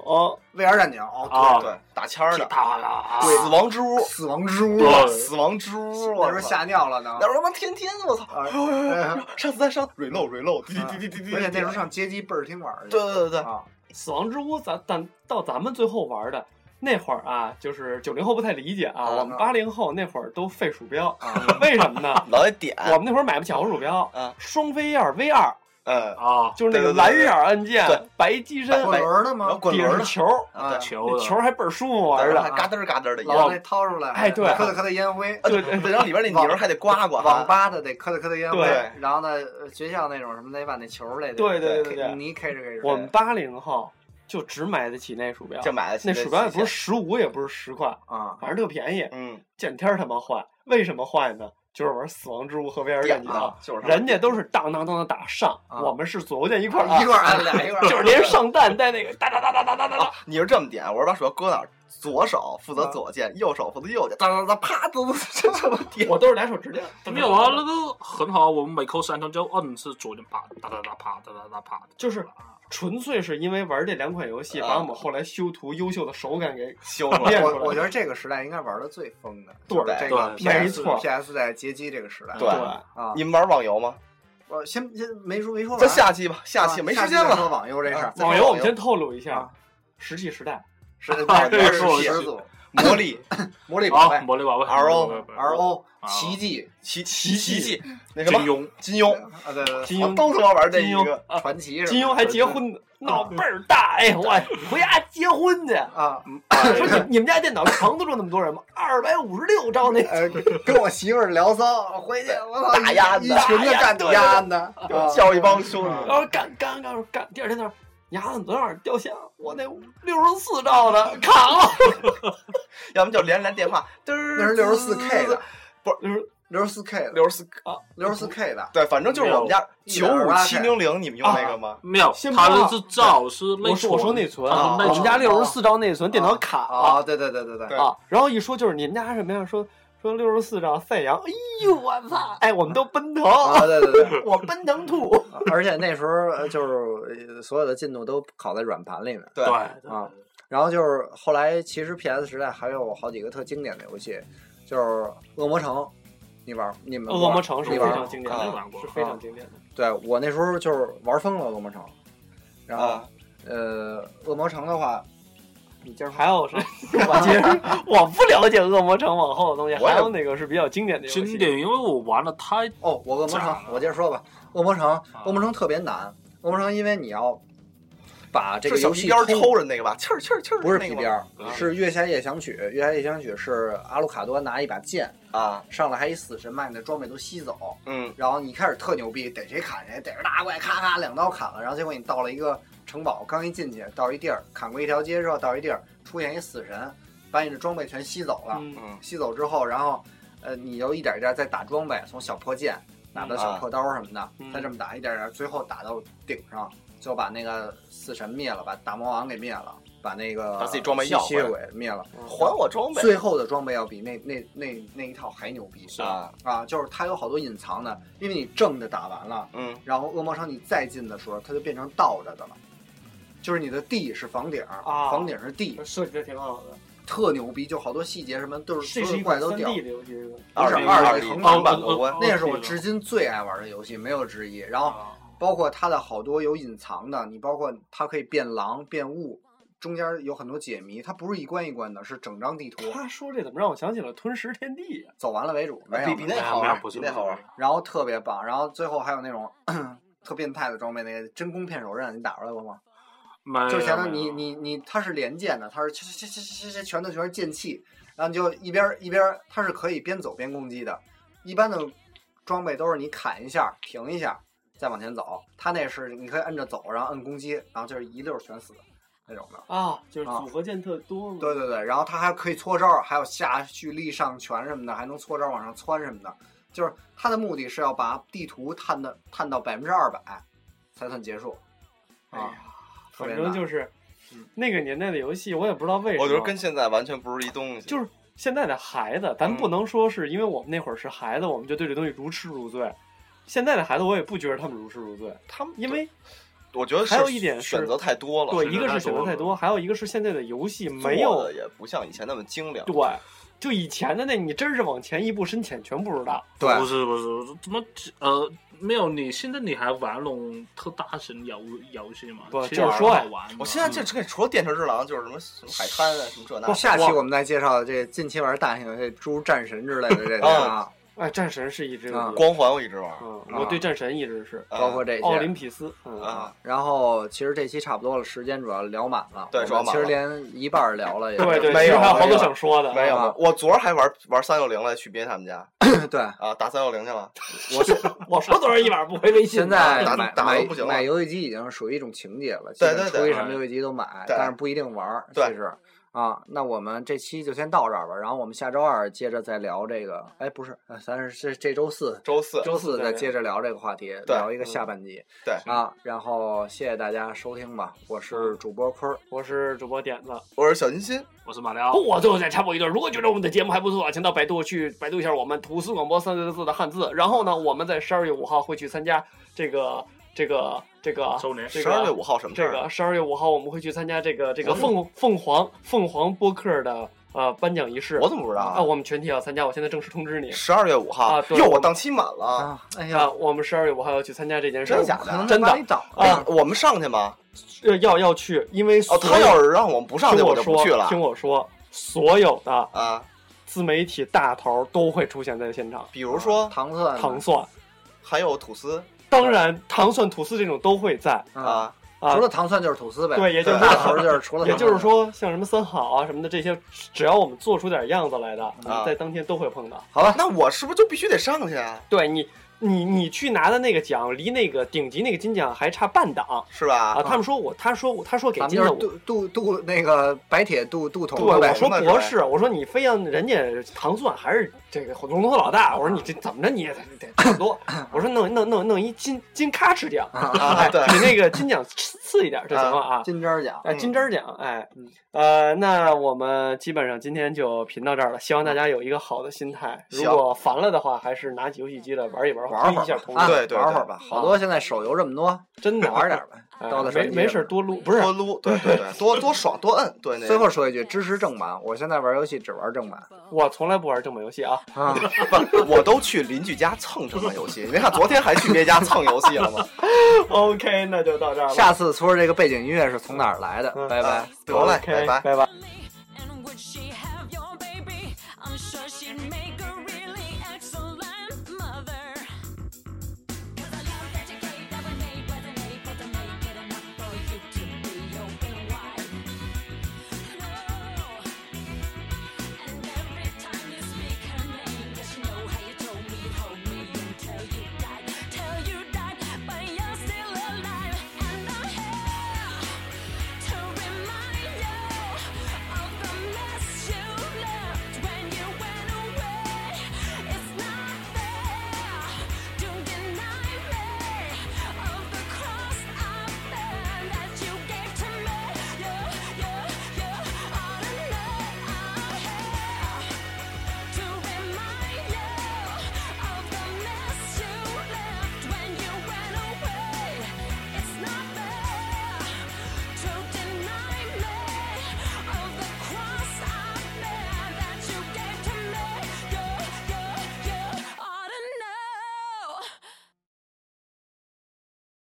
Speaker 2: 未来战警哦，
Speaker 7: 啊，
Speaker 1: 对打签儿的
Speaker 7: 他
Speaker 6: 啊
Speaker 7: 了，
Speaker 1: 死亡之屋，
Speaker 2: 死亡之屋，啊
Speaker 7: 对
Speaker 1: 死亡之屋，
Speaker 2: 那
Speaker 1: 我
Speaker 2: 时候
Speaker 1: 操
Speaker 2: 吓尿了呢
Speaker 1: 那。时候他妈天天我操，
Speaker 2: 啊
Speaker 6: [laughs]
Speaker 1: 上次在上啊 reload reload，滴滴滴滴滴，
Speaker 2: 而且那时候上街机倍儿听玩儿去。
Speaker 1: 对对对对，
Speaker 2: 啊，
Speaker 6: 死亡之屋，咱咱到咱们最后玩的那会儿啊，就是九零后不太理解啊，
Speaker 1: 啊
Speaker 6: 我们八零后那会儿都废鼠标
Speaker 2: 啊，
Speaker 6: 为
Speaker 1: [laughs]
Speaker 6: 什么呢？
Speaker 1: 老得点，
Speaker 6: 我们那会儿买不起好鼠标
Speaker 1: 啊，
Speaker 6: 双飞燕 V 二
Speaker 1: 嗯，
Speaker 7: 啊，
Speaker 6: 就是那
Speaker 1: 对对对
Speaker 6: 个蓝眼按键
Speaker 1: 对，
Speaker 6: 白机身，
Speaker 2: 滚轮
Speaker 1: 然
Speaker 2: 的
Speaker 1: 后
Speaker 2: 吗？
Speaker 1: 滚
Speaker 6: 底下
Speaker 1: 轮
Speaker 6: 是
Speaker 1: 的，
Speaker 6: 球，
Speaker 2: 啊，
Speaker 7: 球
Speaker 6: 那
Speaker 7: 的
Speaker 6: 球还倍儿啊舒服玩
Speaker 1: 然
Speaker 6: 的
Speaker 1: 后还。嘎噔嘎噔的
Speaker 2: 老
Speaker 1: 摇，
Speaker 2: 得掏出来，
Speaker 6: 哎对
Speaker 2: 磕的磕的烟灰。
Speaker 1: 对对，然后里边那泥儿还得刮刮，
Speaker 2: 网吧的得磕的磕的烟灰
Speaker 1: 对，
Speaker 2: 然后呢，呃学校那种什么得把那球儿得
Speaker 6: 对对对对对，
Speaker 2: 泥 K 着 K 着。
Speaker 6: 我们八零后就只买得起那鼠标，
Speaker 1: 就买得起
Speaker 6: 那
Speaker 1: 这
Speaker 6: 鼠标也
Speaker 1: 旗
Speaker 6: 不是十五，也不是十块，
Speaker 2: 啊，
Speaker 6: [laughs] 反正特便宜。
Speaker 1: 嗯，
Speaker 6: 见天儿他妈换，为什么换呢？就是玩《死亡之屋》和《威尔战警》，
Speaker 1: 啊，就是
Speaker 6: 人家都是当当当的打上，
Speaker 2: 啊
Speaker 6: 我们是左右键一块儿
Speaker 2: 一
Speaker 6: 按，
Speaker 2: 块儿按俩一块儿按，
Speaker 6: [laughs]
Speaker 2: 啊
Speaker 6: 就是
Speaker 2: [laughs]
Speaker 6: 连上弹带那个哒哒哒哒哒哒哒哒，
Speaker 1: 你是这么点，我是把鼠标搁哪儿，左手负责左键，右手负责右键，哒哒哒，啪，嘟嘟，这这么点，
Speaker 6: 我都是两手指点。
Speaker 7: [laughs] 没有啊，那个很好啊，我们每扣三枪就摁是左键啪哒哒哒啪哒哒哒啪，
Speaker 6: 就是纯粹是因为玩这两款游戏，
Speaker 1: 啊
Speaker 6: 把我们后来修图优秀的手感给
Speaker 1: 修出来，
Speaker 6: 练出
Speaker 2: 我
Speaker 6: 来
Speaker 2: 我觉得这个时代应该玩的最疯的，
Speaker 6: 对
Speaker 2: 就是这个
Speaker 7: 对
Speaker 2: PS,
Speaker 6: 没错
Speaker 2: PS 在街机这个时代，
Speaker 1: 对
Speaker 2: 啊
Speaker 1: 你，们玩网游吗？
Speaker 2: 我先先没说没说完，
Speaker 1: 咱下期吧，下
Speaker 2: 啊
Speaker 1: 期没
Speaker 2: 下
Speaker 1: 时间
Speaker 2: 再
Speaker 1: 了。
Speaker 2: 说网游这事儿
Speaker 1: 啊，
Speaker 6: 网游，我们先啊透露一下
Speaker 2: 啊，
Speaker 6: 石器时代
Speaker 2: 是网游
Speaker 7: 这个说
Speaker 2: 是始祖
Speaker 1: 魔力、
Speaker 2: 魔力宝
Speaker 7: 好
Speaker 2: 贝，
Speaker 7: 魔力宝贝
Speaker 1: R O
Speaker 7: 魔力宝贝
Speaker 2: R O
Speaker 7: 啊
Speaker 2: 奇迹
Speaker 1: 奇奇
Speaker 6: 奇
Speaker 1: 迹，那什
Speaker 7: 金
Speaker 1: 么
Speaker 7: 庸，
Speaker 1: 金庸，
Speaker 2: 啊，对对对，
Speaker 6: 金庸
Speaker 1: 我都他妈玩这一
Speaker 6: 金庸
Speaker 1: 个，
Speaker 6: 啊，
Speaker 2: 传奇是吧
Speaker 6: 金庸还结婚呢，
Speaker 2: 啊
Speaker 6: 闹倍儿大，哎，我回家结婚去。
Speaker 2: 啊，
Speaker 6: 说你你们家电脑扛得住那么多人吗？二百五十六兆
Speaker 2: [laughs]
Speaker 6: 那
Speaker 2: 呃，跟我媳妇儿聊骚，回去我操
Speaker 1: 大鸭
Speaker 2: 一
Speaker 1: 子
Speaker 2: 一群的干你鸭子，啊
Speaker 1: 叫一帮兄
Speaker 6: 然
Speaker 1: 弟，
Speaker 6: 后干干干干，第二天他说：“牙子昨天晚上掉线了，我那六十四兆的扛了。
Speaker 1: 要么就连连电话，嘚儿，
Speaker 2: 那是六十四 K 的，
Speaker 6: 就是
Speaker 2: 六十四 K 的，
Speaker 1: 嗯六十四，
Speaker 6: 啊
Speaker 1: 嗯
Speaker 2: 六十四 K 的，
Speaker 1: 对，反正就是我们家九五七零零，你们用那
Speaker 2: 啊
Speaker 1: 个
Speaker 2: [laughs]
Speaker 1: 吗？
Speaker 7: 没有
Speaker 6: 先，不
Speaker 7: 他
Speaker 6: 要
Speaker 7: 那是照是内
Speaker 6: 我说我说内
Speaker 7: 存，
Speaker 6: 存，
Speaker 7: 啊
Speaker 6: 我们家六十四兆内存，电脑卡
Speaker 2: 啊，
Speaker 6: 了
Speaker 2: 对对对对对
Speaker 1: 对
Speaker 6: 啊。然后一说就是你们家什么呀？说说六十四兆赛扬，哎呦我操！哎，我们都奔腾，
Speaker 2: 啊，对对对。啊
Speaker 6: 我奔腾兔。
Speaker 2: 而且那时候呃就是呃所有的进度都拷在软盘里面
Speaker 1: [laughs] 对
Speaker 7: 对，
Speaker 2: 啊。然后就是后来，其实 PS 时代还有好几个特经典的游戏，就是《恶魔城》，你玩你们
Speaker 6: 恶魔城是
Speaker 2: 你
Speaker 6: 非
Speaker 2: 玩
Speaker 6: 常
Speaker 2: 吗
Speaker 6: 经典
Speaker 7: 肯定
Speaker 6: 的，啊
Speaker 7: 玩啊过
Speaker 6: 是。非常经典的。
Speaker 2: 对我那时候就是玩疯了《恶魔城》，然后、
Speaker 1: 啊，
Speaker 2: 呃，《恶魔城》的话，你接着
Speaker 6: 还有是，我其实我不了解恶魔城往后的东西，
Speaker 1: 我也
Speaker 6: 还有哪个是比较经典的游戏？
Speaker 7: 经典，因为我玩了太
Speaker 2: 哦，我恶魔城
Speaker 7: 炸，
Speaker 2: 我接着说吧。恶魔
Speaker 1: 啊
Speaker 2: 城，恶魔城特别难。恶魔城，因为你要把这
Speaker 1: 是
Speaker 2: 个
Speaker 1: 小
Speaker 2: 游
Speaker 1: 皮
Speaker 2: 戏
Speaker 1: 鞭
Speaker 2: 通
Speaker 1: 抽着那个吧，气儿气儿气儿，
Speaker 2: 不是
Speaker 1: 那
Speaker 2: 皮
Speaker 1: 个
Speaker 2: 鞭
Speaker 1: 吗
Speaker 2: 儿，是月下夜想曲。月下夜想曲是阿鲁卡多拿一把剑
Speaker 1: 啊，
Speaker 2: 上来，还一死神把你的装备都吸走，
Speaker 1: 嗯，
Speaker 2: 然后你开始特牛逼，逮谁砍谁，逮着大怪咔咔两刀砍了，然后结果你到了一个城堡，刚一进去到一地儿，砍过一条街之后到一地儿出现一死神，把你的装备全吸走了。
Speaker 6: 嗯
Speaker 1: 嗯
Speaker 2: 吸走之后，然后呃，你就一点一点再打装备，从小破剑
Speaker 1: 嗯
Speaker 2: 打到小破刀什么的，
Speaker 6: 嗯
Speaker 2: 再这么打，一点点，最后打到顶上，就把那个四神灭了，把大魔王给灭了，把那个
Speaker 1: 把自己装备要
Speaker 2: 吸
Speaker 1: 回来
Speaker 2: 血鬼灭了。
Speaker 1: 还我装备
Speaker 2: 最后的装备要比那那那那一套还牛逼
Speaker 1: 啊！
Speaker 2: 啊！就是它有好多隐藏的，因为你正的打完了，
Speaker 1: 嗯，
Speaker 2: 然后恶魔城你再进的时候，它就变成倒着的了，就是你的地是房顶，
Speaker 6: 啊
Speaker 2: 房顶是地，
Speaker 6: 设计的挺好的，
Speaker 2: 特牛逼，就好多细节什么都是
Speaker 6: 这
Speaker 2: 所
Speaker 6: 是
Speaker 2: 有
Speaker 6: 一
Speaker 2: 怪
Speaker 6: 款
Speaker 2: 都
Speaker 6: 三
Speaker 2: 掉。
Speaker 6: D 的游戏是吧？
Speaker 2: 不是
Speaker 1: 二 D
Speaker 2: 二
Speaker 1: 二
Speaker 2: D
Speaker 1: 横
Speaker 2: 横
Speaker 1: 版版
Speaker 2: 版
Speaker 7: 版
Speaker 6: 哦
Speaker 1: 过
Speaker 7: 过
Speaker 1: 关
Speaker 7: 关，
Speaker 2: 那是我至今最爱玩的游戏，没有之一。然后
Speaker 6: 啊
Speaker 2: 包括它的好多有隐藏的，你包括它可以变狼、变物，中间有很多解谜，它不是一关一关的，是整张地图
Speaker 6: 他说这怎么让我想起了《吞食天地》啊？
Speaker 2: 走完了为主，没
Speaker 1: 比
Speaker 2: 有
Speaker 1: 比
Speaker 2: 没
Speaker 1: 那
Speaker 2: 有
Speaker 1: 好
Speaker 7: 没有
Speaker 1: 玩，
Speaker 7: 不是
Speaker 1: 比那好玩。
Speaker 2: 然后特别棒，然后最后还有那种 [clears throat] 特变态的装备，那个真空片手刃，你打出来过吗？
Speaker 7: 没有
Speaker 2: 就相当于
Speaker 7: 哎没
Speaker 2: 你
Speaker 7: 有
Speaker 2: 你你，它是连剑的，它是切切切切切切，全都全是剑气，然后你就一边儿一边儿，它是可以边走边攻击的。一般的装备都是你砍一下，停一下，再往前走。它那是你可以摁着走，然后摁攻击，然后就是一溜儿全死那种的。
Speaker 6: 啊，就是组合键特多嘛。
Speaker 2: 对对对，然后它还可以搓招，还有下蓄力上拳什么的，还能搓招往上窜什么的。就是它的目的是要把地图探的探到百分之二百，才算结束。
Speaker 6: 哎
Speaker 2: 啊
Speaker 6: 呀，
Speaker 2: 特别
Speaker 6: 反
Speaker 2: 难
Speaker 6: 正就是那个年代的游戏，我也不知道为什
Speaker 1: 嗯
Speaker 6: 么。
Speaker 1: 我觉得跟现在完全不是一东西。
Speaker 6: 就是现在的孩子，咱
Speaker 1: 嗯
Speaker 6: 们不能说是因为我们那会儿是孩子，我们就对这东西如痴如醉。现在的孩子，我也不觉得他们如痴如醉，
Speaker 1: 他们，
Speaker 6: 因为
Speaker 1: 我觉得是
Speaker 6: 还有一点是
Speaker 1: 选择太多了，
Speaker 6: 对，
Speaker 7: 选
Speaker 6: 一
Speaker 7: 择
Speaker 6: 个
Speaker 7: 太
Speaker 6: 是选择
Speaker 7: 多
Speaker 6: 太
Speaker 7: 了
Speaker 6: 多，还有一个是现在的游戏
Speaker 1: 做
Speaker 6: 没有
Speaker 1: 的也不像以前那么精良。
Speaker 6: 对，就以前的那你真是往前一步深浅全不知道。
Speaker 2: 对
Speaker 7: 不是不是不是，怎么呃没有你？现在你还玩那种特大型游游戏吗？
Speaker 6: 不
Speaker 7: 其实
Speaker 6: 就是说呀
Speaker 7: 好玩吗。嗯
Speaker 1: 我现在
Speaker 2: 嗯
Speaker 1: 这这除了电车之狼，就是什么什么海滩啊，什么这那
Speaker 2: 不，。下期我们再介绍这近期玩大型游戏《诸如战神》之类的这些啊，
Speaker 6: 哎，战神是一直，
Speaker 2: 啊
Speaker 1: 光环我一直玩，
Speaker 6: 嗯，
Speaker 2: 啊
Speaker 6: 我对战神一直是
Speaker 1: 啊
Speaker 2: 包括这
Speaker 6: 奥林
Speaker 2: 些。
Speaker 6: 匹斯，嗯，
Speaker 1: 啊，
Speaker 2: 然后其实这期差不多了，时间主要聊满了。
Speaker 1: 对
Speaker 2: 我们
Speaker 1: 主要满
Speaker 2: 其
Speaker 1: 了
Speaker 2: 实连一半儿聊了也
Speaker 6: 对对，
Speaker 1: 没
Speaker 6: 其实
Speaker 1: 有
Speaker 6: 还有好
Speaker 1: 没
Speaker 6: 多
Speaker 1: 有
Speaker 6: 想说的，
Speaker 1: [laughs] 没有
Speaker 2: 啊，
Speaker 1: 我昨儿还玩玩三六零来去别他们
Speaker 6: [clears throat]
Speaker 1: 家
Speaker 2: 对。
Speaker 1: 啊，打三六零去
Speaker 6: [laughs]
Speaker 1: 了。
Speaker 2: 我
Speaker 6: 我说多少一晚上不回微信呢，
Speaker 2: 现在
Speaker 1: 打
Speaker 2: 买
Speaker 1: 打
Speaker 2: 买
Speaker 1: 都不行了
Speaker 2: 买游戏机已经是属于一种情节了，
Speaker 1: 对
Speaker 2: 基本
Speaker 1: 对对啊
Speaker 2: 出一什么游戏机都买，
Speaker 1: 对
Speaker 2: 但是不一定玩儿。其
Speaker 1: 对
Speaker 2: 实啊，那我们这期就先到这儿吧，然后我们下周二接着再聊这个。哎，不是，呃咱是这这周四。
Speaker 1: 周四，
Speaker 2: 周四
Speaker 6: 再
Speaker 2: 再
Speaker 6: 聊
Speaker 2: 接着聊这个话题，
Speaker 1: 对嗯
Speaker 2: 聊一个
Speaker 6: 嗯
Speaker 2: 下半集。
Speaker 1: 对
Speaker 2: 啊，然后谢谢大家收听吧，我
Speaker 1: 嗯
Speaker 2: 是主播坤儿，
Speaker 6: 我是主播点子，
Speaker 1: 我是小金鑫，
Speaker 7: 我是马里奥。
Speaker 6: 不，我最后再插播一段。如果觉得我们的节目还不错，请到百度去百度一下我们“吐司广播”三个字的汉字。然后呢，我们在十二月五号会去参加这个这个这个
Speaker 7: 周年
Speaker 6: 这
Speaker 1: 十二月
Speaker 6: 个
Speaker 1: 五号什么事
Speaker 6: 这
Speaker 1: 儿？啊
Speaker 6: 个十二月五号我们会去参加这个这个
Speaker 1: 我怎
Speaker 6: 凤凤凰凤凰播客的呃颁奖仪式。
Speaker 1: 我怎么不知道
Speaker 6: 啊，我们全体要参加，我现在正式通知你
Speaker 1: 十二月五号
Speaker 6: 啊，对
Speaker 1: 哟，
Speaker 6: 我
Speaker 1: 我
Speaker 6: 们
Speaker 1: 档期满了，
Speaker 2: 啊，哎
Speaker 6: 啊，
Speaker 2: 呀，
Speaker 6: 我们十二月五号要去参加这件事儿，
Speaker 1: 真假
Speaker 2: 可能
Speaker 1: 的？
Speaker 6: 真的
Speaker 2: 把你找
Speaker 6: 啊
Speaker 1: 哎我们上去吗？
Speaker 6: 呃要要去，因为
Speaker 1: 哦，
Speaker 6: 所
Speaker 1: 他
Speaker 6: 有
Speaker 1: 要是让我们不上去，
Speaker 6: 听我
Speaker 1: 就
Speaker 6: 说
Speaker 1: 不去了
Speaker 6: 听我说，所有的
Speaker 1: 啊。
Speaker 6: 自媒体大头都会出现在现场，
Speaker 1: 比如说，
Speaker 2: 糖蒜呢
Speaker 6: 糖蒜。
Speaker 1: 还有吐司
Speaker 6: 当然，糖蒜吐司这种都会在
Speaker 2: 啊，
Speaker 1: 啊，
Speaker 6: 啊
Speaker 2: 除。了糖蒜就是吐司呗，
Speaker 6: 对，也就是
Speaker 2: 大
Speaker 6: 说，
Speaker 2: 头就是除了，
Speaker 6: 也就是，说，像什么三好啊什么的这些，只要我们做出点样子来的，
Speaker 1: 啊
Speaker 6: 在当天都会碰到。
Speaker 2: 好吧，
Speaker 1: 那我是不是就必须得上去啊？
Speaker 6: 对你，你你去拿的那个奖，离那个顶级那个金奖还差半档
Speaker 1: 是吧？
Speaker 6: 啊！他们说我，他说我，他说给
Speaker 2: 咱们
Speaker 6: 金
Speaker 2: 就是
Speaker 6: 的我。
Speaker 2: 镀镀镀那个白铁镀镀
Speaker 6: 对，
Speaker 2: 铜
Speaker 6: 我
Speaker 2: 的呗
Speaker 1: 是
Speaker 6: 说
Speaker 1: 吧
Speaker 6: 博士，我说你非让人家糖蒜还是这个龙头老大，我说你这怎么着你也得得差不多，我说弄弄弄弄一金金咔哧奖，
Speaker 1: 啊，对，
Speaker 6: 比那个金奖次一点就行了啊。
Speaker 2: 金针儿奖。
Speaker 6: 哎，
Speaker 1: 嗯
Speaker 6: 金针儿奖，哎，呃，那我们基本上今天就评到这儿了，希望大家有一个好的心态。如
Speaker 1: 行
Speaker 6: 果烦了的话，还是拿起游戏机来玩一玩，
Speaker 2: 玩会
Speaker 6: 哎推一
Speaker 2: 儿
Speaker 6: 下
Speaker 2: 吧
Speaker 6: 同
Speaker 2: 啊，
Speaker 6: 事，
Speaker 1: 对对
Speaker 2: 玩会儿
Speaker 1: 对
Speaker 2: 吧。好多现在手游这么多，
Speaker 6: 真的
Speaker 2: 玩点儿呗。
Speaker 6: [laughs] 哎
Speaker 2: 到了手
Speaker 6: 没
Speaker 2: 机
Speaker 6: 没
Speaker 2: 了
Speaker 6: 事儿多撸，不是
Speaker 1: 多撸，对对对，多多爽多摁，对那个
Speaker 2: 最后说一句，支持正版。我现在玩游戏只玩正版
Speaker 6: 我从来不玩正版游戏啊。
Speaker 2: 啊。
Speaker 1: 不，我都去邻居家蹭这款游戏。你看昨天还去别家蹭游戏了吗？
Speaker 6: OK，那就到这儿 [laughs] 了，
Speaker 2: 啊下次说这个背景音乐是从哪儿
Speaker 6: 嗯
Speaker 2: 来的？拜拜
Speaker 1: 啊。得嘞，
Speaker 6: OK，
Speaker 1: 拜拜。
Speaker 6: 拜拜。
Speaker 5: And would she have your baby? I'm sure she'd make a